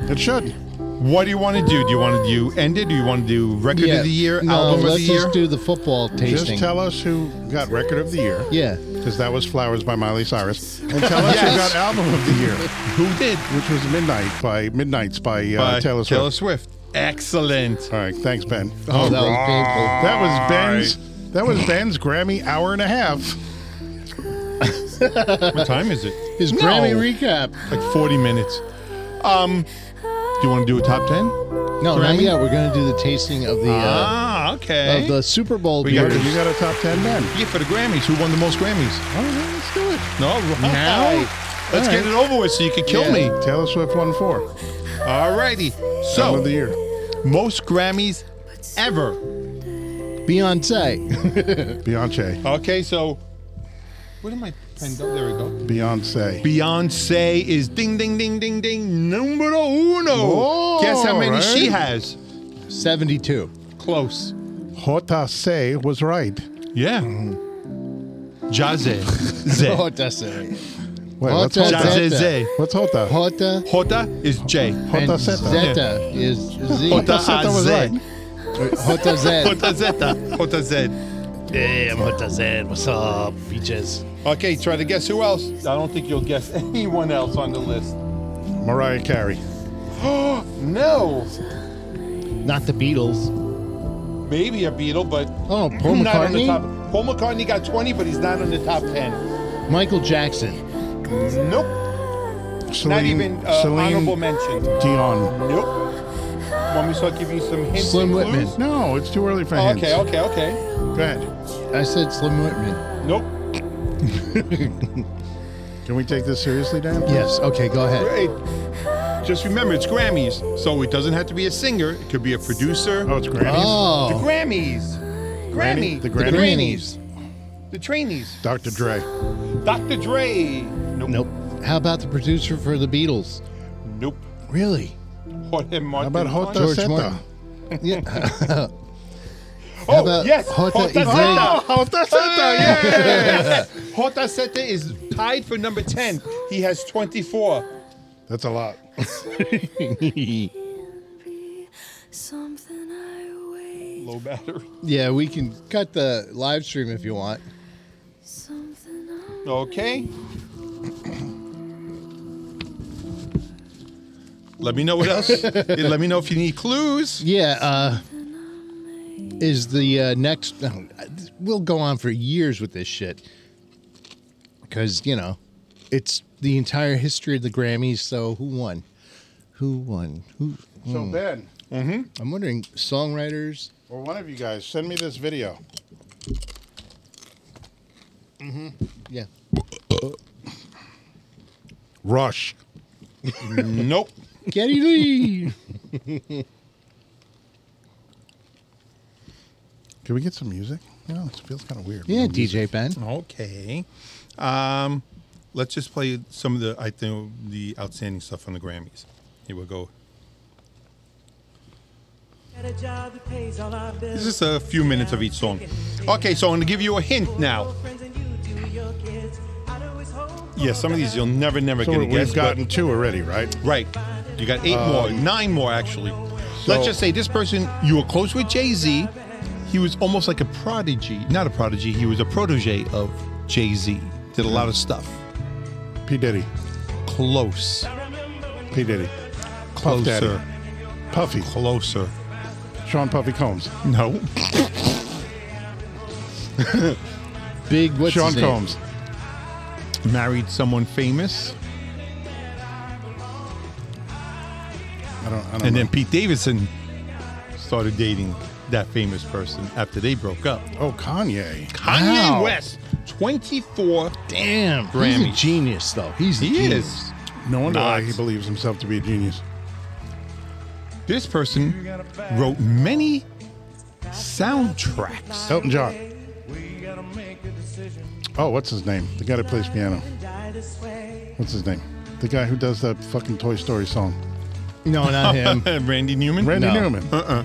[SPEAKER 7] It should.
[SPEAKER 6] What do you want to do? Do you want to do end it? Do you want to do record
[SPEAKER 3] yeah.
[SPEAKER 6] of the year,
[SPEAKER 3] No,
[SPEAKER 6] album of
[SPEAKER 3] let's
[SPEAKER 6] the year?
[SPEAKER 3] just do the football
[SPEAKER 7] Just
[SPEAKER 3] tasting.
[SPEAKER 7] tell us who got record of the year.
[SPEAKER 3] yeah,
[SPEAKER 7] Because that was Flowers by Miley Cyrus. And tell us who got album of the year,
[SPEAKER 6] Who did?
[SPEAKER 7] which was Midnight by Midnight's by, uh,
[SPEAKER 6] By
[SPEAKER 7] Taylor Swift.
[SPEAKER 6] Excellent.
[SPEAKER 7] All right. Thanks, Ben.
[SPEAKER 3] Oh, that was painful.
[SPEAKER 7] That was Ben's. That was Ben's Grammy hour and a half.
[SPEAKER 6] What time is it?
[SPEAKER 3] his
[SPEAKER 6] No.
[SPEAKER 3] Grammy recap.
[SPEAKER 6] Like 40 minutes. Um, do you want to do a top 10?
[SPEAKER 3] No, not
[SPEAKER 6] Grammy?
[SPEAKER 3] yet. We're gonna do the tasting of the uh,
[SPEAKER 6] ah, okay.
[SPEAKER 3] of the Super Bowl.
[SPEAKER 6] We got
[SPEAKER 3] beer.
[SPEAKER 7] You got a top ten, Ben.
[SPEAKER 6] yeah, for the Grammys. Who won the most Grammys?
[SPEAKER 7] All right, let's do it.
[SPEAKER 6] No, right.
[SPEAKER 3] Now?
[SPEAKER 6] Let's get it over with so you can kill
[SPEAKER 7] Yeah.
[SPEAKER 6] me.
[SPEAKER 7] Taylor Swift won four.
[SPEAKER 6] All righty.
[SPEAKER 7] Album of the
[SPEAKER 6] So,
[SPEAKER 7] year.
[SPEAKER 6] most Grammys ever.
[SPEAKER 3] Beyonce.
[SPEAKER 7] Beyonce.
[SPEAKER 6] Okay, so what am I? penned up? There we go.
[SPEAKER 7] Beyonce.
[SPEAKER 6] Beyonce is ding ding ding ding ding numero uno.
[SPEAKER 7] Whoa,
[SPEAKER 6] Guess how many she
[SPEAKER 7] right?
[SPEAKER 6] has?
[SPEAKER 3] 72.
[SPEAKER 6] Close.
[SPEAKER 7] Hota Se was right.
[SPEAKER 6] Yeah. Mm. Jazze. Zay.
[SPEAKER 3] Hota Se.
[SPEAKER 7] Wait,
[SPEAKER 3] Hota
[SPEAKER 7] what's Hota?
[SPEAKER 6] Jazze
[SPEAKER 3] Zeta.
[SPEAKER 6] Zay.
[SPEAKER 7] What's Hota?
[SPEAKER 3] Hota.
[SPEAKER 6] Hota is J.
[SPEAKER 7] Hota
[SPEAKER 3] and
[SPEAKER 7] Zeta.
[SPEAKER 3] Zeta uh, is Z.
[SPEAKER 6] Hota
[SPEAKER 7] Zeta
[SPEAKER 6] a
[SPEAKER 7] was
[SPEAKER 6] Z.
[SPEAKER 7] right.
[SPEAKER 3] Hota Z.
[SPEAKER 6] Hota Zeta. Hota Z.
[SPEAKER 10] Damn, what does that? What's up, beaches?
[SPEAKER 6] Okay, try to guess who else. I don't think you'll guess anyone else on the list.
[SPEAKER 7] Mariah Carey.
[SPEAKER 6] No.
[SPEAKER 3] Not the Beatles.
[SPEAKER 6] Maybe a Beatle, but
[SPEAKER 3] Oh, Paul
[SPEAKER 6] not on the
[SPEAKER 3] McCartney?
[SPEAKER 6] top. Paul McCartney got 20, but he's not in the top 10.
[SPEAKER 3] Michael Jackson.
[SPEAKER 6] Nope. not
[SPEAKER 7] Celine-
[SPEAKER 6] even uh,
[SPEAKER 7] Celine
[SPEAKER 6] honorable mention.
[SPEAKER 7] Dion.
[SPEAKER 6] Nope. Want me to start giving you some hints?
[SPEAKER 3] Slim
[SPEAKER 6] and
[SPEAKER 3] Whitman.
[SPEAKER 6] clues?
[SPEAKER 7] No, it's too early for
[SPEAKER 6] Oh,
[SPEAKER 7] hints.
[SPEAKER 6] okay, okay, okay.
[SPEAKER 7] Go ahead.
[SPEAKER 3] I said Slim Whitman.
[SPEAKER 6] Nope.
[SPEAKER 7] Can we take this seriously, Dan?
[SPEAKER 3] Yes. Okay, go ahead.
[SPEAKER 6] Great. Just remember, it's Grammys, so it doesn't have to be a singer. It could be a producer.
[SPEAKER 7] Oh, it's Grammys.
[SPEAKER 6] The
[SPEAKER 3] Oh.
[SPEAKER 6] Grammys.
[SPEAKER 7] Granny-
[SPEAKER 6] Grammy.
[SPEAKER 7] the
[SPEAKER 3] The
[SPEAKER 7] Grammys.
[SPEAKER 3] Grammys.
[SPEAKER 6] The trainees.
[SPEAKER 7] Dr. Dre.
[SPEAKER 6] Dr. Dre. Nope.
[SPEAKER 3] Nope. How about the producer for the Beatles?
[SPEAKER 6] Nope.
[SPEAKER 3] Really?
[SPEAKER 6] Jorge
[SPEAKER 7] How
[SPEAKER 6] Martin.
[SPEAKER 7] about Hota
[SPEAKER 3] George
[SPEAKER 7] Zeta?
[SPEAKER 3] Martin. Yeah.
[SPEAKER 6] Oh,
[SPEAKER 3] about
[SPEAKER 6] yes.
[SPEAKER 3] Jota
[SPEAKER 6] Jota
[SPEAKER 3] Izeta?
[SPEAKER 6] Zeta.
[SPEAKER 7] Hota
[SPEAKER 6] Oh,
[SPEAKER 7] Zeta,
[SPEAKER 6] Yes. Jota Zeta is tied for number 10. He has 24.
[SPEAKER 7] That's a lot.
[SPEAKER 1] Something I wait,
[SPEAKER 6] Low battery.
[SPEAKER 3] yeah, we can cut the live stream if you want.
[SPEAKER 1] something I
[SPEAKER 6] Okay. Let me know what else. Let me know if you need clues.
[SPEAKER 3] Yeah. Uh, is the uh, next? no, we'll go on for years with this shit because you know it's the entire history of the Grammys. So who won? Who won? Who?
[SPEAKER 7] So, Ben,
[SPEAKER 3] I'm wondering. Songwriters.
[SPEAKER 7] or one of you guys, send me this video. Mm-hmm.
[SPEAKER 3] Yeah.
[SPEAKER 7] Rush.
[SPEAKER 6] Nope.
[SPEAKER 3] Getty Lee.
[SPEAKER 7] Can we get some music? No, it feels kind of weird.
[SPEAKER 3] Yeah, DJ Ben.
[SPEAKER 6] Okay. Um, let's just play some of the I think the outstanding stuff on the Grammys. Here we go.
[SPEAKER 1] got a job that pays all our
[SPEAKER 6] This
[SPEAKER 1] bills.
[SPEAKER 6] is a few minutes of each song. Okay, so I'm gonna give you a hint now.
[SPEAKER 1] Friends and you do your kids. I'd always hope
[SPEAKER 6] Yeah, some of these you'll never, never
[SPEAKER 7] So
[SPEAKER 6] get a
[SPEAKER 7] we've
[SPEAKER 6] guess. but-
[SPEAKER 7] gotten two already, right?
[SPEAKER 6] Right. You got eight more,
[SPEAKER 3] Um,
[SPEAKER 6] nine more actually. Let's just say this person, you were close with Jay Z. He was almost like a prodigy, not a prodigy. He was a protege of Jay Z. Did a lot of stuff.
[SPEAKER 7] P Diddy,
[SPEAKER 6] Close,
[SPEAKER 7] P Diddy, Puff Daddy.
[SPEAKER 6] closer,
[SPEAKER 7] Puffy,
[SPEAKER 6] closer.
[SPEAKER 7] Sean Puffy Combs,
[SPEAKER 6] No,
[SPEAKER 3] Big. What's
[SPEAKER 7] Sean
[SPEAKER 3] his name?
[SPEAKER 7] Combs,
[SPEAKER 6] married someone famous,
[SPEAKER 7] I don't, I don't
[SPEAKER 6] and
[SPEAKER 7] know.
[SPEAKER 6] then Pete Davidson started dating that famous person after they broke up.
[SPEAKER 7] oh Kanye,
[SPEAKER 6] Kanye
[SPEAKER 3] Wow.
[SPEAKER 6] West, 24.
[SPEAKER 3] Damn. He's a
[SPEAKER 6] Grammys.
[SPEAKER 3] genius, though. He's a
[SPEAKER 6] He
[SPEAKER 3] genius.
[SPEAKER 6] is.
[SPEAKER 7] no wonder why
[SPEAKER 6] Not.
[SPEAKER 7] he believes himself to be a genius.
[SPEAKER 6] This person wrote many soundtracks.
[SPEAKER 7] Elton John. Oh, what's his name? The guy that plays piano. What's his name? The guy who does that fucking Toy Story song.
[SPEAKER 3] No, not him.
[SPEAKER 6] Randy Newman.
[SPEAKER 7] Randy
[SPEAKER 3] No.
[SPEAKER 7] Newman. Uh-uh.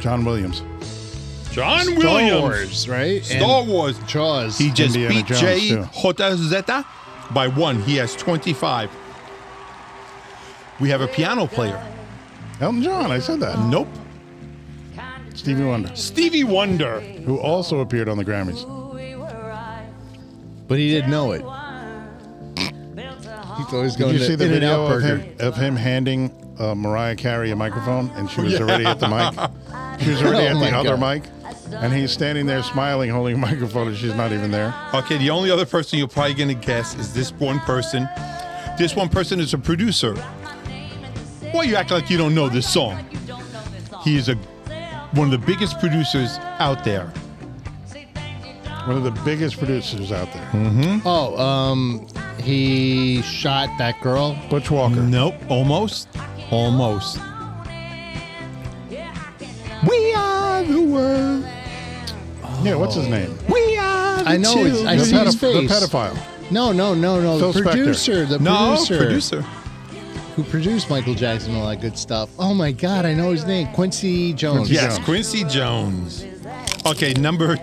[SPEAKER 7] John Williams.
[SPEAKER 6] John
[SPEAKER 3] Star
[SPEAKER 6] Williams.
[SPEAKER 3] Wars, right?
[SPEAKER 6] Star
[SPEAKER 3] And
[SPEAKER 6] Wars.
[SPEAKER 3] Jaws.
[SPEAKER 6] He just
[SPEAKER 7] Indiana
[SPEAKER 6] beat
[SPEAKER 7] Jones,
[SPEAKER 6] Jay
[SPEAKER 7] too.
[SPEAKER 6] Jota Zeta by one. He has 25. We have a piano player.
[SPEAKER 7] Elton John. I said that.
[SPEAKER 6] Nope.
[SPEAKER 7] Stevie Wonder,
[SPEAKER 6] Stevie Wonder.
[SPEAKER 7] who also appeared on the Grammys.
[SPEAKER 3] But he didn't know it. He's always
[SPEAKER 7] Did
[SPEAKER 3] going
[SPEAKER 7] you
[SPEAKER 3] to
[SPEAKER 7] see the
[SPEAKER 3] in and
[SPEAKER 7] video
[SPEAKER 3] out
[SPEAKER 7] of
[SPEAKER 3] burger.
[SPEAKER 7] him, of him handing uh, Mariah Carey a microphone, and she was already at the mic. She was already
[SPEAKER 3] Oh
[SPEAKER 7] at
[SPEAKER 3] my
[SPEAKER 7] the other
[SPEAKER 3] God.
[SPEAKER 7] mic, and he's standing there smiling, holding a microphone, and she's not even there.
[SPEAKER 6] Okay, the only other person you're probably going to guess is this one person. This one person is a producer. Why you act like you don't know this song? He is a one of the biggest producers out there.
[SPEAKER 7] One of the biggest producers out there.
[SPEAKER 3] Oh, um, he shot that girl.
[SPEAKER 7] Butch Walker.
[SPEAKER 6] Nope. Almost. Almost. We are the world.
[SPEAKER 7] Yeah, what's his name?
[SPEAKER 6] We are the
[SPEAKER 3] I know it's- I
[SPEAKER 6] children.
[SPEAKER 7] The,
[SPEAKER 3] see his
[SPEAKER 7] pedoph- the
[SPEAKER 3] face.
[SPEAKER 7] pedophile.
[SPEAKER 3] No, no, no, no.
[SPEAKER 7] Phil
[SPEAKER 3] the
[SPEAKER 7] Spector.
[SPEAKER 3] producer, the
[SPEAKER 6] No,
[SPEAKER 3] producer,
[SPEAKER 6] producer.
[SPEAKER 3] who produced Michael Jackson and all that good stuff. Oh my God, I know his name, Quincy Jones.
[SPEAKER 7] Quincy
[SPEAKER 6] Yes,
[SPEAKER 7] Jones.
[SPEAKER 6] Quincy Jones. Okay, number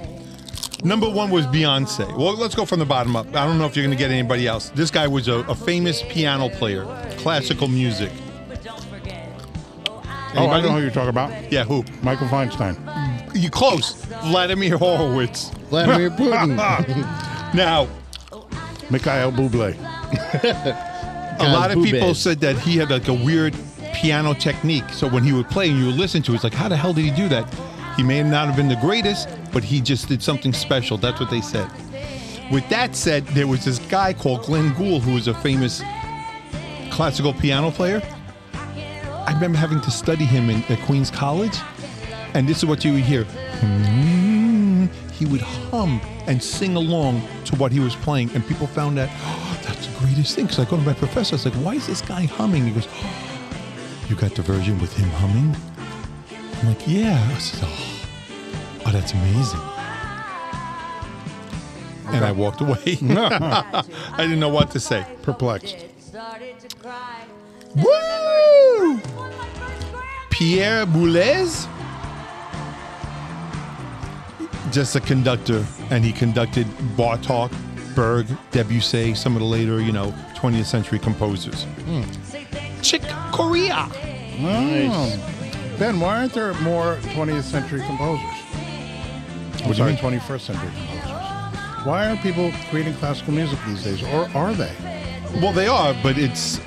[SPEAKER 6] number one was Beyonce. Well, let's go from the bottom up. I don't know if you're going to get anybody else. This guy was a, a famous piano player, classical music.
[SPEAKER 7] Oh, I
[SPEAKER 6] Anybody?
[SPEAKER 7] know who you're talking about.
[SPEAKER 6] Yeah, who?
[SPEAKER 7] Michael Feinstein.
[SPEAKER 6] You close. Vladimir Horowitz.
[SPEAKER 3] Vladimir Putin.
[SPEAKER 6] Now,
[SPEAKER 7] Mikhail Bublé.
[SPEAKER 6] a
[SPEAKER 3] Guys,
[SPEAKER 6] lot of
[SPEAKER 3] boo
[SPEAKER 6] people
[SPEAKER 3] bed.
[SPEAKER 6] said that he had like a weird piano technique. So when he would play and you would listen to it, it's like, how the hell did he do that? He may not have been the greatest, but he just did something special. That's what they said. With that said, there was this guy called Glenn Gould who was a famous classical piano player. I remember having to study him in, at Queens College, and this is what you would hear. He would hum and sing along to what he was playing, and people found that "Oh, that's the greatest thing. Because I go to my professor, I was like, "Why is this guy humming?" He goes, "Oh, "You got the version with him humming." I'm like, "Yeah." I said, "Oh, oh that's amazing." And I walked away. I didn't know what to say.
[SPEAKER 7] Perplexed.
[SPEAKER 6] Woo! Pierre Boulez? Just a conductor, and he conducted Bartok, Berg, Debussy, some of the later, you know, 20th century composers. Chick Corea.
[SPEAKER 7] Oh. Ben, why aren't there more 20th century composers? I'm
[SPEAKER 6] What do you
[SPEAKER 7] sorry,
[SPEAKER 6] mean?
[SPEAKER 7] 21st century composers. Why aren't people creating classical music these days, or are they?
[SPEAKER 6] Well, they are, but it's.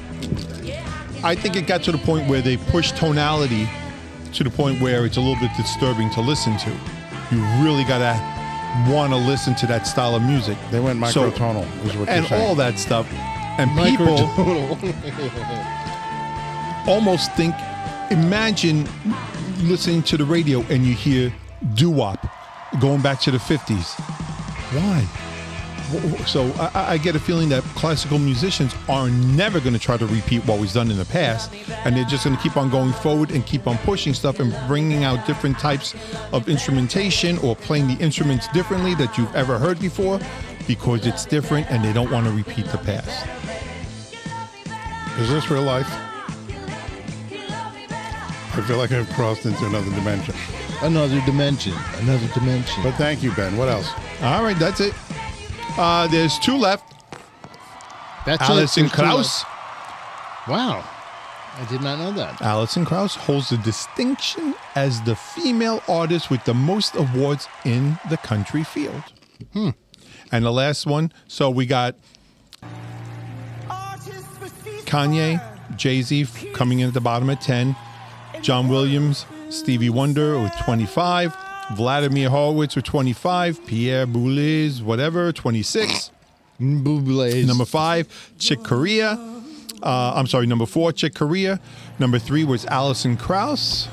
[SPEAKER 6] I think it got to the point where they pushed tonality to the point where it's a little bit disturbing to listen to. You really gotta want to listen to that style of music.
[SPEAKER 7] They went
[SPEAKER 6] So-
[SPEAKER 7] microtonal, is what
[SPEAKER 6] and
[SPEAKER 7] you're saying.
[SPEAKER 6] all that stuff. And people almost think, imagine listening to the radio and you hear doo wop going back to the 50s. Why? W- w- So I- I, I get a feeling that classical musicians are never going to try to repeat what was done in the past, and they're just going to keep on going forward and keep on pushing stuff and bringing out different types of instrumentation or playing the instruments differently that you've ever heard before, because it's different and they don't want to repeat the past.
[SPEAKER 7] Is this real life? I feel like I've crossed into another dimension.
[SPEAKER 3] another dimension, another dimension.
[SPEAKER 7] But thank you, Ben. What else?
[SPEAKER 6] All right, that's it. Uh, there's two left.
[SPEAKER 3] That's it.
[SPEAKER 6] Alison
[SPEAKER 3] There's two left.
[SPEAKER 6] Krauss.
[SPEAKER 3] Wow, I did not know that.
[SPEAKER 6] Alison Krauss holds the distinction as the female artist with the most awards in the country field.
[SPEAKER 3] Hmm.
[SPEAKER 6] And the last one, so we got Kanye, Jay Z coming in at the bottom at 10, John Williams, Stevie Wonder with 25, Vladimir Horowitz with 25, Pierre Boulez, whatever, 26.
[SPEAKER 3] Buble
[SPEAKER 6] Number five, Chick Corea. Uh, I'm sorry, number four, Chick Corea. Number three was Alison Krauss.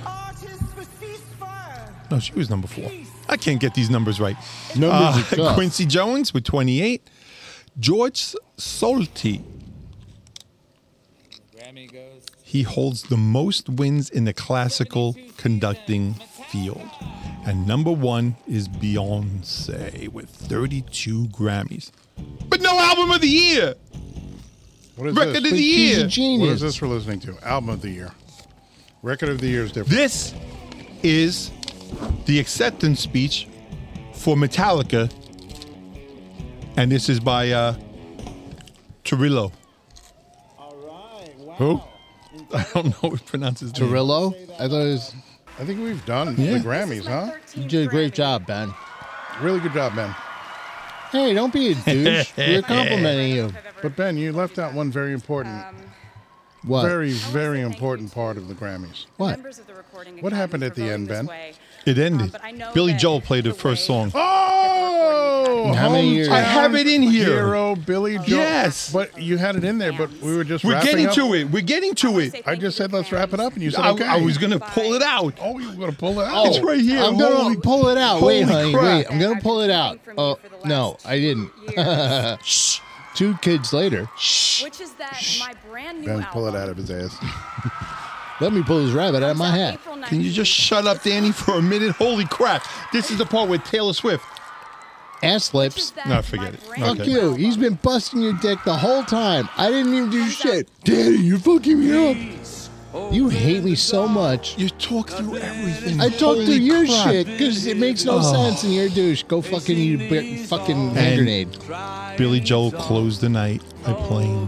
[SPEAKER 6] No, she was number four. I can't get these numbers right. Uh,
[SPEAKER 3] Numbers
[SPEAKER 7] Ah,
[SPEAKER 3] are tough.
[SPEAKER 6] Quincy Jones with 28. George Solti,
[SPEAKER 2] Grammy goes to
[SPEAKER 6] he holds the most wins in the classical conducting field. And number one is Beyonce with 32 Grammys. But no album of the year!
[SPEAKER 7] What is
[SPEAKER 6] Record
[SPEAKER 7] this?
[SPEAKER 6] of the
[SPEAKER 3] But she's a
[SPEAKER 6] year!
[SPEAKER 3] genius.
[SPEAKER 7] What is this we're listening to? Album of the year. Record of the year is different.
[SPEAKER 6] This is the acceptance speech for Metallica, and this is by uh, Torillo.
[SPEAKER 11] All right. Wow.
[SPEAKER 6] Who? I don't know how to pronounce his name.
[SPEAKER 3] Torillo. I thought it was.
[SPEAKER 7] I think we've done
[SPEAKER 6] Yeah.
[SPEAKER 7] the Grammys, huh?
[SPEAKER 3] You did a great job, Ben.
[SPEAKER 7] Really good job, Ben.
[SPEAKER 3] Hey, don't be a douche. We're complimenting you.
[SPEAKER 7] But Ben, you left out one very important
[SPEAKER 3] What?
[SPEAKER 7] Very, very important part of the Grammys.
[SPEAKER 3] What?
[SPEAKER 5] Members of the recording
[SPEAKER 7] What
[SPEAKER 5] Academy
[SPEAKER 7] happened at
[SPEAKER 5] for
[SPEAKER 7] the
[SPEAKER 5] voting
[SPEAKER 7] end,
[SPEAKER 5] this
[SPEAKER 7] Ben?
[SPEAKER 5] way.
[SPEAKER 6] It ended.
[SPEAKER 5] Uh, but I know
[SPEAKER 6] Billy
[SPEAKER 5] that
[SPEAKER 6] Joel played
[SPEAKER 5] the
[SPEAKER 6] the first
[SPEAKER 5] way-
[SPEAKER 6] song.
[SPEAKER 7] Oh,
[SPEAKER 3] How many years?
[SPEAKER 7] hometown
[SPEAKER 3] I
[SPEAKER 6] have it in here.
[SPEAKER 7] Hero Billy Joel.
[SPEAKER 6] Yes.
[SPEAKER 7] but you had it in there. But we were just.
[SPEAKER 6] We're
[SPEAKER 7] wrapping
[SPEAKER 6] getting
[SPEAKER 7] up.
[SPEAKER 6] to it. We're getting to it.
[SPEAKER 7] I just said let's wrap it up, and you said
[SPEAKER 6] I,
[SPEAKER 7] okay.
[SPEAKER 6] I was going to pull it out.
[SPEAKER 7] Oh, you were gonna pull it out.
[SPEAKER 3] Oh,
[SPEAKER 6] It's right here.
[SPEAKER 3] I'm gonna
[SPEAKER 6] Holy-
[SPEAKER 3] pull it out. Wait,
[SPEAKER 6] holy
[SPEAKER 3] honey.
[SPEAKER 6] crap.
[SPEAKER 3] Wait, I'm gonna pull it out.
[SPEAKER 5] From you
[SPEAKER 3] Oh
[SPEAKER 5] for the
[SPEAKER 3] no,
[SPEAKER 5] last
[SPEAKER 3] I didn't.
[SPEAKER 5] years,
[SPEAKER 3] Two kids later.
[SPEAKER 5] which is that my brand new
[SPEAKER 7] Ben,
[SPEAKER 5] album.
[SPEAKER 7] pull it out of his ass.
[SPEAKER 3] Let me pull this rabbit out of my
[SPEAKER 5] comes out
[SPEAKER 3] hat.
[SPEAKER 5] April
[SPEAKER 6] Can you just
[SPEAKER 5] 19th.
[SPEAKER 6] shut up, Danny, for a minute? Holy crap. This is the part with Taylor Swift.
[SPEAKER 3] Ass
[SPEAKER 5] Which is
[SPEAKER 3] lips.
[SPEAKER 5] that
[SPEAKER 6] No,
[SPEAKER 5] my
[SPEAKER 6] forget it.
[SPEAKER 5] brand
[SPEAKER 3] Fuck
[SPEAKER 5] new
[SPEAKER 6] Okay.
[SPEAKER 3] you.
[SPEAKER 5] album.
[SPEAKER 3] He's been busting your dick the whole time. I didn't even do shit. Daddy, you fucking me up. You hate me so much.
[SPEAKER 6] You talk through everything.
[SPEAKER 3] I talk to
[SPEAKER 6] Holy
[SPEAKER 3] your
[SPEAKER 6] crap.
[SPEAKER 3] shit because it makes no sense and you're a douche. Go fucking you b- fucking hand
[SPEAKER 6] And-
[SPEAKER 3] grenade.
[SPEAKER 6] Billy Joel closed the night by playing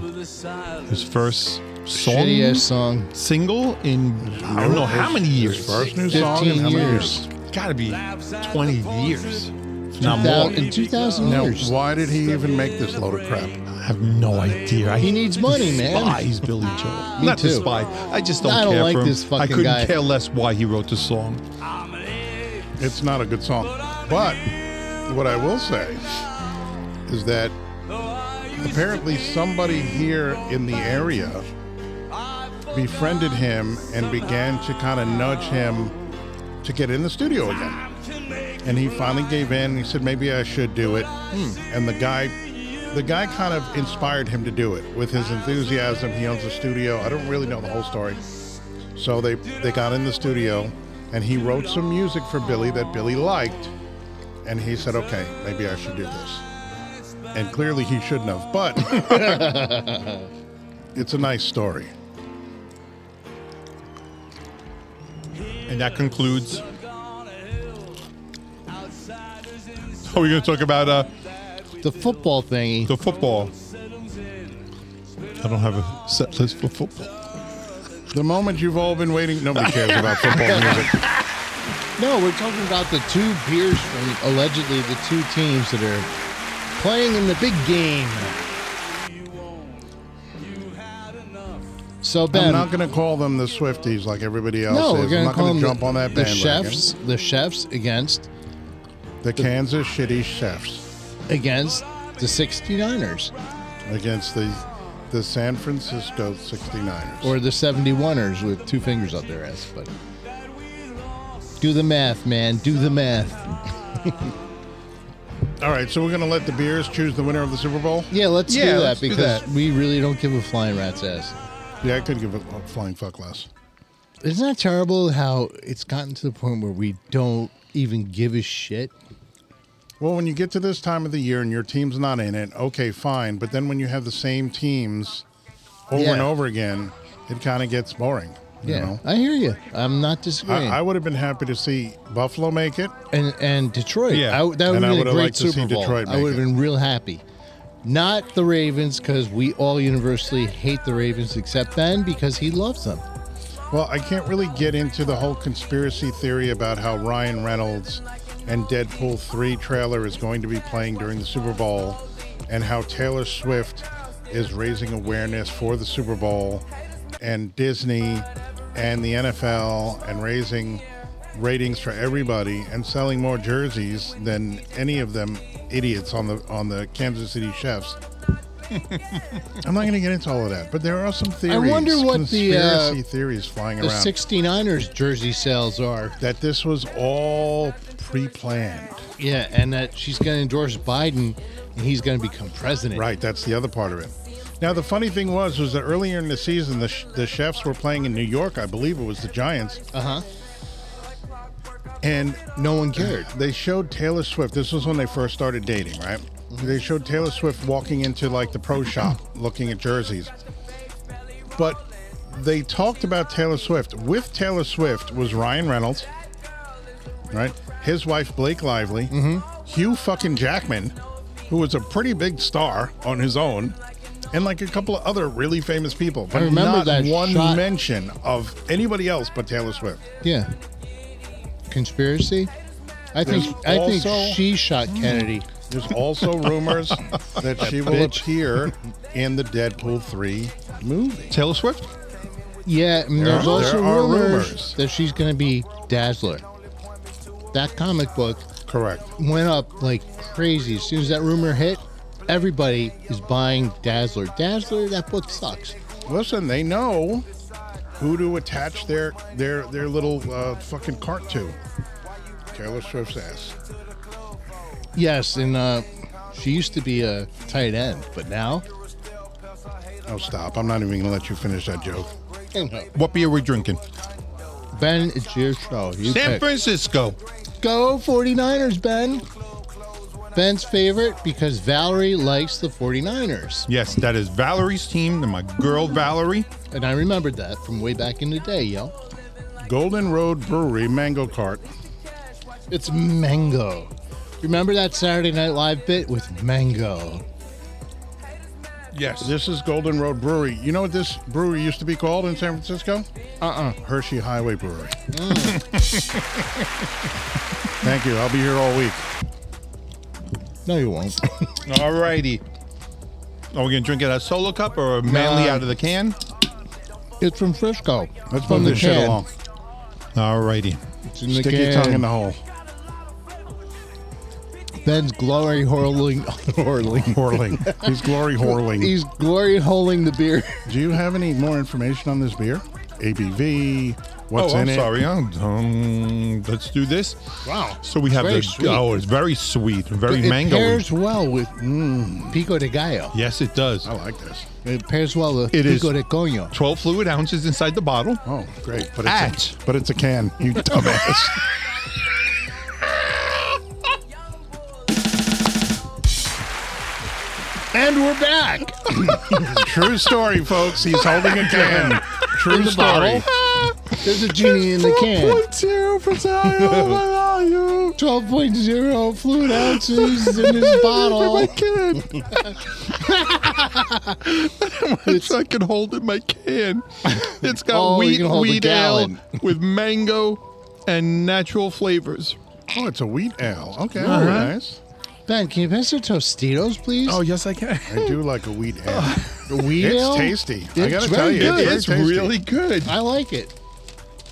[SPEAKER 6] his first song
[SPEAKER 3] Shitty ass song.
[SPEAKER 6] single in I don't know how many years.
[SPEAKER 7] First new song in
[SPEAKER 3] 15
[SPEAKER 7] how many
[SPEAKER 3] years.
[SPEAKER 6] Gotta be 20 years. if Not
[SPEAKER 3] Now,
[SPEAKER 6] more.
[SPEAKER 3] in 2,000
[SPEAKER 7] Now,
[SPEAKER 3] years.
[SPEAKER 7] why did he even make this load of crap?
[SPEAKER 6] I have no idea. I
[SPEAKER 3] He needs money, man.
[SPEAKER 6] Despise Billy Joel.
[SPEAKER 3] Me
[SPEAKER 6] Not
[SPEAKER 3] too.
[SPEAKER 6] despise. I just don't
[SPEAKER 3] I don't
[SPEAKER 6] care
[SPEAKER 3] like
[SPEAKER 6] for him.
[SPEAKER 3] this fucking
[SPEAKER 6] I couldn't
[SPEAKER 3] guy.
[SPEAKER 6] care less why he wrote the song.
[SPEAKER 7] It's not a good song. But what I will say is that apparently somebody here in the area befriended him and began to kind of nudge him to get in the studio again. And he finally gave in. He said, "Maybe I should do it." And the guy, the guy, kind of inspired him to do it with his enthusiasm. He owns a studio. I don't really know the whole story. So they they got in the studio, and he wrote some music for Billy that Billy liked, and he said, "Okay, maybe I should do this." And clearly he shouldn't have, but it's a nice story.
[SPEAKER 6] And that concludes. Are we going to talk about uh,
[SPEAKER 3] The football thingy.
[SPEAKER 6] the football? I don't have a set list for football.
[SPEAKER 7] The moment you've all been waiting, nobody cares about football music.
[SPEAKER 3] No, we're talking about the two beers from allegedly the two teams that are playing in the big game. So Ben,
[SPEAKER 7] I'm not going to call them the Swifties like everybody else
[SPEAKER 3] no, we're
[SPEAKER 7] is. I'm
[SPEAKER 3] going to
[SPEAKER 7] not
[SPEAKER 3] call them
[SPEAKER 7] going to
[SPEAKER 3] the-
[SPEAKER 7] jump on that
[SPEAKER 3] the
[SPEAKER 7] bandwagon.
[SPEAKER 3] chefs, the chefs against
[SPEAKER 7] the Kansas City Chefs
[SPEAKER 3] against the 69ers
[SPEAKER 7] against the the San Francisco 69ers.
[SPEAKER 3] or the 71ers with two fingers up their ass. But do the math, man. Do the math.
[SPEAKER 7] all right, so we're going to let the beers choose the winner of the Super Bowl.
[SPEAKER 3] Yeah, let's
[SPEAKER 6] Yeah,
[SPEAKER 3] do that
[SPEAKER 6] let's do
[SPEAKER 3] because
[SPEAKER 6] that.
[SPEAKER 3] we really don't give a flying rat's ass.
[SPEAKER 7] Yeah, I could give a flying fuck less.
[SPEAKER 3] Isn't that terrible how it's gotten to the point where we don't even give a shit?
[SPEAKER 7] Well, when you get to this time of the year and your team's not in it, okay, fine. But then when you have the same teams over
[SPEAKER 3] Yeah.
[SPEAKER 7] and over again, it kind of gets boring. You
[SPEAKER 3] Yeah,
[SPEAKER 7] know?
[SPEAKER 3] I hear you. I'm not disagreeing.
[SPEAKER 7] I, I would have been happy to see Buffalo make it.
[SPEAKER 3] and and Detroit.
[SPEAKER 6] Yeah.
[SPEAKER 3] I, that would
[SPEAKER 7] And I
[SPEAKER 3] have been a
[SPEAKER 7] would've
[SPEAKER 3] great
[SPEAKER 7] liked to see
[SPEAKER 3] Super Bowl.
[SPEAKER 7] Detroit
[SPEAKER 3] I
[SPEAKER 7] make
[SPEAKER 3] would have
[SPEAKER 7] it.
[SPEAKER 3] been real happy. Not the Ravens because we all universally hate the Ravens except Ben because he loves them.
[SPEAKER 7] Well, I can't really get into the whole conspiracy theory about how Ryan Reynolds and Deadpool 3 trailer is going to be playing during the Super Bowl and how Taylor Swift is raising awareness for the Super Bowl and Disney and the NFL and raising ratings for everybody and selling more jerseys than any of them idiots on the on the Kansas City Chefs. I'm not going to get into all of that, but there are some theories.
[SPEAKER 3] wonder what the, uh,
[SPEAKER 7] conspiracy theories flying
[SPEAKER 3] The
[SPEAKER 7] around
[SPEAKER 3] 69ers jersey sales are.
[SPEAKER 7] that this was all pre-planned.
[SPEAKER 3] Yeah, and that she's going to endorse Biden and he's going to become president.
[SPEAKER 7] Right, that's the other part of it. Now the funny thing was was that earlier in the season the sh- the chefs were playing in New York, I believe it was the Giants,
[SPEAKER 3] Uh huh.
[SPEAKER 7] and
[SPEAKER 3] No one cared.
[SPEAKER 7] they showed Taylor Swift. This was when they first started dating, right?
[SPEAKER 3] Mm-hmm.
[SPEAKER 7] They showed Taylor Swift walking into like the pro shop looking at jerseys. But they talked about Taylor Swift. With Taylor Swift was Ryan Reynolds, right? His wife Blake Lively,
[SPEAKER 3] Mm-hmm.
[SPEAKER 7] Hugh fucking Jackman, who was a pretty big star on his own, and like a couple of other really famous people. But
[SPEAKER 3] remember
[SPEAKER 7] not
[SPEAKER 3] that
[SPEAKER 7] one
[SPEAKER 3] shot.
[SPEAKER 7] mention of anybody else but Taylor Swift.
[SPEAKER 3] Yeah. Conspiracy? I think
[SPEAKER 7] There's
[SPEAKER 3] I think
[SPEAKER 7] also-
[SPEAKER 3] she shot Kennedy.
[SPEAKER 7] There's also rumors that she will
[SPEAKER 3] bitch.
[SPEAKER 7] appear in the Deadpool 3 movie.
[SPEAKER 6] Taylor Swift?
[SPEAKER 3] Yeah, and
[SPEAKER 7] There
[SPEAKER 3] there's
[SPEAKER 7] are-
[SPEAKER 3] also
[SPEAKER 7] there are
[SPEAKER 3] rumors,
[SPEAKER 7] rumors.
[SPEAKER 3] that she's going to be Dazzler. That comic book
[SPEAKER 7] Correct.
[SPEAKER 3] went up like crazy as soon as that rumor hit. Everybody is buying Dazzler. Dazzler, that book sucks.
[SPEAKER 7] Listen, they know who to attach their their their little uh, fucking cart to. Taylor Swift's ass.
[SPEAKER 3] Yes, and uh, she used to be a tight end, but now,
[SPEAKER 7] Oh, stop! I'm not even gonna let you finish that joke.
[SPEAKER 3] you know,
[SPEAKER 6] What beer we drinking?
[SPEAKER 3] Ben, it's your show. You
[SPEAKER 6] San
[SPEAKER 3] pick.
[SPEAKER 6] Francisco.
[SPEAKER 3] Go 49ers, Ben. Ben's favorite because Valerie likes the 49ers.
[SPEAKER 6] Yes, that is Valerie's team. And my girl Valerie.
[SPEAKER 3] And I remembered that from way back in the day, yo.
[SPEAKER 7] Golden Road Brewery Mango Cart.
[SPEAKER 3] It's mango. Remember that Saturday Night Live bit with mango?
[SPEAKER 6] Yes.
[SPEAKER 7] This is Golden Road Brewery. You know what this brewery used to be called in San Francisco? Uh
[SPEAKER 3] Uh-uh.
[SPEAKER 7] uh Hershey Highway Brewery.
[SPEAKER 3] Mm.
[SPEAKER 7] Thank you. I'll be here all week.
[SPEAKER 3] No, you won't.
[SPEAKER 6] All righty. Are we gonna drink it out of solo cup or manly
[SPEAKER 3] Nah.
[SPEAKER 6] out of the can?
[SPEAKER 3] it's from Frisco.
[SPEAKER 7] Let's
[SPEAKER 3] From
[SPEAKER 7] move
[SPEAKER 3] the
[SPEAKER 7] this shit
[SPEAKER 3] can.
[SPEAKER 7] along.
[SPEAKER 6] All righty.
[SPEAKER 3] It's in the
[SPEAKER 7] Stick your
[SPEAKER 3] can.
[SPEAKER 7] tongue in the hole.
[SPEAKER 3] Ben's glory horling, horling.
[SPEAKER 7] Horling. He's glory horling.
[SPEAKER 3] He's glory holing the beer.
[SPEAKER 7] Do you have any more information on this beer? ABV. What's
[SPEAKER 6] oh,
[SPEAKER 7] in
[SPEAKER 6] I'm
[SPEAKER 7] it?
[SPEAKER 6] sorry. I'm- um, let's do this.
[SPEAKER 3] Wow.
[SPEAKER 6] So we have
[SPEAKER 3] Very
[SPEAKER 6] the
[SPEAKER 3] sweet.
[SPEAKER 6] oh, it's very sweet, very
[SPEAKER 3] It
[SPEAKER 6] mango.
[SPEAKER 3] pairs well with mm, pico de gallo. Oh.
[SPEAKER 6] Yes, it does.
[SPEAKER 7] I like this.
[SPEAKER 3] It pairs well with
[SPEAKER 6] It is-
[SPEAKER 3] pico de coño.
[SPEAKER 6] Twelve fluid ounces inside the bottle.
[SPEAKER 7] Oh, great. But
[SPEAKER 6] At.
[SPEAKER 7] it's, a, but it's a can, you dumbass.
[SPEAKER 3] And we're back.
[SPEAKER 7] True story, folks. He's holding a can. True
[SPEAKER 3] In the
[SPEAKER 7] story.
[SPEAKER 3] bottle. There's a genie in the can. 12.0 fluid ounces in this bottle.
[SPEAKER 6] can. It's, I can hold in my can. It's got
[SPEAKER 3] Oh, you
[SPEAKER 6] wheat,
[SPEAKER 3] can hold a
[SPEAKER 6] wheat ale
[SPEAKER 3] gallon.
[SPEAKER 6] with mango and natural flavors.
[SPEAKER 7] Oh, it's a wheat ale. Okay,
[SPEAKER 6] Uh-huh.
[SPEAKER 7] nice.
[SPEAKER 3] Ben, can you pass the Tostitos, please?
[SPEAKER 6] yes, I can.
[SPEAKER 7] I do like a wheat ale.
[SPEAKER 3] the wheat
[SPEAKER 7] it's
[SPEAKER 3] ale?
[SPEAKER 7] tasty. I
[SPEAKER 3] It's
[SPEAKER 7] gotta
[SPEAKER 3] very
[SPEAKER 7] tell you,
[SPEAKER 3] good.
[SPEAKER 7] it
[SPEAKER 6] It's
[SPEAKER 7] is tasty.
[SPEAKER 6] really good.
[SPEAKER 3] I like it,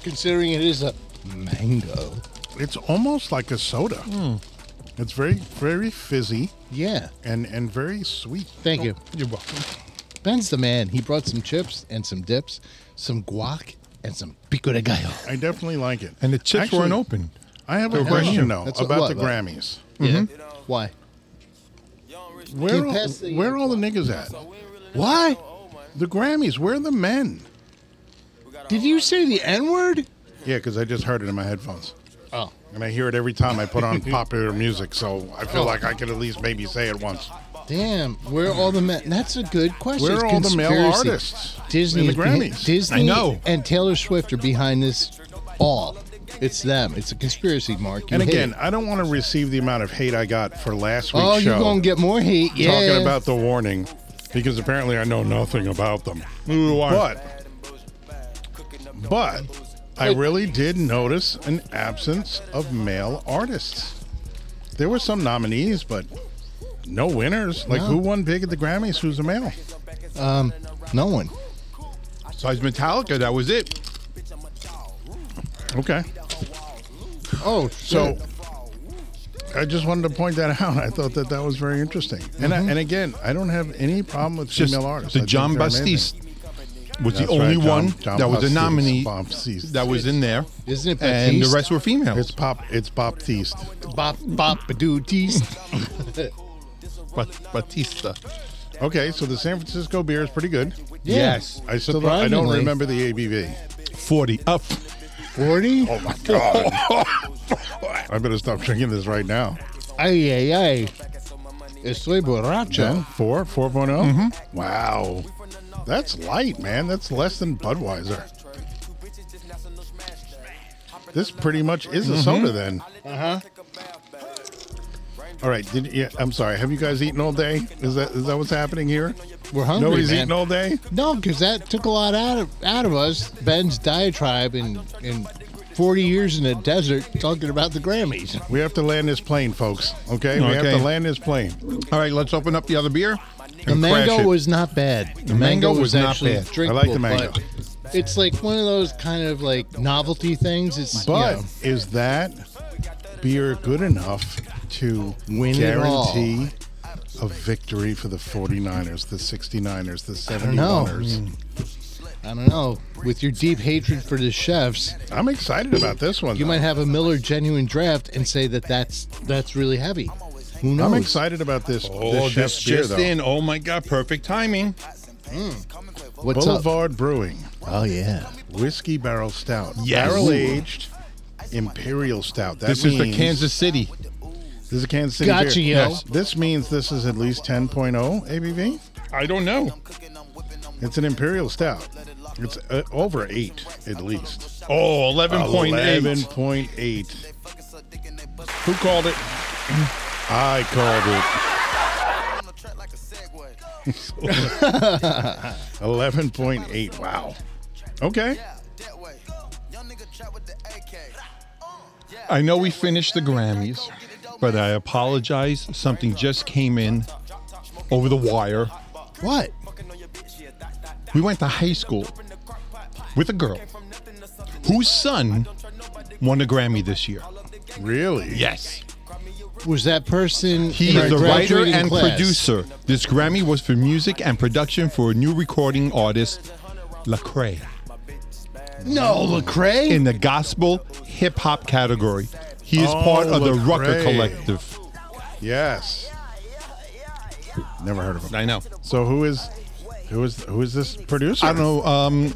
[SPEAKER 3] considering it is a mango.
[SPEAKER 7] It's almost like a soda. It's very, very fizzy
[SPEAKER 3] Hmm. Yeah.
[SPEAKER 7] and and very sweet.
[SPEAKER 3] Thank you.
[SPEAKER 6] You're welcome.
[SPEAKER 3] Ben's the man. He brought some chips and some dips, some guac, and some pico de gallo.
[SPEAKER 7] I definitely like it.
[SPEAKER 6] And the chips
[SPEAKER 7] Actually,
[SPEAKER 6] weren't open.
[SPEAKER 7] I have a
[SPEAKER 6] Good
[SPEAKER 7] question
[SPEAKER 6] question.
[SPEAKER 7] though
[SPEAKER 3] That's what-
[SPEAKER 7] about
[SPEAKER 3] what,
[SPEAKER 7] the
[SPEAKER 3] what?
[SPEAKER 7] Grammys. Mm-hmm.
[SPEAKER 3] Yeah. Why?
[SPEAKER 7] Where
[SPEAKER 3] You
[SPEAKER 7] all,
[SPEAKER 3] pass the-
[SPEAKER 7] where all the niggas at?
[SPEAKER 3] Why?
[SPEAKER 7] The Grammys. Where are the men?
[SPEAKER 3] Did you say the N word?
[SPEAKER 7] Yeah, because I just heard it in my headphones.
[SPEAKER 3] Oh.
[SPEAKER 7] And I hear it every time I put on popular music, so I
[SPEAKER 3] Oh.
[SPEAKER 7] feel like I could at least maybe say it once.
[SPEAKER 3] Damn, where are all the men? That's a good question.
[SPEAKER 7] Where
[SPEAKER 3] It's
[SPEAKER 7] are all the male
[SPEAKER 3] conspiracy.
[SPEAKER 7] artists
[SPEAKER 3] Disney,
[SPEAKER 7] in the
[SPEAKER 3] is beh-
[SPEAKER 7] Grammys?
[SPEAKER 3] Disney,
[SPEAKER 6] I know.
[SPEAKER 3] and Taylor Swift are behind this all. It's them. It's a conspiracy, Mark. You
[SPEAKER 7] And
[SPEAKER 3] hit
[SPEAKER 7] again,
[SPEAKER 3] it.
[SPEAKER 7] I don't want to receive the amount of hate I got for last week's
[SPEAKER 3] oh,
[SPEAKER 7] show.
[SPEAKER 3] you're gonna get more hate. Yeah,
[SPEAKER 7] talking about the warning because apparently I know nothing about them. But, but I really did notice an absence of male artists. There were some nominees, but no winners. Like
[SPEAKER 3] No.
[SPEAKER 7] who won big at the Grammys? Who's a male?
[SPEAKER 3] no one.
[SPEAKER 6] Besides Metallica, that was it.
[SPEAKER 7] Okay,
[SPEAKER 3] Oh,
[SPEAKER 7] so.
[SPEAKER 3] so
[SPEAKER 7] I just wanted to point that out. I thought that that was very interesting. And I, and again, I I don't have any problem with
[SPEAKER 6] Mm-hmm. Just
[SPEAKER 7] female artists.
[SPEAKER 6] the
[SPEAKER 7] I think
[SPEAKER 6] John
[SPEAKER 7] they're amazing.
[SPEAKER 6] Baptiste was
[SPEAKER 7] That's
[SPEAKER 6] the only
[SPEAKER 7] right, John-
[SPEAKER 6] one
[SPEAKER 7] John
[SPEAKER 6] that was a
[SPEAKER 7] Baptiste,
[SPEAKER 6] nominee
[SPEAKER 7] Baptiste.
[SPEAKER 6] that was in there.
[SPEAKER 3] Isn't it
[SPEAKER 6] And the
[SPEAKER 3] Baptiste?
[SPEAKER 6] rest were
[SPEAKER 7] It's
[SPEAKER 6] females.
[SPEAKER 7] pop. It's Baptiste.
[SPEAKER 3] bop bop doo tees.
[SPEAKER 6] Bat- Batista.
[SPEAKER 7] Okay, so the San Francisco beer is pretty good.
[SPEAKER 6] Yes.
[SPEAKER 7] I still don't, I don't
[SPEAKER 3] Surprisingly.
[SPEAKER 7] remember the ABV.
[SPEAKER 6] 40 up.
[SPEAKER 3] Forty.
[SPEAKER 7] Oh my god! I better stop drinking this right now.
[SPEAKER 3] Ay ay ay. Estoy borracho. Mm-hmm.
[SPEAKER 7] Jen, four, 4.0? Wow, that's light, man. That's less than Budweiser. This pretty much is
[SPEAKER 3] Mm-hmm.
[SPEAKER 7] a soda then. Uh
[SPEAKER 3] Uh-huh.
[SPEAKER 7] huh. All right. Did yeah, I'm sorry. Have you guys eaten all day? Is that is that what's happening here?
[SPEAKER 3] We're hungry,
[SPEAKER 7] Nobody's
[SPEAKER 3] man.
[SPEAKER 7] eating all day.
[SPEAKER 3] No, because that took a lot out of out of us. Ben's diatribe in in forty years in the desert talking about the Grammys.
[SPEAKER 7] We have to land this plane, folks. Okay, we have
[SPEAKER 6] Okay.
[SPEAKER 7] to land this plane.
[SPEAKER 6] All right, let's open up the other beer.
[SPEAKER 3] The
[SPEAKER 6] and crash
[SPEAKER 3] mango
[SPEAKER 6] it.
[SPEAKER 3] was not bad. The
[SPEAKER 6] mango was not
[SPEAKER 3] actually
[SPEAKER 6] bad. I
[SPEAKER 3] drinkable.
[SPEAKER 7] like the mango.
[SPEAKER 3] but It's like one of those kind of like novelty things. It's
[SPEAKER 7] But
[SPEAKER 3] you know,
[SPEAKER 7] is that beer good enough to
[SPEAKER 3] Win it all.
[SPEAKER 7] guarantee a victory for the 49ers, the 69ers, the
[SPEAKER 3] don't know. Hmm.
[SPEAKER 7] 71ers?
[SPEAKER 3] I don't know. With your deep hatred for the chefs,
[SPEAKER 7] I'm excited about this one.
[SPEAKER 3] you
[SPEAKER 7] though.
[SPEAKER 3] might have a Miller genuine draft and say that that's that's really heavy. Who knows?
[SPEAKER 7] I'm excited about this.
[SPEAKER 6] Oh,
[SPEAKER 7] this
[SPEAKER 6] this
[SPEAKER 7] chef's beer,
[SPEAKER 6] just
[SPEAKER 7] though.
[SPEAKER 6] in. Oh my God, perfect timing.
[SPEAKER 3] What's
[SPEAKER 7] Boulevard Brewing
[SPEAKER 3] up? Oh yeah.
[SPEAKER 7] Whiskey Barrel Stout,
[SPEAKER 6] Yes.
[SPEAKER 7] barrel aged Imperial Stout. That
[SPEAKER 6] this is the
[SPEAKER 7] means-
[SPEAKER 6] Kansas City.
[SPEAKER 7] This is a Kansas City
[SPEAKER 3] Gotcha,
[SPEAKER 7] beer.
[SPEAKER 3] yo.
[SPEAKER 7] This means this is at least 10.0 ABV.
[SPEAKER 6] I don't know.
[SPEAKER 7] It's an Imperial Stout. It's uh, over eight at least.
[SPEAKER 6] Oh, 11.8.
[SPEAKER 7] 11.8.
[SPEAKER 6] Who called it?
[SPEAKER 7] I called it. Eleven point eight. Wow. Okay.
[SPEAKER 6] I know we finished the Grammys, but I apologize. Something just came in over the wire.
[SPEAKER 3] What?
[SPEAKER 6] We went to high school with a girl whose son won a Grammy this year.
[SPEAKER 7] Really?
[SPEAKER 6] Yes.
[SPEAKER 3] Was that person?
[SPEAKER 6] He
[SPEAKER 3] in our
[SPEAKER 6] is the writer
[SPEAKER 3] graduating
[SPEAKER 6] and
[SPEAKER 3] class?
[SPEAKER 6] producer. This Grammy was for music and production for a new recording artist, Lacrae,
[SPEAKER 3] No, Lecrae.
[SPEAKER 6] in the gospel hip hop category. He is part
[SPEAKER 7] Oh,
[SPEAKER 6] of the Rucker
[SPEAKER 7] Lecrae.
[SPEAKER 6] Collective.
[SPEAKER 7] Yes. Never heard of him.
[SPEAKER 6] I know.
[SPEAKER 7] So who is who is who is this producer?
[SPEAKER 6] I don't know. Um,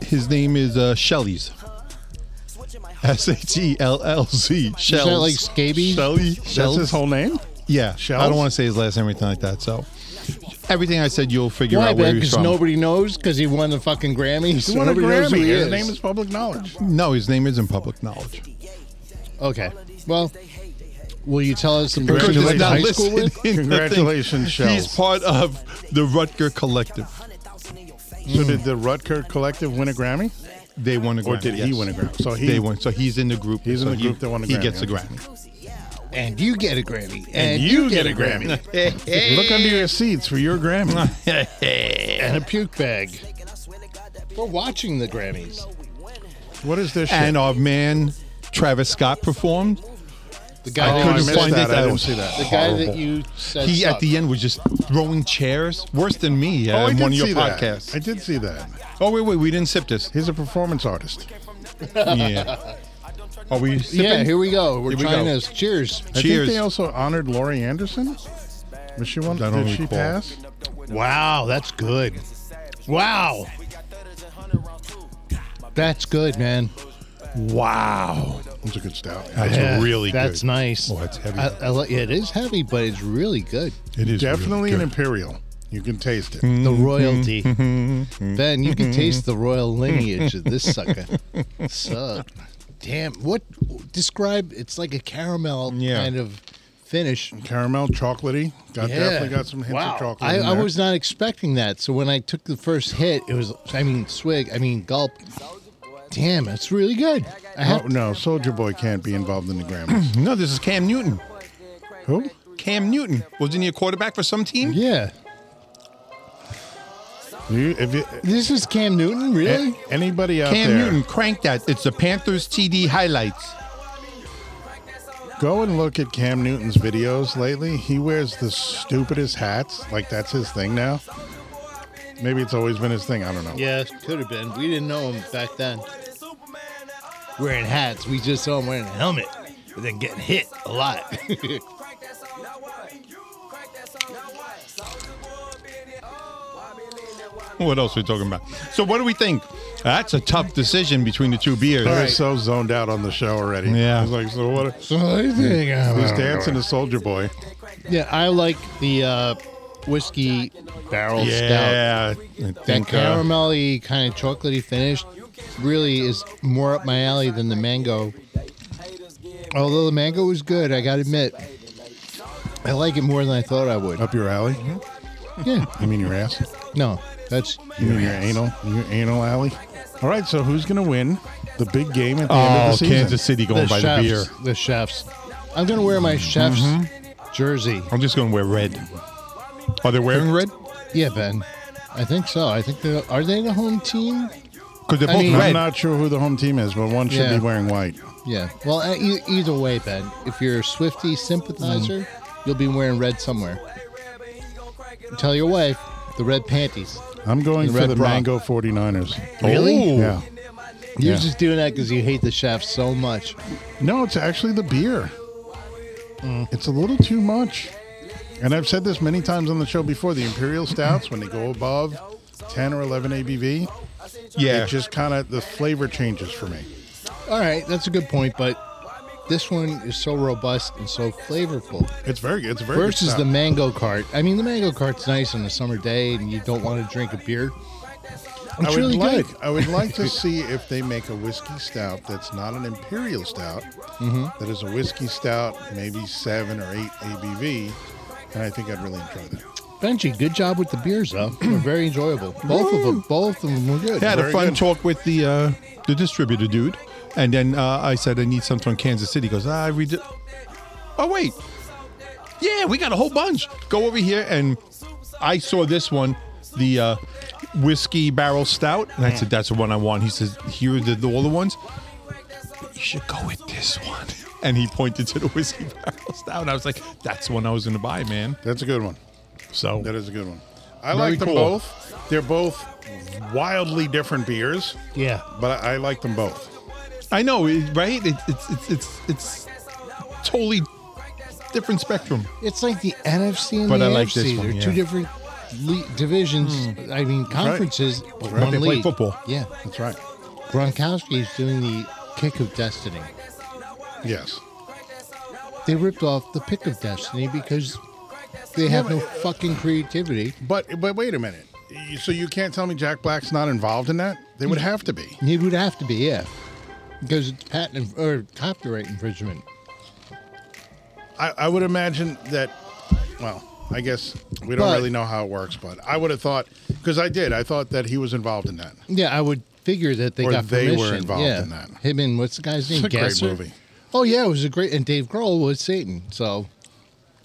[SPEAKER 6] his name is uh, Shelley's. S H E L L Z. Shells.
[SPEAKER 3] like scabies?
[SPEAKER 6] Shelly.
[SPEAKER 7] That's
[SPEAKER 6] Shells.
[SPEAKER 7] his whole name.
[SPEAKER 6] yeah.
[SPEAKER 7] Shells?
[SPEAKER 6] I don't want to say his last name or anything like that. So everything I said, you'll figure
[SPEAKER 3] Why,
[SPEAKER 6] out where
[SPEAKER 3] Ben?
[SPEAKER 6] he's
[SPEAKER 3] Because
[SPEAKER 6] from.
[SPEAKER 3] nobody knows because he won the fucking Grammy.
[SPEAKER 7] He
[SPEAKER 3] so
[SPEAKER 7] won a
[SPEAKER 3] nobody knows who
[SPEAKER 7] Grammy.
[SPEAKER 3] he
[SPEAKER 7] His
[SPEAKER 3] is.
[SPEAKER 7] name is public knowledge.
[SPEAKER 6] no, his name isn't public knowledge.
[SPEAKER 3] Okay. Well, will you tell us some
[SPEAKER 6] Because
[SPEAKER 3] person you
[SPEAKER 6] it's
[SPEAKER 3] went to
[SPEAKER 6] not
[SPEAKER 3] high school with?
[SPEAKER 6] listed in nothing.
[SPEAKER 7] Congratulations,
[SPEAKER 6] He's
[SPEAKER 7] Shells.
[SPEAKER 6] part of the Rutger Collective.
[SPEAKER 3] Hmm.
[SPEAKER 7] So did the Rutger Collective win a Grammy?
[SPEAKER 6] They won a Grammy.
[SPEAKER 7] Or did he
[SPEAKER 6] yes.
[SPEAKER 7] win a Grammy? So he
[SPEAKER 6] They won. So he's in the group.
[SPEAKER 7] He's in
[SPEAKER 6] So
[SPEAKER 7] the
[SPEAKER 6] he-
[SPEAKER 7] group that won a
[SPEAKER 6] He
[SPEAKER 7] Grammy,
[SPEAKER 6] gets a
[SPEAKER 7] okay.
[SPEAKER 6] Grammy.
[SPEAKER 3] And you get a Grammy. And,
[SPEAKER 7] you get a Grammy. Look under your seats for your Grammy.
[SPEAKER 3] and a puke bag. We're watching the Grammys.
[SPEAKER 7] What is this? Shit?
[SPEAKER 6] and our man Travis Scott performed.
[SPEAKER 3] The
[SPEAKER 6] I
[SPEAKER 3] guy,
[SPEAKER 6] couldn't
[SPEAKER 3] that, you
[SPEAKER 7] missed
[SPEAKER 6] find
[SPEAKER 7] that.
[SPEAKER 6] it.
[SPEAKER 7] I
[SPEAKER 6] That
[SPEAKER 7] didn't
[SPEAKER 6] was
[SPEAKER 7] see that.
[SPEAKER 3] the guy that
[SPEAKER 6] horrible.
[SPEAKER 3] you said
[SPEAKER 6] He at
[SPEAKER 3] sucked.
[SPEAKER 6] the end was just throwing chairs, worse than me.
[SPEAKER 7] oh,
[SPEAKER 6] uh,
[SPEAKER 7] I
[SPEAKER 6] in
[SPEAKER 7] did
[SPEAKER 6] one of your
[SPEAKER 7] see that.
[SPEAKER 6] podcasts.
[SPEAKER 7] I did see that.
[SPEAKER 6] Oh wait, wait, we didn't sip this.
[SPEAKER 7] He's a performance artist.
[SPEAKER 6] yeah. Are we sipping?
[SPEAKER 3] Yeah, here we go. We're
[SPEAKER 6] Here we
[SPEAKER 3] trying
[SPEAKER 6] go.
[SPEAKER 3] this. Cheers.
[SPEAKER 7] I
[SPEAKER 6] Cheers.
[SPEAKER 7] think they also honored Laurie Anderson. Was she one?
[SPEAKER 6] I
[SPEAKER 7] Did
[SPEAKER 6] don't
[SPEAKER 7] she
[SPEAKER 6] recall.
[SPEAKER 7] pass?
[SPEAKER 3] Wow, that's good. Wow. That's good, man.
[SPEAKER 6] wow,
[SPEAKER 7] It's a good stout.
[SPEAKER 6] that's
[SPEAKER 3] Yeah,
[SPEAKER 6] really
[SPEAKER 3] That's
[SPEAKER 6] good.
[SPEAKER 3] nice.
[SPEAKER 6] Oh, it's heavy.
[SPEAKER 3] I, I li- it is heavy, but it's really good.
[SPEAKER 6] It is
[SPEAKER 7] Definitely
[SPEAKER 6] really
[SPEAKER 7] an
[SPEAKER 6] good. Mm.
[SPEAKER 7] imperial. You can taste it.
[SPEAKER 3] The royalty. Ben, you can taste the royal lineage of this sucker. Suck. Damn. What? Describe. It's like a caramel
[SPEAKER 6] Yeah.
[SPEAKER 3] kind of finish.
[SPEAKER 7] Caramel, chocolatey. Got
[SPEAKER 3] Yeah.
[SPEAKER 7] definitely got some hints
[SPEAKER 3] wow.
[SPEAKER 7] of chocolate.
[SPEAKER 3] I,
[SPEAKER 7] in
[SPEAKER 3] I
[SPEAKER 7] there.
[SPEAKER 3] was not expecting that. So when I took the first hit, it was, I mean, swig, I mean, gulp. Damn, that's really good. I
[SPEAKER 7] Oh
[SPEAKER 3] have,
[SPEAKER 7] no, Soldier Boy can't be involved in the Grammys.
[SPEAKER 6] No, this is Cam Newton.
[SPEAKER 7] Who?
[SPEAKER 6] Cam Newton wasn't he a quarterback for some team?
[SPEAKER 3] yeah.
[SPEAKER 7] You, if you,
[SPEAKER 3] This is Cam Newton, really?
[SPEAKER 7] a- anybody out
[SPEAKER 6] Cam
[SPEAKER 7] there?
[SPEAKER 6] Newton, crank that. It's the Panthers TD highlights.
[SPEAKER 7] Go and look at Cam Newton's videos lately. He wears the stupidest hats. Like that's his thing now. Maybe it's always been his thing. I don't know.
[SPEAKER 3] Yeah, could have been. We didn't know him back then. Wearing hats, we just saw him wearing a helmet, and then getting hit a lot.
[SPEAKER 6] What else are we talking about? So, what do we think? That's a tough decision between the two beers.
[SPEAKER 7] I was so zoned out on the show already.
[SPEAKER 6] Yeah.
[SPEAKER 7] I was like, so what?
[SPEAKER 3] so I think
[SPEAKER 7] Who's dancing to Soldier Boy?
[SPEAKER 3] Yeah, I like the uh, whiskey barrel stout.
[SPEAKER 6] Yeah, I
[SPEAKER 3] That
[SPEAKER 6] think, uh,
[SPEAKER 3] caramelly kind of chocolatey finish really is more up my alley than the mango. Although the mango was good, I gotta admit, I like it more than I thought I would.
[SPEAKER 7] Up your alley?
[SPEAKER 3] Yeah,
[SPEAKER 7] You mean your ass?
[SPEAKER 3] no, that's
[SPEAKER 7] You mean your anal? Your anal alley? All right. So who's gonna win the big game at the end of
[SPEAKER 6] oh,
[SPEAKER 7] the season?
[SPEAKER 6] Kansas City going by
[SPEAKER 3] chefs,
[SPEAKER 6] the beer.
[SPEAKER 3] The chefs. I'm gonna wear my chef's jersey.
[SPEAKER 6] I'm just going to wear red. Are they wearing red?
[SPEAKER 3] Yeah, Ben. I think so. I think they're are they the home team?
[SPEAKER 6] because they're
[SPEAKER 3] I
[SPEAKER 6] both
[SPEAKER 3] mean-
[SPEAKER 6] red.
[SPEAKER 7] I'm not sure who the home team is, but one should
[SPEAKER 3] Yeah.
[SPEAKER 7] be wearing white.
[SPEAKER 3] Yeah. Well, uh, e- either way, Ben, if you're a Swifty
[SPEAKER 7] Mm.
[SPEAKER 3] sympathizer, you'll be wearing red somewhere. Tell your wife the red panties.
[SPEAKER 7] I'm going
[SPEAKER 3] The
[SPEAKER 7] for
[SPEAKER 3] red
[SPEAKER 7] the
[SPEAKER 3] bra.
[SPEAKER 7] Mango 49ers.
[SPEAKER 3] Really?
[SPEAKER 6] Oh.
[SPEAKER 7] Yeah.
[SPEAKER 3] You're
[SPEAKER 7] Yeah.
[SPEAKER 3] just doing that because you hate the chef so much.
[SPEAKER 7] No, it's actually the beer.
[SPEAKER 3] Mm.
[SPEAKER 7] It's a little too much. And I've said this many times on the show before the Imperial Stouts, when they go above 10 or 11 ABV,
[SPEAKER 6] Yeah.
[SPEAKER 7] it just kind of, the flavor changes for me.
[SPEAKER 3] All right, that's a good point, but this one is so robust and so flavorful
[SPEAKER 7] It's very good. It's a very good
[SPEAKER 3] versus
[SPEAKER 7] stout.
[SPEAKER 3] the mango cart. I mean, the mango cart's nice on a summer day and you don't want to drink a beer.
[SPEAKER 7] I
[SPEAKER 3] It's
[SPEAKER 7] would
[SPEAKER 3] really
[SPEAKER 7] like
[SPEAKER 3] good.
[SPEAKER 7] I would like to see if they make a whiskey stout that's not an imperial stout,
[SPEAKER 3] Mm-hmm.
[SPEAKER 7] that is a whiskey stout, maybe seven or eight ABV, and I think I'd really enjoy that.
[SPEAKER 3] Benji, good job with the beers, though. They're very enjoyable. Both of them, both of them were good.
[SPEAKER 6] Yeah, I had a
[SPEAKER 7] Very
[SPEAKER 6] fun
[SPEAKER 7] good.
[SPEAKER 6] talk with the uh, the distributor dude, and then uh, I said I need something from Kansas City. He goes, ah, I read. Oh wait, yeah, we got a whole bunch. Go over here, and I saw this one, the uh, whiskey barrel stout, and I said that's the one I want. He says here are the, the all the ones. You should go with this one, and he pointed to the whiskey barrel stout. And I was like, that's the one I was going to buy, man.
[SPEAKER 7] That's a good one.
[SPEAKER 6] So
[SPEAKER 7] That is a good one. I
[SPEAKER 6] Very
[SPEAKER 7] like them
[SPEAKER 6] cool.
[SPEAKER 7] both. They're both wildly different beers,
[SPEAKER 3] Yeah.
[SPEAKER 7] but I, I like them both.
[SPEAKER 6] I know, it- right? It, it's it's it's it's totally different spectrum.
[SPEAKER 3] It's like the NFC and
[SPEAKER 6] But
[SPEAKER 3] the
[SPEAKER 6] I like
[SPEAKER 3] AFC.
[SPEAKER 6] this one,
[SPEAKER 3] They're
[SPEAKER 6] yeah.
[SPEAKER 3] two different le- divisions. I mean, conferences, but
[SPEAKER 7] right.
[SPEAKER 3] one
[SPEAKER 6] They play
[SPEAKER 3] league.
[SPEAKER 6] football.
[SPEAKER 3] Yeah,
[SPEAKER 7] That's right.
[SPEAKER 3] Gronkowski is doing the kick of destiny.
[SPEAKER 7] Yes.
[SPEAKER 3] They ripped off the pick of destiny because they have no fucking creativity.
[SPEAKER 7] But but wait a minute. You- So you can't tell me Jack Black's not involved in that? They would have to be.
[SPEAKER 3] And It would have to be, yeah, because it's patent or copyright infringement.
[SPEAKER 7] I, I would imagine that. Well, I guess we don't
[SPEAKER 3] But-
[SPEAKER 7] really know how it works, but I would have thought because I did. I thought that he was involved in that.
[SPEAKER 3] Yeah, I would figure that they
[SPEAKER 7] Or
[SPEAKER 3] got
[SPEAKER 7] they were
[SPEAKER 3] permission.
[SPEAKER 7] involved
[SPEAKER 3] yeah.
[SPEAKER 7] in that.
[SPEAKER 3] Him and what's the guy's name?
[SPEAKER 7] It's a great
[SPEAKER 3] Gasser?
[SPEAKER 7] movie.
[SPEAKER 3] Oh yeah, it was a great. And Dave Grohl was Satan. So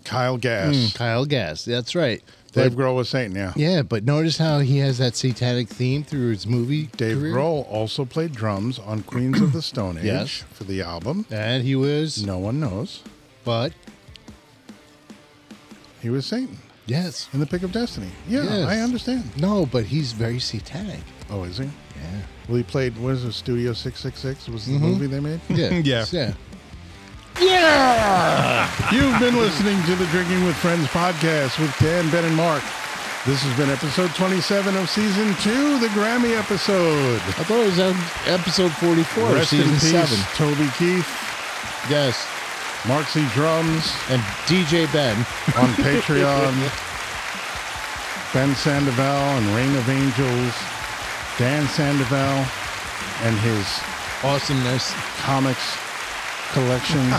[SPEAKER 3] Mm,
[SPEAKER 7] Kyle Gass,
[SPEAKER 3] Kyle Gass. That's right.
[SPEAKER 7] Dave
[SPEAKER 3] But-
[SPEAKER 7] Grohl was Satan. Yeah.
[SPEAKER 3] Yeah, but notice how he has that satanic theme through his movie.
[SPEAKER 7] Dave
[SPEAKER 3] career?
[SPEAKER 7] Grohl also played drums on Queens of the Stone Age
[SPEAKER 3] Yes.
[SPEAKER 7] for the album.
[SPEAKER 3] And he was,
[SPEAKER 7] No one knows
[SPEAKER 3] but
[SPEAKER 7] he was Satan
[SPEAKER 3] yes,
[SPEAKER 7] in the Pick of Destiny. Yeah,
[SPEAKER 3] Yes.
[SPEAKER 7] I understand.
[SPEAKER 3] no, but he's very satanic.
[SPEAKER 7] Oh, is he? Yeah. Well, he played. What is it? Studio Six Six Six was the movie they made.
[SPEAKER 3] Mm-hmm. Yeah,
[SPEAKER 6] Yeah.
[SPEAKER 3] yeah.
[SPEAKER 7] You've been listening to the Drinking with Friends podcast with Dan, Ben, and Mark. This has been episode 27 of season two, the Grammy episode.
[SPEAKER 3] I thought it was um, episode forty-four,
[SPEAKER 7] Rest in
[SPEAKER 3] season
[SPEAKER 7] peace,
[SPEAKER 3] seven.
[SPEAKER 7] Toby Keith,
[SPEAKER 3] Yes,
[SPEAKER 7] Mark C. Drums
[SPEAKER 3] and DJ Ben.
[SPEAKER 7] on Patreon, Ben Sandoval and Reign of Angels, Dan Sandoval and his
[SPEAKER 3] Awesomeness
[SPEAKER 7] comics collections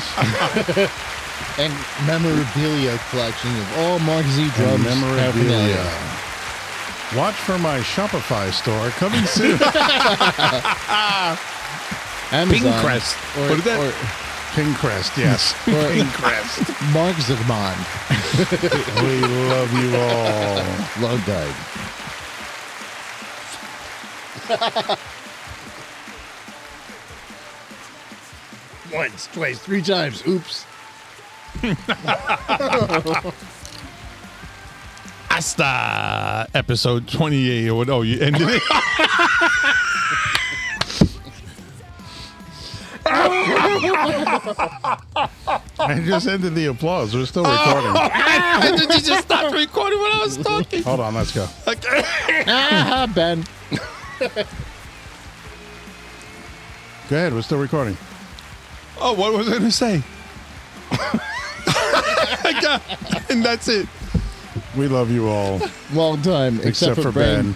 [SPEAKER 3] and memorabilia collection of all Mark Z
[SPEAKER 7] and
[SPEAKER 3] drums
[SPEAKER 7] memorabilia.
[SPEAKER 3] paraphernalia.
[SPEAKER 7] Watch for my Shopify store coming soon.
[SPEAKER 3] Amazon,
[SPEAKER 6] Pinterest.
[SPEAKER 3] or,
[SPEAKER 6] What is that?
[SPEAKER 3] or
[SPEAKER 7] Pinterest, yes.
[SPEAKER 3] Or-
[SPEAKER 7] Pinterest.
[SPEAKER 3] Mark Zagmond.
[SPEAKER 7] We love you all.
[SPEAKER 3] Love died.
[SPEAKER 10] Once, twice,
[SPEAKER 3] Three times. Oops.
[SPEAKER 6] Asta episode 28 or what? Oh, you ended it.
[SPEAKER 7] I just ended the applause. We're still recording.
[SPEAKER 6] and then you just stopped recording when I was talking.
[SPEAKER 7] Hold on, let's go.
[SPEAKER 3] Ah, Ben.
[SPEAKER 7] Go ahead, we're still recording.
[SPEAKER 6] Oh, what was I going to say? I got- and that's it.
[SPEAKER 7] We love you all,
[SPEAKER 3] Long time,
[SPEAKER 7] except, for Ben.